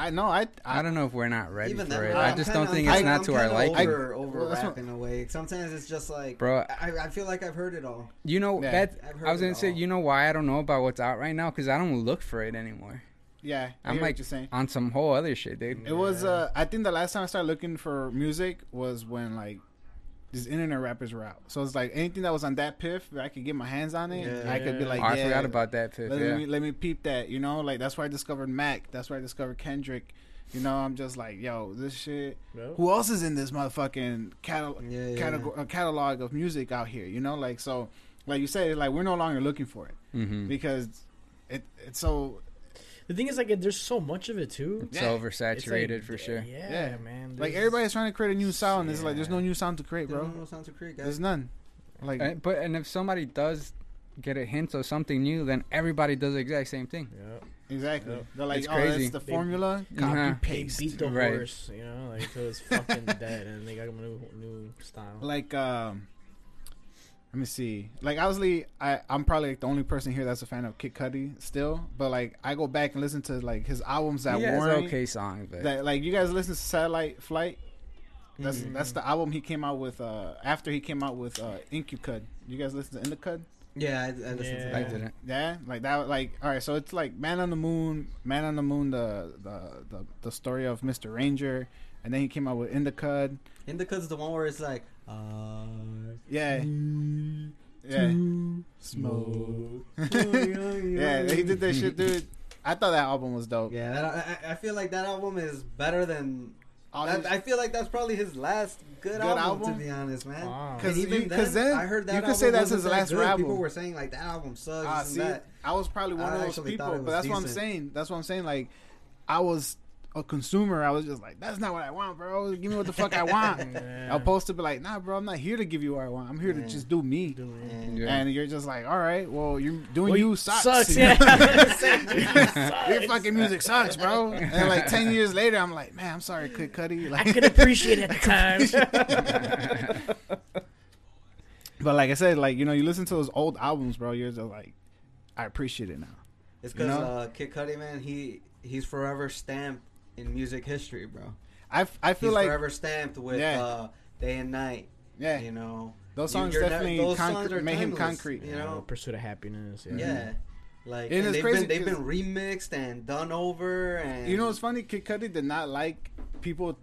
C: I,
A: I know I I,
C: don't know if we're not ready
B: Even
C: for
B: that,
C: it.
B: I'm
C: I just
B: kinda-
C: don't think
B: I'm
C: it's
B: kinda-
C: not to our
B: I'm
C: liking.
B: kinda Over, over
A: Well, that's
B: rap
A: what-
B: in a way. Sometimes it's just like,
C: Bro.
B: I, I feel like I've heard it all.
C: You know
A: Yeah.
C: that.
B: I've heard
C: I was
B: it
C: gonna say.
B: all.
C: You know why I don't know about what's out right now? Because I don't look for it anymore.
A: yeah. I
C: I'm
A: hear
C: like
A: what you're saying.
C: on some whole other shit, dude.
A: It was uh I think the last time I started looking for music was when like these internet rappers were out. So it's like anything that was on that piff that I could get my hands on it,
B: Yeah.
A: I could be
E: Yeah.
A: like
C: Oh, I
A: yeah,
C: forgot about that fifth.
A: let
C: yeah.
A: me let me peep that, you know? Like that's where I discovered Mac, that's where I discovered Kendrick. You know, I'm just like, yo, this shit.
E: Well,
A: Who else is in this motherfucking catalog
B: Yeah, yeah.
A: catalog, uh, catalog of music out here, you know? Like so like you said, like we're no longer looking for it
C: mm-hmm.
A: because it it's so
E: The thing is, like, there's so much of it too.
C: It's
A: Yeah.
E: It's like-
C: oversaturated for sure.
E: Yeah,
A: Yeah.
E: man.
A: like
E: there's-
A: everybody's trying to create a new sound. It's like there's
E: Yeah.
A: no new sound to create,
B: There's
A: bro.
B: no sound to create, guys.
A: There's none. Like
C: And, but and if somebody does get a hint of something new, then everybody does the exact same thing.
E: Yeah.
A: Exactly.
E: Yep. Mm-hmm.
A: They're like,
C: It's
A: oh,
C: crazy.
A: that's the
E: They-
A: formula. Copy
C: Uh-huh.
E: They
A: paste.
E: beat the
C: Right.
E: horse, you know, like so it's fucking dead, and they got a new new style.
A: Like, um, let me see. Like, obviously, I I'm probably like, the only person here that's a fan of Kid Cudi still. But like, I go back and listen to like his albums that
C: He has
A: Warren.
C: okay songs, but
A: That like you guys listen to Satellite Flight. That's
B: Mm-hmm.
A: that's the album he came out with uh, after he came out with uh, Incucud. You guys listen to Incucud?
B: Yeah, I, I listen
E: Yeah.
C: I
B: to that.
C: didn't.
A: Yeah, like that. Like all right, so it's like Man on the Moon, Man on the Moon, the the the, the story of Mister Ranger, and then he came out with Indicud.
B: Indica's the one where it's like, uh,
A: Yeah, yeah, smoke. yeah, he did that shit, dude. I thought that album was dope.
B: Yeah, that, I- I, I feel like that album is better than.
A: All
B: that-
A: his-
B: I feel like that's probably his last good,
A: Good
B: album,
A: album?
B: to be honest, man.
E: Wow.
B: And
A: 'Cause
B: even
A: you-
B: then,
A: 'cause then
B: I heard that
A: you could
B: album
A: say that's
B: wasn't
A: his
B: that
A: last
B: good.
A: rap
B: People
A: album.
B: were saying like that album sucks.
A: Ah,
B: and
A: see,
B: that.
A: I was probably one
B: I
A: of those
B: actually thought
A: people,
B: it
A: but
B: was
A: that's what I'm
B: decent.
A: saying. That's what I'm saying. Like, I was a consumer. I was just like, that's not what I want, bro. Give me what the fuck I want.
E: Yeah.
A: I'm supposed to be like, nah, bro. I'm not here to give you what I want. I'm here to
B: Yeah.
A: just do me.
E: Doing-
B: And-
C: Yeah.
A: And you're just like, all right, well, you're doing
E: Well,
A: you sucks.
E: Sucks,
A: you know?
E: yeah.
A: Your fucking music sucks, bro. And like ten years later, I'm like, man, I'm sorry, Kid Cudi. Like,
E: I could appreciate it at the time.
A: but like I said, like you know, you listen to those old albums, bro. You're just like, I appreciate it now.
B: It's
A: You
B: because
A: know?
B: uh, Kid Cudi, man, he he's forever stamped in music history, bro.
A: I, f- I feel
B: He's
A: like
B: forever stamped with
A: Yeah.
B: uh, day and night.
A: yeah,
B: You know,
A: those
B: You-
A: songs
B: you're never-
A: definitely
B: those songs
A: concre-
B: are
A: made him
B: timeless,
A: concrete.
B: You know,
E: pursuit of happiness. Yeah.
B: yeah. Like
A: And
B: and
A: it's
B: they've
A: crazy
B: been they've
A: 'cause-
B: been remixed and done over and
A: You know what's funny? Kid Cudi did not like people.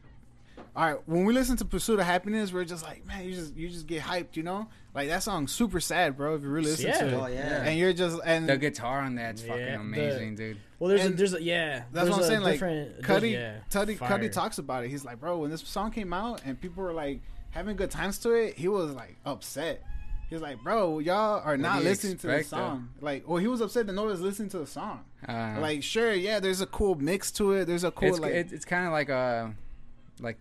A: All right, when we listen to "Pursuit of Happiness," we're just like, man, you just you just get hyped, you know? Like that song's super sad, bro. If you really listen
E: Yeah.
A: to it,
B: Oh yeah.
A: and you're just and
C: The guitar on that's
E: Yeah,
C: fucking
E: the-
C: amazing, dude.
E: Well, there's a
A: And
E: there's a yeah.
A: That's
E: there's
A: what I'm
E: a
A: saying. Like
E: different-
A: Cuddy,
E: yeah,
A: Tuddy,
E: fire.
A: Cuddy talks about it. He's like, bro, when this song came out and people were like having good times to it, he was like upset. He was like, bro, y'all are
C: do
A: not
C: you
A: listening to the
C: expect, though?
A: song. Like, well, he was upset that no one's listening to the song.
C: Uh,
A: Like, sure, yeah, there's a cool mix to it. There's a cool
C: it's
A: like,
C: it, it's kind of like a like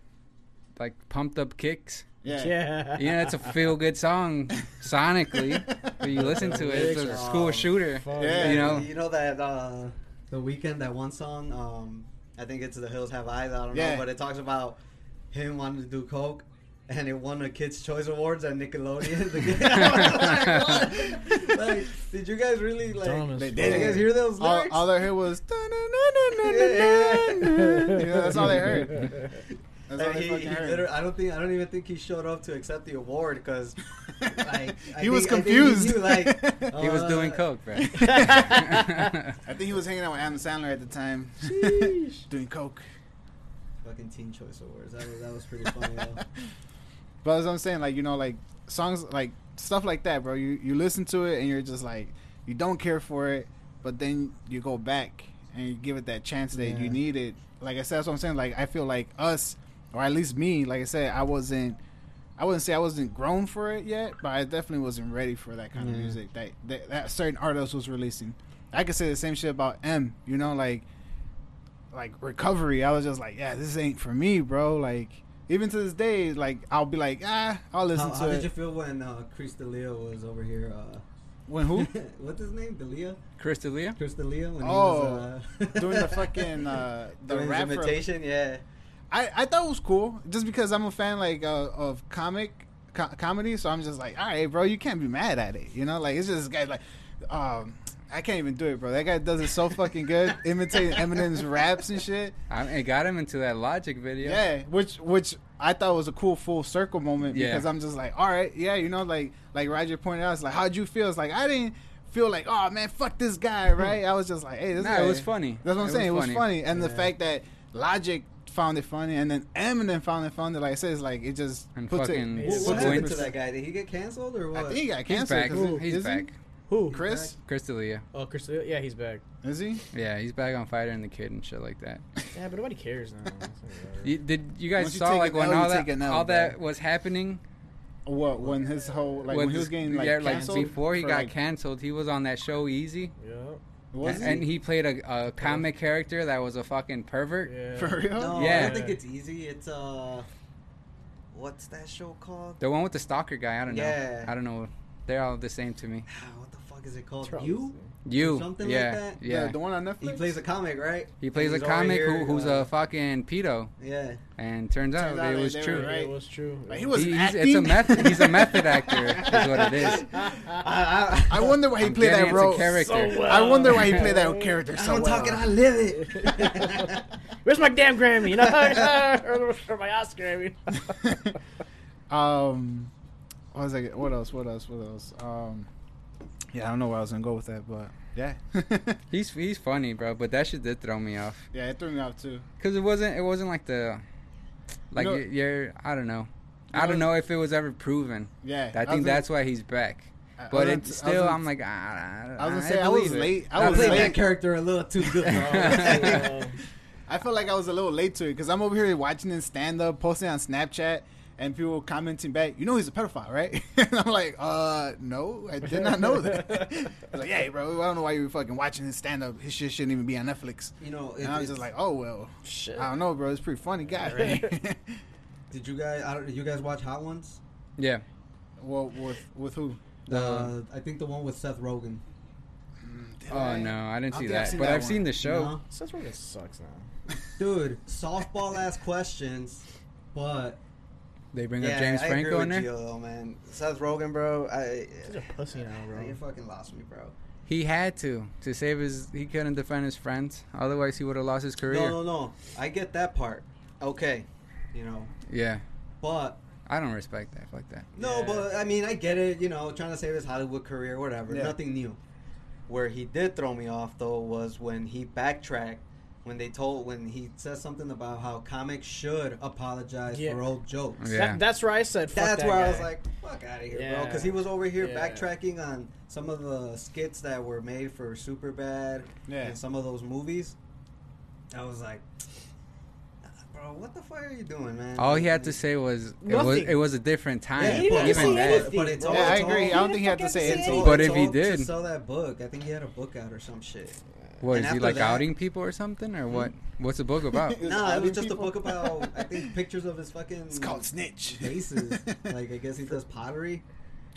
C: like pumped up kicks.
A: yeah.
E: Yeah.
C: You know, it's a feel good song sonically. but you listen to it, it's a
E: Lyrics
B: are-
C: school shooter.
E: Fuck.
A: Yeah.
C: You know,
B: you know that uh, the weekend that one song um, I think it's the hills have eyes I don't
A: Yeah.
B: know but it talks about him wanting to do coke and it won a Kids Choice Awards at Nickelodeon. I was like, what? Like, did you guys really like?
E: Dumb as
A: They
E: fuck.
A: did
B: Did you guys hear those
A: All,
B: lyrics?
A: all I heard was, "Dun-dun-dun-dun-dun-dun-dun." you know, that's all they heard. That's all
B: And
A: I
B: he,
A: fucking
B: he
A: heard.
B: literally- I don't think I don't even think he showed up to accept the award because like, I
A: he was
B: think- I think
A: confused.
B: knew, like,
C: He was
B: uh,
C: doing coke, bro.
A: I think he was hanging out with Adam Sandler at the time, doing coke.
B: Fucking Teen Choice Awards. That was, that was pretty funny. though.
A: But as I'm saying, like you know, like songs, like stuff like that, bro. You you listen to it and you're just like you don't care for it, but then you go back and you give it that chance that
B: Yeah.
A: you need it. Like I said, that's what I'm saying. Like I feel like us, or at least me, like I said, I wasn't. I wouldn't say I wasn't grown for it yet, but I definitely wasn't ready for that kind of
B: Yeah.
A: music that, that that certain artist was releasing. I could say the same shit about M. You know, like like recovery, I was just like, yeah, this ain't for me, bro. Like even to this day, like I'll be like, ah, I'll listen
B: How,
A: to
B: how
A: it.
B: did you feel when uh, Chris D'Elia was over here? Uh,
A: when who
B: what's his name? D'Elia?
C: Chris D'Elia?
B: Chris D'Elia? When
A: Oh,
B: he was, uh,
A: doing the fucking uh, the
B: doing his
A: rap? for-
B: imitation? Yeah.
A: I I thought it was cool just because I'm a fan like uh, of comic co- comedy, so I'm just like, all right, bro, you can't be mad at it, you know? Like it's just this guy like, um, I can't even do it, bro. That guy does it so fucking good, imitating Eminem's raps and shit.
C: I mean, it got him into that Logic video.
A: Yeah, which which I thought was a cool full circle moment
C: Yeah.
A: because I'm just like, all right, yeah, you know, like like Roger pointed out, it's like how'd you feel? It's like I didn't feel like, oh man, fuck this guy, right? I was just like, hey, this
C: Hmm. Nah,
A: guy.
C: it was funny.
A: That's what I'm
C: It
A: saying.
C: was
A: It was
C: funny.
A: funny, and the
B: Yeah.
A: fact that Logic found it funny, and then Eminem found it funny. Like I said, it's like it just
C: And
A: puts
C: fucking-
A: it.
B: What,
E: Yeah,
A: puts
B: what
A: it-
B: happened
C: Wayne-
B: to that guy? Did he get canceled or
A: I
B: what?
A: think he got
C: He's
A: canceled.
C: back.
A: 'cause it-
C: He's
A: isn't
C: back.
E: Who?
A: Chris,
C: Chris D'Elia.
E: Oh, Chris. Yeah, he's back.
A: is he?
C: Yeah, he's back on Fighter and the Kid and shit like that.
E: Yeah, but nobody cares now.
C: You, did you guys
A: Once you
C: saw
A: take
C: like
A: an
C: when
A: L, you
C: all
A: take an
C: that
A: L,
C: all
A: bro.
C: that was happening?
A: What when his whole like when he
C: this-
A: was getting like
C: yeah,
A: canceled
C: before he
A: for,
C: got
A: like,
C: canceled, he was on that show Easy,
E: yeah.
A: was
C: and he played a, a comic character that was a fucking pervert.
E: Yeah.
A: for real?
B: No, I
C: Yeah.
B: don't think it's easy. It's uh, what's that show called?
C: The one with the stalker guy. I don't know.
B: Yeah.
C: I don't know. They're all the same to me.
B: Ah, what the fuck is it called?
E: Trouble.
B: You?
C: You,
B: Something like
C: yeah,
B: that?
A: The-
C: yeah.
A: the, one on
B: He
A: Netflix.
B: plays a comic, right?
C: he plays a
B: And he's over
C: comic
B: here,
C: who, who's
B: uh,
C: a fucking pedo,
B: yeah.
C: and turns out,
A: out
C: it
A: they-
C: was
A: they were
C: true.
A: right.
E: It was true.
A: Like, he was
C: He's-
A: acting.
C: it's a method. He's a method actor. is what it is.
B: I, I,
A: I wonder why he
C: I'm
A: played
C: getting
A: that
C: into
A: role.
C: character.
E: So well.
A: I wonder why he played that character
B: I
A: so
B: don't
A: well.
B: talk it, I live it.
E: Where's my damn Grammy? You know, or my Oscar. I mean.
A: um, what was I? get- What else? What else? What else? Um, yeah, I don't know where I was gonna go with that, but yeah,
C: He's he's funny, bro, but that shit did throw me off.
A: yeah, it threw me off too.
C: Cause it wasn't it wasn't like the like
A: know-
C: y you're I don't know I
A: know-
C: don't know if it was ever proven.
A: Yeah,
C: I think that's why he's back.
A: I-
C: But
A: I
C: it's
A: was- I
C: still
A: was-
C: I'm like ah,
A: I was gonna say I was
C: believe it.
A: late. I
B: I
A: was
B: played that
A: late.
B: character a little too good.
E: Uh,
A: I feel like I was a little late to it because I'm over here watching him stand up, posting on Snapchat, and people commenting back. You know he's a pedophile, right? and I'm like, uh, no, I did not know that. I was like, yeah, bro, I don't know why you're fucking watching his stand up. His shit shouldn't even be on Netflix.
B: you know, it,
A: And I was
B: it's-
A: just like, oh well,
E: shit.
A: I don't know, bro. It's a pretty funny guy, right?
B: did you guys? I don't, did you guys watch Hot Ones?
C: Yeah,
A: well, with with who?
B: The
C: Uh,
B: I think the one with Seth Rogen.
C: oh no, I didn't
A: I
C: see
A: think I've
C: that.
A: seen
C: but
A: that
C: I've
A: one.
C: seen the show.
B: No?
E: Seth Rogen sucks now.
B: Dude, softball ass questions, but
C: They bring
B: yeah,
C: up James
B: I agree
C: Franco
B: with
C: in there.
B: Gio, though, man. Seth Rogen, bro. I,
E: He's a pussy now, bro.
B: you fucking lost me, bro.
C: He had to to save his. He couldn't defend his friends. Otherwise, he would have lost his career.
B: No, no, no. I get that part. Okay, you know,
C: Yeah,
B: but
C: I don't respect that. Fuck that.
B: no,
E: Yeah.
B: but I mean, I get it. You know, trying to save his Hollywood career, whatever.
A: Yeah.
B: Nothing new. Where he did throw me off though was when he backtracked. When they told, when he said something about how comics should apologize
E: Yeah.
B: for old jokes.
C: Yeah.
E: That, that's where I said. Fuck
B: That's
E: that
B: where I
E: guy.
B: was like, fuck out of here, bro.
E: Yeah.
B: Because he was over here
E: Yeah.
B: backtracking on some of the skits that were made for Superbad
A: Yeah.
B: and some of those movies. I was like, "Nah, bro, what the fuck are you doing, man?
C: All he had to say was it was
E: Nothing.
C: it was a different
B: Yeah,
C: time.
E: he didn't
B: but,
E: say
C: Even that.
E: anything.
B: but it's all.
E: Yeah,
A: I
B: it's all-
A: agree. I don't think he had to
E: fucking
A: say
E: say
B: it's
A: anything.
B: all-
C: But
B: it's
C: if he
B: all to
C: did-
B: sell that book, I think he had a book out or some shit.
C: What
B: And
C: is he
B: after
C: like
B: that-
C: outing people or something or what? What's the book about?
A: It was
B: nah, it
A: outing
B: was just
A: people.
B: a book about I think pictures of his fucking.
A: It's called Snitch.
B: faces. like I guess he does pottery,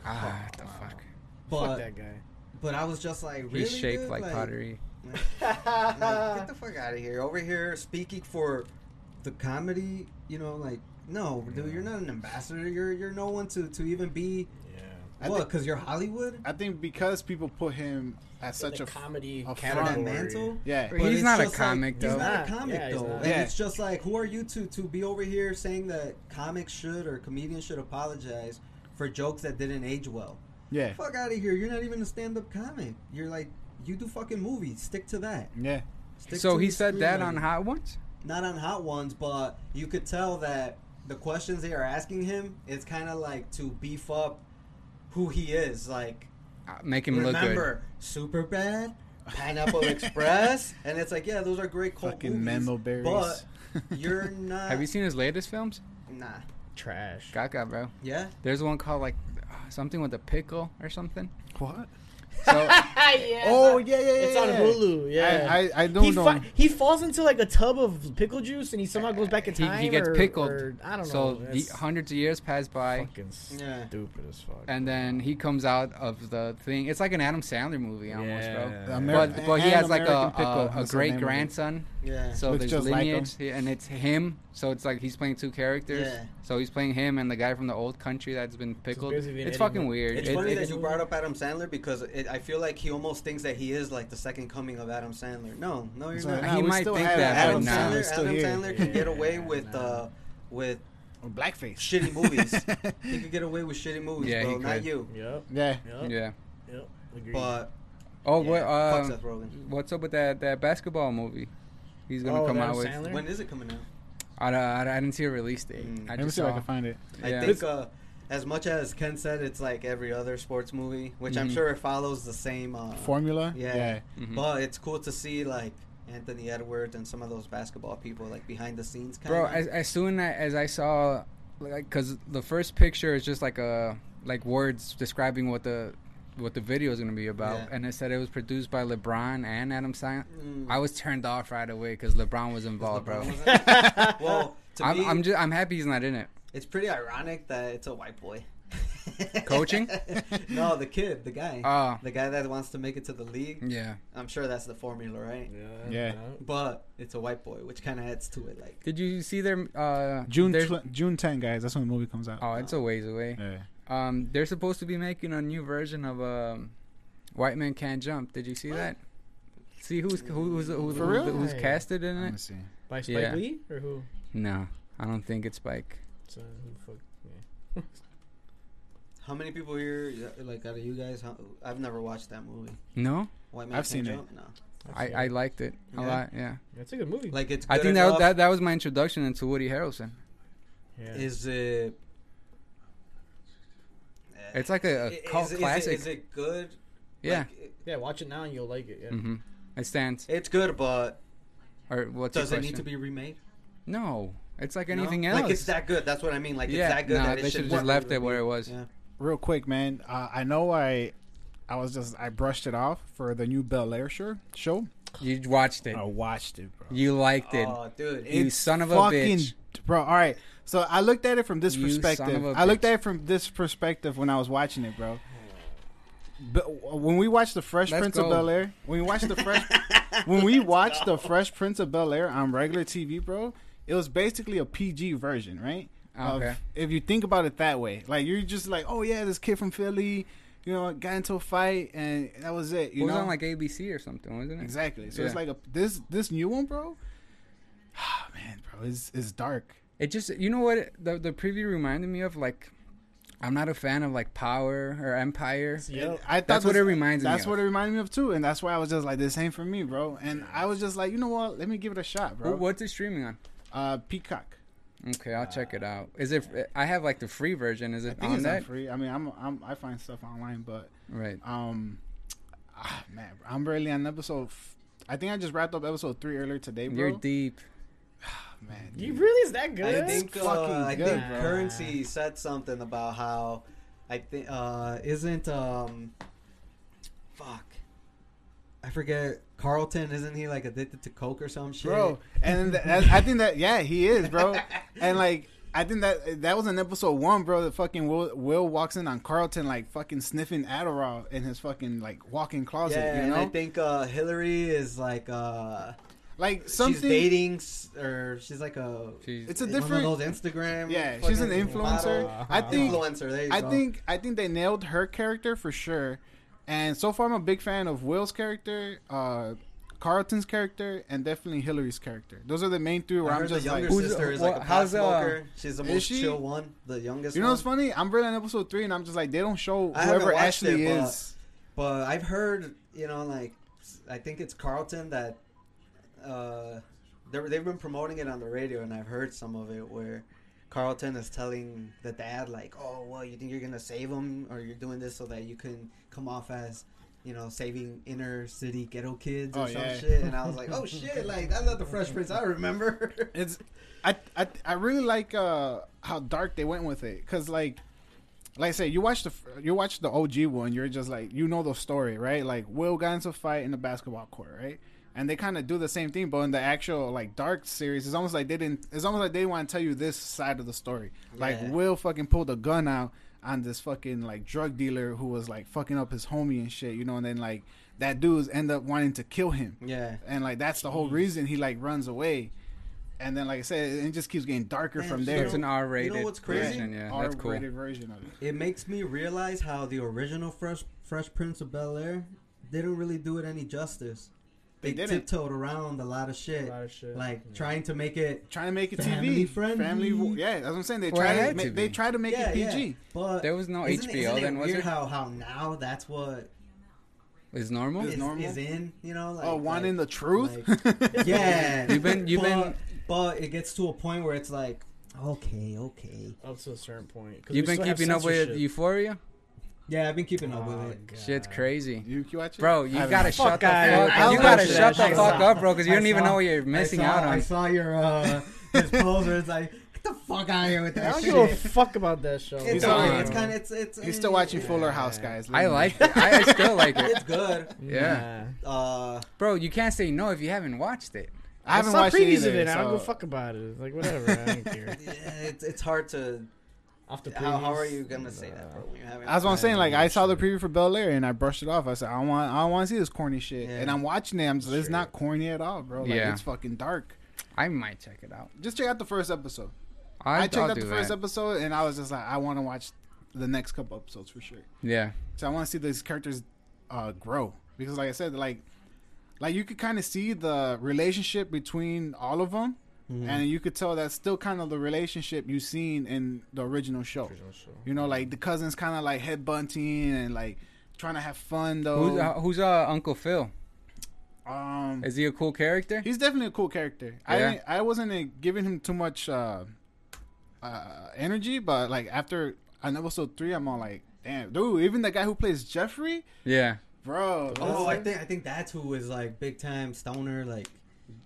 C: ah, what the fuck.
E: fuck
B: but
E: that guy.
B: but I was just like really
C: He's shaped
B: dude?
C: like, pottery.
B: Like, get the fuck out of here. Over here speaking for the comedy, you know, like no, dude, you're not an ambassador. You're you're no one to, to even be
E: Yeah.
A: I
B: what?
A: think-
B: Because you're Hollywood.
A: I think because people put him at such
E: the
A: a f-
E: comedy
A: a
E: category.
A: front-
B: That mantle.
A: yeah.
C: He's
B: it's
C: not a
B: just
C: comic,
B: like,
C: though.
B: He's not a
E: Nah,
B: comic
E: yeah, he's
B: though.
E: not.
B: And
A: Yeah.
B: it's just like, who are you to to be over here saying that comics should or comedians should apologize for jokes that didn't age well?
A: Yeah.
B: Fuck out of here! You're not even a stand-up comic. You're like, you do fucking movies. Stick to that.
A: Yeah.
B: Stick
C: so
B: to
C: he
B: the
C: said that on
B: screenwriting.
C: Hot Ones.
B: not on hot ones, but you could tell that the questions they are asking him is kind of like to beef up who he is. Like,
C: Uh, Make him look good.
B: remember Super Bad, Pineapple Express, and it's like, yeah, those are great cult
A: Fucking
B: movies,
A: memo berries.
B: But you're not.
C: Have you seen his latest films?
B: Nah.
E: Trash.
C: Gaga, bro.
B: Yeah.
C: There's one called like uh, something with a pickle or something.
A: What?
C: So
A: oh yeah, yeah, yeah.
E: It's on
A: yeah.
E: Hulu. Yeah.
A: I, I, I don't
E: he,
A: know.
E: fa- he falls into like a tub of pickle juice and he somehow goes back in
C: he,
E: time.
C: he gets
E: or-
C: pickled.
E: or- I don't
C: so
E: know.
C: he-
E: That's
C: hundreds of years pass by,
E: fucking
B: Yeah.
E: stupid as fuck.
C: and then he comes out of the thing. It's like an Adam Sandler movie almost,
E: Yeah.
C: bro.
A: Ameri-
C: but but he
A: and
C: has like a,
A: American Pickle,
C: a, a
A: that's the name
C: great
A: of it.
C: grandson.
B: Yeah.
C: So
A: Looks
C: there's
A: just like
C: lineage, and it's him. So it's like he's playing two characters.
B: Yeah.
C: So he's playing him and the guy from the old country that's been pickled.
E: basically being
C: it's
E: Eddie
C: fucking
E: Mur-
C: weird.
B: It's
C: It-
B: funny
C: it-
B: that you brought up Adam Sandler because it, I feel like he almost thinks that he is like the second coming of Adam Sandler. No, no, you're
A: So,
B: not.
A: nah,
C: He
A: we
C: might
A: still
C: think
A: have
C: that, but
B: Adam
C: nah.
B: Sandler,
A: still
B: Adam
A: here.
B: Sandler can get away
E: Yeah,
B: with
E: nah.
B: uh, with
A: Or blackface.
B: shitty movies. he could get away with shitty movies,
C: Yeah,
B: bro.
C: he
B: Not
C: could.
B: you.
E: Yep.
A: yeah.
E: Yep.
C: yeah.
E: Yep. Agreed.
B: But
C: Oh,
B: yeah,
C: what?
B: fuck
C: Uh,
B: Seth Rogen.
C: what's up with that, that basketball movie? He's gonna
E: Oh,
C: come
E: Adam
C: out with.
E: Sandler?
B: When is it coming out?
C: I, I, I didn't see a release date.
B: Mm.
C: I
A: Let me
C: just
A: see if I
C: saw.
A: can find it.
C: Yeah.
B: I think uh, as much as Ken said, it's like every other sports movie, which I'm
C: Mhm.
B: sure it follows the same uh,
A: Formula.
B: Yeah.
C: Mhm.
B: But it's cool to see like Anthony Edwards and some of those basketball people like behind the scenes. Kind
C: bro
B: of.
C: as, as soon a- as i saw like because the first picture is just like a like words describing what the what the video is going to be about
B: Yeah.
C: and it said it was produced by lebron and adam sandler
B: Mm.
C: i was turned off right away because lebron was involved Oh, bro
B: LeBron wasn't- well, to
C: I'm,
B: me,
C: I'm just i'm happy he's not in it
B: it's pretty ironic that it's a white boy.
C: Coaching?
B: no, the kid, the guy,
C: oh
B: the guy that wants to make it to the league.
C: yeah
B: I'm sure that's the formula, right?
A: Yeah.
B: But it's a white boy, which kind of adds to it. Like,
C: did you see their uh
A: June
C: their-
A: tw- June 10, guys. That's when the movie comes out.
C: oh it's a ways away
A: Yeah.
C: um they're supposed to be making a new version of um white man can't jump did you see that see who's who's who's,
A: For
C: who's,
A: real?
C: who's
E: Hey.
C: casted in
A: Let
C: it
A: me see.
E: By Spike
C: Yeah.
E: Lee or who?
C: No, I don't think it's Spike.
E: So, who the fuck? Yeah.
B: how many people here? Like, out of you guys, how, I've never watched that movie.
C: No,
B: White
A: I've seen it.
B: No.
C: I, I liked it a
B: Yeah?
C: lot. Yeah,
E: That's a good movie.
B: Like, it's.
C: I
B: good
C: think that,
B: enough.
C: that that was my introduction into Woody Harrelson.
E: yeah.
B: is it.
C: It's like a, a
B: Is-
C: cult
B: is, it-
C: classic.
B: Is it good?
C: yeah,
B: Like, it-
E: yeah, watch it now and you'll like it. Yeah.
C: hmm it stands.
B: it's good, but
C: Or what's
B: does
C: your
B: it
C: question?
B: need to be remade?
C: No, it's like
B: No?
C: anything else.
B: Like, it's that good. That's what I mean. Like,
C: yeah,
B: it's that good
C: nah,
B: that it
C: they
B: should
C: should have just
B: be
C: left it
B: remade.
C: where it was.
B: Yeah.
A: Real quick, man. Uh, I know I, I was just I brushed it off for the new Bel Air show. Show.
C: You watched it.
A: I watched it, bro.
C: You liked it.
B: Oh, dude.
C: You son of a bitch.
A: bro. All right. So I looked at it from this
C: You son of
A: perspective.
C: a
A: I looked
C: bitch.
A: at it from this perspective when I was watching it, bro. But when we watched the Fresh
C: Let's
A: Prince
C: go.
A: of Bel Air, when we watched the Fresh, when we watched the Fresh Prince of Bel Air on regular TV, bro, it was basically a PG version, right? Of-
C: Okay.
A: if you think about it that way, like you're just like, oh yeah, this kid from Philly, you know, got into a fight and that was it.
C: It
A: You
C: was
A: know,
C: on like ABC or something, wasn't it?
A: exactly. So it's
C: Yeah.
A: like a this this new one, bro. Ah man, bro, it's it's dark.
C: It just you know what the the preview reminded me of like. I'm not a fan of like Power or Empire.
A: And
E: Yep.
A: I thought
C: That's what
A: this-
C: it reminds me
A: That's
C: of.
A: what it reminded me of too, and that's why I was just like, "This ain't for me, bro." And I was just like, "You know what? Let me give it a shot, bro."
C: Wh- What's it streaming on?
A: Uh, Peacock.
C: Okay, I'll check it out. Is it? I have like the free version. Is it
A: I think
C: on
A: it's
C: that?
A: not free. I mean, I'm, I'm I find stuff online, but
C: Right.
A: um, ah, man, bro, I'm barely on episode. F- I think I just wrapped up episode three earlier today, bro.
C: You're deep.
A: man,
E: You
A: dude.
E: really is that good?
B: I think, uh,
A: fucking
B: I
A: good,
B: think
E: bro.
B: currency said something about how I think uh, isn't um fuck I forget Carlton isn't he like addicted to coke or some shit
A: bro. And th- that- I think that yeah, he is, bro. And like I think that that was in episode one, bro. That fucking Will, Will walks in on Carlton like fucking sniffing Adderall in his fucking like walk-in closet.
B: yeah
A: you know,
B: and I think uh, Hillary is like uh
A: Like
B: she's
A: something.
B: dating s- or she's like a
C: She's-
A: It's a
B: one
A: different.
B: of those Instagram.
A: Yeah, she's an
B: fucking
A: influencer.
B: model. Uh-huh.
A: I think.
B: influencer. There you
A: I
B: go.
A: think. I think they nailed her character for sure. And so far, I'm a big fan of Will's character, uh, Carlton's character, and definitely Hillary's character. Those are the main three where
B: I
A: I'm
B: heard the
A: just like,
B: younger
C: Who's-
B: sister is
C: what-
B: like a pot
C: how's, uh,
B: smoker. She's the
A: is
B: most
A: she?
B: chill one, the youngest.
A: You know
B: one.
A: what's funny? I'm really on episode three, and I'm just like, they don't show
B: I haven't
A: whoever
B: watched
A: Ashley
B: it, but-
A: is.
B: But I've heard, you know, like I think it's Carlton that uh, they they've been promoting it on the radio, and I've heard some of it where Carlton is telling the dad like, "Oh, well, you think you're gonna save him, or you're doing this so that you can come off as." You know, saving inner city ghetto kids or
A: Oh,
B: some
A: yeah.
B: shit, and I was like, "Oh shit!" Like that's not the Fresh Prince I remember.
A: It's, I, I, I really like uh, how dark they went with it, cause like, like I say, you watch the you watch the OG one, you're just like, you know the story, right? Like Will got into a fight in the basketball court, right? And they kind of do the same thing, but in the actual like dark series, it's almost like they didn't. It's almost like they want to tell you this side of the story. Like
B: Yeah.
A: Will fucking pulled a gun out on this fucking like drug dealer who was like fucking up his homie and shit, you know. And then like that dude's end up wanting to kill him
B: yeah,
A: and like that's the whole reason he like runs away and then like i said it just keeps getting darker
B: Man,
A: from
B: you
A: there
C: it's an R-rated
B: what's crazy?
C: version. Yeah, that's cool.
A: r-rated version of it
B: it makes me realize how the original Fresh Fresh Prince of Bel Air didn't really do it any justice. They,
A: They didn't.
B: tiptoed around a lot of shit,
E: lot of shit.
B: like trying to make it.
A: trying to make it
B: Family
A: tv
B: friendly.
A: family yeah that's what i'm saying they
C: Well, it
A: try to
C: had
A: ma-
C: to
A: they
C: be.
A: try to make
B: yeah,
A: it pg
B: yeah. But
C: There was no
B: isn't it-
C: HBO
B: isn't it
C: then, was
B: weird
C: there?
B: How how now that's what
C: Is normal?
A: It's
B: is,
A: normal.
B: is in you know like
A: oh wanting
B: like-
A: the truth
B: like- yeah.
C: You've been- you've
B: but,
C: been-
B: but it gets to a point where it's like okay okay
C: Uh,
E: Up to a certain point. 'Cause
C: You've
E: we
C: been
E: still have
C: keeping up with
E: censorship.
C: Euphoria?
B: yeah I've been keeping up
E: Oh,
B: with it.
E: God.
C: Shit's crazy.
A: you, you watch it
C: Bro, you
A: I haven't
C: gotta
A: watched
C: shut the
E: Fuck I-
C: fuck up.
E: I
C: You
E: watched
C: gotta
E: that
C: shut the
E: shit.
C: fuck up, bro, because you
B: I
C: don't even
B: saw-
C: know what you're
B: I
C: missing
B: saw-
C: out
B: I
C: on.
B: saw your uh, his post where it's like, get the fuck out of here with
E: I
B: that
E: don't
B: shit.
E: give a fuck about that show.
B: It's
A: He's
B: alright.
A: on.
B: It's kind of it's it's.
A: it. he's still watching
B: eh,
A: fuller house guys
C: I
A: Leave me.
C: like it. I I still like
B: It's
C: it.
B: good.
E: Mm,
C: Yeah.
B: Uh,
C: Bro, you can't say no if you haven't watched it.
A: i haven't
E: saw
A: watched
E: previews
A: it either,
E: of it. I don't
A: so-
E: give a fuck about it. It's like whatever. I don't care.
B: yeah, it's it's hard to.
E: Off the
B: How, how are
E: previews,
B: you gonna say that,
E: uh,
B: bro? When you haven't.
A: That's what I'm saying. Like I saw the
E: shit.
A: preview for Bel Air and I brushed it off. I said, I don't want, I don't want to see this corny shit.
B: Yeah.
A: And I'm watching it. I'm just, it's
E: Sure.
A: not corny at all, bro. Like
C: Yeah.
A: it's fucking dark.
C: I might check it out.
A: Just check out the first episode.
C: I,
A: I
C: I'll
A: checked out
C: do
A: the first
C: that.
A: episode and I was just like, I want to watch the next couple episodes for sure.
C: Yeah.
A: So I want to see these characters uh, grow because, like I said, like like you could kind of see the relationship between all of them,
C: Mm-hmm.
A: and you could tell that's still kind of the relationship you seen in the original show. You know, like the cousins kind of like head bunting and like trying to have fun
C: Who's,
A: though.
C: uh, who's uh, Uncle Phil?
A: um,
C: Is he a cool character?
A: he's definitely a cool character. I
C: Yeah.
A: didn't, I wasn't uh, giving him too much uh, uh, energy, but like after on episode three, I'm all like, damn, dude, even the guy who plays Jeffrey,
C: Yeah.
A: bro,
B: Oh, I think I think that's who is like big time stoner. Like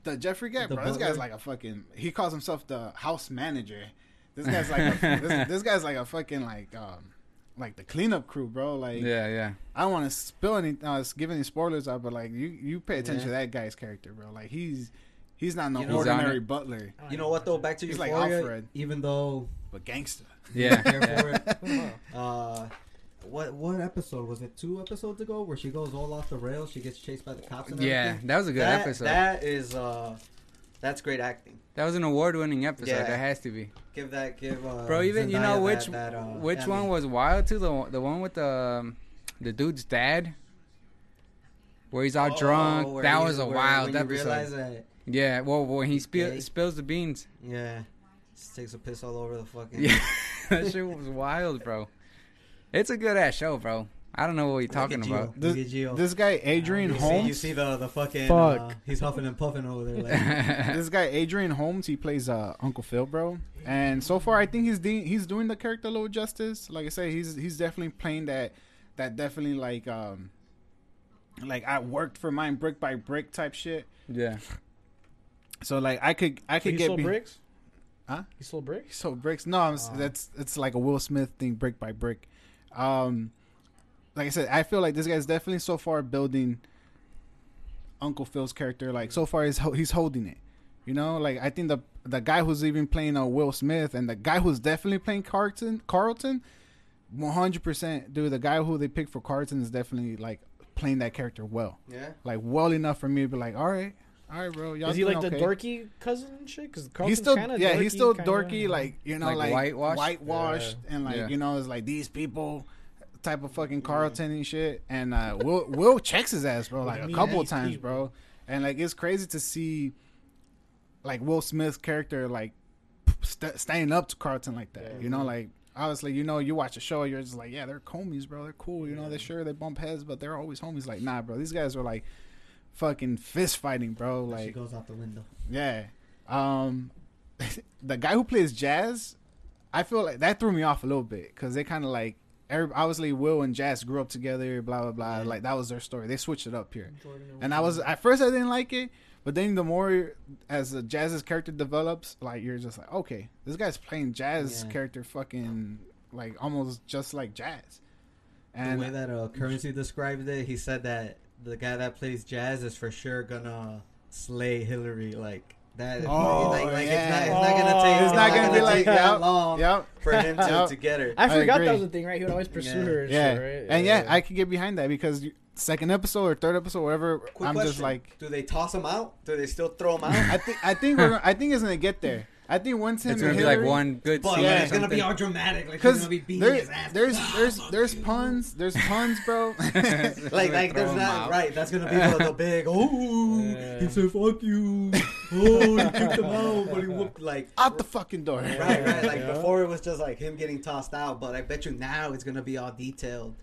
A: the Jeffrey guy,
B: The
A: bro, this guy's
B: butler?
A: like a fucking. He calls himself the house manager. This guy's like a, this, this guy's like a fucking like um like the cleanup crew, bro. Like
C: Yeah, yeah.
A: I don't want to spill any, uh, give any spoilers out, but like you you pay attention to that guy's character, bro. Like he's he's not no
B: You know-
C: He's on
A: ordinary
C: it.
A: butler,
B: you know what though? Back to
A: He's like
B: Euphoria.
A: Alfred.
B: Even though
A: but gangster.
C: Yeah.
B: care for
C: yeah.
B: it. Uh, what what episode was it? Two episodes ago, where she goes all off the rails. She gets chased by the cops. And
C: Yeah,
B: everything?
C: that was a good
B: that,
C: episode. That,
B: That is uh, that's great acting.
C: was an award-winning episode.
B: Yeah.
C: That has to be.
B: Give that give. Uh,
C: Bro, even you
B: Zendaya
C: know
B: that-
C: which
B: that, uh,
C: which
B: Emmy.
C: one was wild too? The one- the one with the um, the dude's dad, where he's all
B: Oh,
C: drunk.
B: where
C: that
B: he-
C: was a
B: where-
C: wild
B: when you
C: episode.
B: realize that-
C: yeah, well, when he
B: he's
C: spill,
B: gay.
C: spills the beans.
B: yeah, just takes a piss all over the fucking.
C: Yeah, that shit was wild, bro. It's a good ass show, bro. I don't know what you're
B: Look at
C: talking
B: Gio.
C: about.
B: Look
A: This,
B: at Gio.
A: this guy Adrian
B: you See, you
A: Holmes.
B: see the the fucking.
E: Fuck.
B: Uh, he's huffing and puffing over there. Like,
A: This guy Adrian Holmes, he plays uh, Uncle Phil, bro. And so far, I think he's de- he's doing the character a little justice. Like I said, he's he's definitely playing that that definitely like um like I worked for mine brick by brick type shit.
C: yeah,
A: So like I could I could
E: He
A: get
E: sold
A: be-
E: bricks.
A: Huh?
E: He sold bricks.
A: So bricks. No, I'm, s
E: Oh.
A: that's it's like a Will Smith thing, brick by brick. Um, like I said, I feel like this guy's definitely so far building Uncle Phil's character. Like so far, he's ho- he's holding it. You know, like I think the the guy who's even playing uh, Will Smith and the guy who's definitely playing Carlton, Carlton, one hundred percent, dude. The guy who they picked for Carlton is definitely like playing that character well,
B: yeah.
A: like well enough for me to be like, all right, All right, bro. Y'all
E: Is he
A: doing
E: like the
A: okay.
E: dorky cousin and shit? Because
A: He's still,
E: kinda
A: yeah,
E: dorky,
A: he's still
E: kinda-
A: dorky, like you know,
C: Like
A: like,
C: whitewashed?
A: whitewashed, and like
C: Yeah.
A: you know, it's like these people type of fucking Carlton and shit. And uh, Will Will checks his ass, bro, like
E: do you
A: a
E: mean,
A: couple
E: these
A: times,
E: people?
A: bro. And like it's crazy to see, like Will Smith's character, like st- staying up to Carlton like that. You know, like obviously, you know, you watch a show, you're just like, yeah, they're homies, bro. They're cool. You know, they sure they bump heads, but they're always homies. Like, nah, bro, these guys are like fucking fist fighting, bro.
B: Like, she
A: Like,
B: goes out the window.
A: yeah. Um, the guy who plays Jazz, I feel like that threw me off a little bit because they kind of like, every, obviously Will and Jazz grew up together, blah blah blah. Like that was their story. They switched it up here, and I was at first I didn't like it, but then the more as uh, Jazz's character develops, like you're just like, okay, this guy's playing Jazz
B: Yeah.
A: character, fucking like almost just like Jazz.
B: The
A: And
B: way that uh, currency described it, he said that the guy that plays jazz is for sure gonna slay Hillary. Like that.
A: Oh,
B: like, like,
A: yeah.
B: it's, not, it's not gonna take.
E: It's not
A: gonna be like,
B: take that
A: yep,
B: long
A: yep.
B: for him to,
A: Yep.
B: to get her.
E: I
A: I
E: forgot
A: agree.
E: that was a thing, right? He would always pursue
B: Yeah.
E: her. And
A: yeah,
E: shit, right?
A: and yeah, I could get behind that because you- second episode or third episode, whatever,
B: Quick
A: I'm
B: question.
A: just like.
B: do they toss him out? Do they still throw him out?
A: I think I think we're gonna, I think it's gonna get there. I think once him
C: It's
A: and
C: gonna be like
A: Hillary-
C: one good
B: but
C: scene.
B: like,
A: Yeah.
C: or
B: it's gonna
C: something.
B: be all dramatic. Like she's
A: Cause
B: gonna be beating
A: there-
B: his ass.
A: there's there's there's puns there's puns, bro.
B: like like
C: Throw
B: there's
C: him
B: not
C: out.
B: right. That's gonna be the, the big oh
E: Yeah.
B: he said fuck you oh he kicked him out but he whooped like
A: Out the fucking door.
B: right right like
E: Yeah.
B: before it was just like him getting tossed out but I bet you now it's gonna be all detailed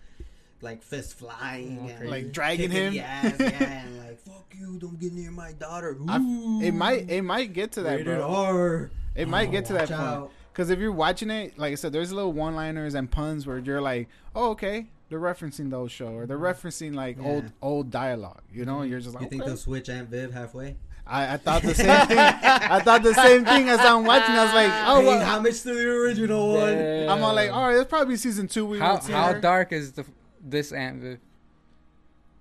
B: like fist flying and
A: Oh, Like dragging
B: kicking
A: him.
B: the ass, yeah and like fuck you don't get near my daughter
A: I-
B: Ooh,
A: it might it might get to that,
B: rated
A: bro.
B: R
A: It might get to that
B: Watch
A: point.
B: out.
A: Because if you're watching it, like I said, there's little one-liners and puns where you're like, "Oh, okay, they're referencing the old show, or they're referencing like
B: Yeah.
A: old old dialogue." You know, you're just like,
B: you think
A: Oh, "Okay."
B: they'll switch Aunt Viv halfway
A: I, I thought the same thing. I thought the same thing as I'm watching. I was like, "Oh,
B: paying
A: well,
B: homage to the original one
A: I'm all like, all right, that's probably season two. We
C: How
A: won't see
C: how
A: her.
C: dark is the this Aunt Viv?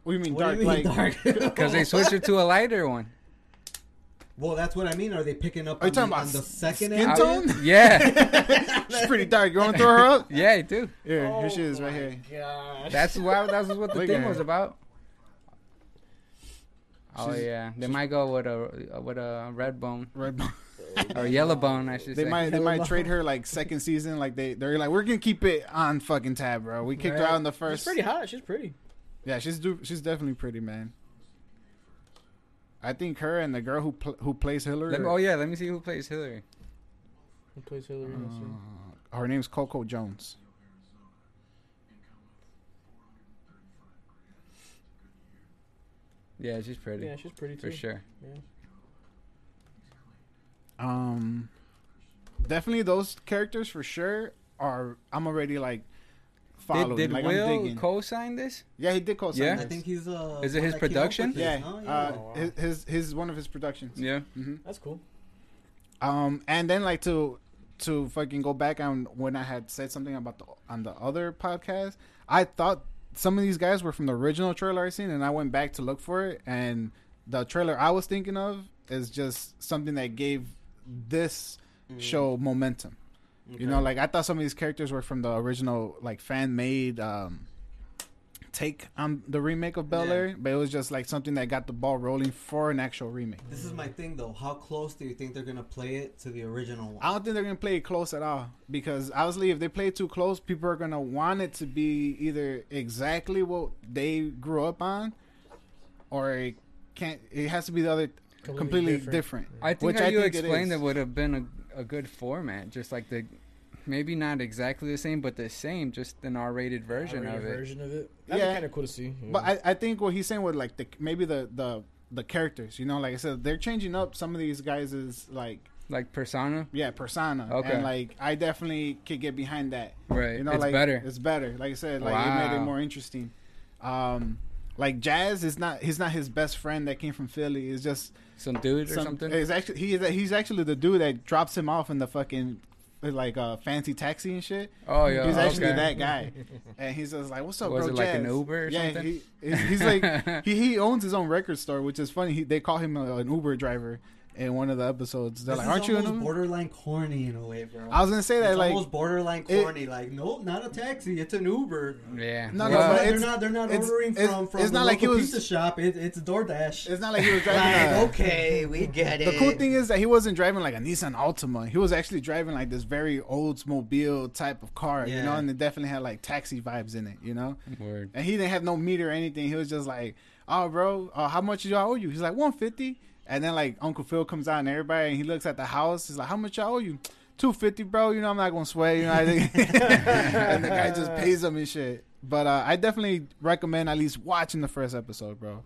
A: What do you mean
B: what
A: dark?
B: do you mean
A: like,
B: dark
C: Because they switched it to a lighter one.
B: Well, that's what I mean. Are they picking up
A: Are you
B: on,
A: talking
B: the,
A: about
B: on the second
A: skin
B: end?
A: tone?
C: Yeah,
A: she's pretty dark. You want to throw her up?
C: yeah, I do.
A: Here, here she is, right here.
E: God.
C: That's why that was what the
A: Look
C: thing
A: at
C: was
A: her.
C: about. Oh
A: She's-
C: yeah, they might go with a with a red bone
A: Red bone.
C: or yellow bone, I should
A: They
C: say.
A: might, they
E: Hello.
A: might trade her like second season. Like they, they're like, we're gonna keep it on fucking tab, bro. We kicked her
B: Right.
A: out in the
E: She's
A: first.
E: pretty hot. She's pretty.
A: Yeah, she's do, she's definitely pretty, man. I think her and the girl who pl- who plays Hillary.
C: Let me, oh yeah, let me see who plays Hillary.
E: Who plays Hillary? Let's see.
A: uh, her name's Coco Jones.
C: Yeah, she's pretty
E: Yeah, she's pretty too.
C: for sure.
A: Um, definitely those characters for sure are. I'm already like following.
C: Did, did
A: like, I'm
C: Will
A: digging.
C: co-sign this?
A: yeah, he did co
C: Yeah?
B: I think he's uh.
C: Is it his
B: that came up
C: production?
B: with this,
A: Yeah,
B: no?
A: uh,
E: wow.
A: his, his his one of his productions.
C: Yeah.
E: That's cool.
A: Um, and then like to to fucking go back on when I had said something about the on the other podcast, I thought some of these guys were from the original trailer I seen, and I went back to look for it, and the trailer I was thinking of is just something that gave this show momentum. You know, like I thought some of these characters were from the original, like fan made um, take on the remake of Bel Air, but it was just like something that got the ball rolling for an actual remake.
B: This is my thing though. How close do you think they're gonna play it to the original one?
A: I don't think they're gonna play it close at all because obviously if they play it too close, people are gonna want it to be either exactly what they grew up on, or it can't. It has to be the other completely,
E: different.
A: different.
C: I think
A: Which
C: how
A: I
C: you
A: think it
C: explained
A: is.
C: it, would have been a, a good format, just like the maybe not exactly the same, but the same, just an R-rated version
E: R-rated
C: of it.
E: Version of it. That'd be
A: Yeah.
E: kind of cool to see. yeah.
A: But I, I think what he's saying with like the maybe the the the characters, you know, like I said, they're changing up some of these guys' is like
C: Like persona,
A: yeah persona,
C: Okay.
A: and like I definitely could get behind that.
C: right?
A: You know,
C: it's
A: like
C: better.
A: It's better. Like I said, like it made it
C: Wow.
A: more interesting. Um, like Jazz is not he's not his best friend that came from Philly. It's just
C: Some dude or
A: some-
C: something.
A: It's actually he is he's actually the dude that drops him off in the fucking like uh fancy taxi and shit.
C: oh yeah,
A: He's actually
C: okay.
A: that guy, and he's just like, "What's up,
C: Was
A: bro?"
C: it like an
A: Jazz?"
C: Uber or
A: yeah,
C: something?
A: he- he's he's like he he owns his own record store, which is funny. He, they call him uh, an Uber driver, in one of the episodes. They're
B: This
A: like,
B: is
A: "Aren't you?" in
B: almost
A: a-"
B: borderline corny in a way, bro?
A: I was gonna say that
B: it's
A: like
B: almost borderline
A: it-
B: corny. like, nope, not a taxi. It's an Uber.
C: Yeah.
A: No,
B: It's
A: no,
B: not-
A: but
B: they're
A: it's-
B: not. They're not
A: it's-
B: ordering
A: it's-
B: from from
A: it's
B: the
A: not like he
B: local
A: was-
B: pizza shop. It, it's DoorDash.
A: it's not like he was driving.
B: like,
A: a-
B: okay, we get it.
A: The cool thing is that he wasn't driving like a Nissan Altima. He was actually driving like this very Oldsmobile type of car, you
B: Yeah.
A: know, and it definitely had like taxi vibes in it, you know.
C: Word.
A: And he didn't have no meter or anything. He was just like, "Oh, bro, uh, how much do I owe you?" He's like, 150 And then like Uncle Phil comes out and everybody, and he looks at the house. He's like, "How much I owe you?" 250 bro. You know I'm not gonna sweat. You know, I think. and the guy just pays him and shit. But uh, I definitely recommend at least watching the first episode, bro.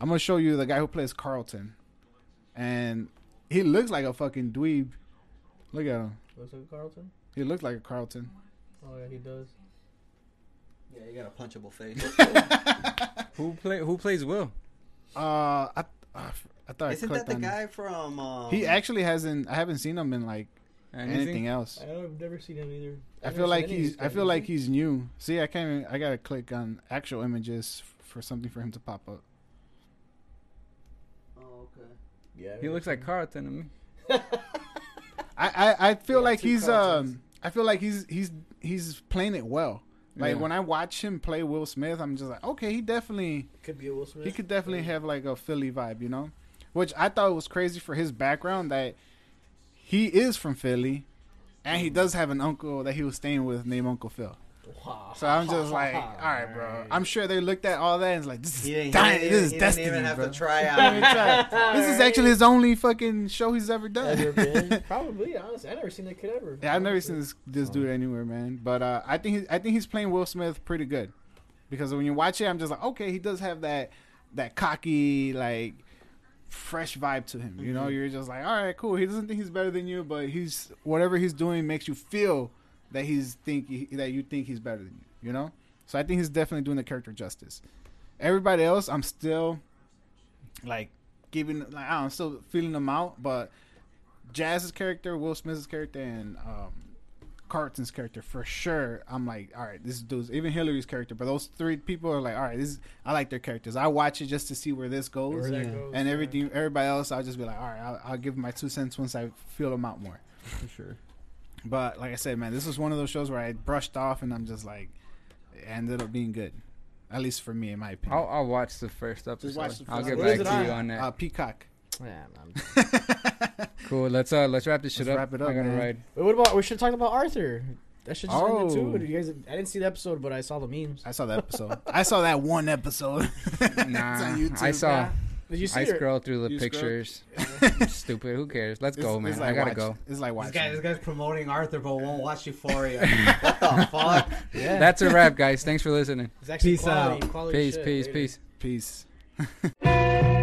A: I'm gonna show you the guy who plays Carlton, and he looks like a fucking dweeb. Look at him.
E: What's up, Carlton?
A: He looks like a Carlton.
E: Oh yeah, he does.
B: Yeah, you got a punchable face.
C: Who play? Who plays Will?
A: Uh, I, uh, I thought
B: Isn't
A: I clicked
B: that the
A: on him.
B: guy from? Um,
A: He actually hasn't. I haven't seen him in like anything, else.
E: I don't, I've never seen him either.
A: I feel like he's. I feel like he's new. See, I can't. Even, I gotta click on actual images f- for something for him to pop up.
B: Oh, okay.
E: Yeah,
C: He looks like Carlton to me.
A: I I, I feel
E: Yeah,
A: like
E: two
A: he's.
E: Carltons.
A: Um, I feel like he's he's he's playing it well. Like
C: Yeah.
A: when I watch him play Will Smith, I'm just like, okay, he definitely
E: could be a Will Smith.
A: he could definitely have like a Philly vibe, you know, which I thought was crazy for his background that he is from Philly, and
E: Mm.
A: he does have an uncle that he was staying with named Uncle Phil.
E: Wow.
A: So I'm just like, all right, bro. I'm sure they looked at all that and was like, this
B: He
A: is
B: didn't,
A: dying.
B: he
A: This
B: didn't-
A: is
B: he didn't
A: destiny,
B: even have
A: bro.
B: to try
A: He
B: out.
A: tried. this is actually his only fucking show he's ever done.
E: Ever been? Probably, honestly, I never seen that kid ever.
A: yeah, I've never seen this this dude anywhere, man. But uh, I think he, I think he's playing Will Smith pretty good because when you watch it, I'm just like, okay, he does have that that cocky like fresh vibe to him. You know, you're just like, all right, cool. He doesn't think he's better than you, but he's whatever he's doing makes you feel that he's think that you think he's better than you. You know, so I think he's definitely doing the character justice. Everybody else, I'm still like giving like I don't know, still feeling them out, but Jazz's character, Will Smith's character, and um, Carlton's character for sure. I'm like, all right, this dude's even Hillary's character, but those three people are like, all right, this is, I like their characters. I watch it just to see where this goes
E: Where
B: Yeah.
E: that goes,
A: and
E: yeah.
A: everything. Everybody else, I'll just be like, all right, I'll, I'll give my two cents once I feel them out more.
B: For sure.
A: But like I said, man, this was one of those shows where I brushed off, and I'm just like, it ended up being good, at least for me, in my opinion.
C: I'll, I'll watch the first episode.
A: Just watch the
C: I'll
A: first
C: get
A: episode.
C: back
E: Where is
C: to
E: it
C: you
E: on?
C: on that.
A: Uh, Peacock.
E: Yeah, man.
C: cool. Let's uh let's wrap this shit
A: Let's
C: up.
A: wrap it up,
C: I gotta
A: man.
C: ride.
E: Wait, what about we should talk about Arthur? That should just ended
A: Oh.
E: too. Did You guys, I didn't see the episode, but I saw the memes.
A: I saw that episode. I saw that one episode. It's
C: Nah,
A: on YouTube.
C: I saw.
E: Did you see
C: I
E: it?
C: scrolled through the
A: You scrolled?
C: pictures. Stupid. Who cares? Let's go, man. I gotta
A: watch-
C: go.
A: It's like
B: This guy, this
A: watching.
B: guy's promoting Arthur, but won't watch Euphoria. what the fuck?
E: Yeah,
C: That's a wrap, guys. Thanks for listening.
E: it's actually
B: Peace
E: quality,
B: out.
E: quality
C: Peace,
E: shit.
C: peace,
E: Later.
C: peace.
A: Peace.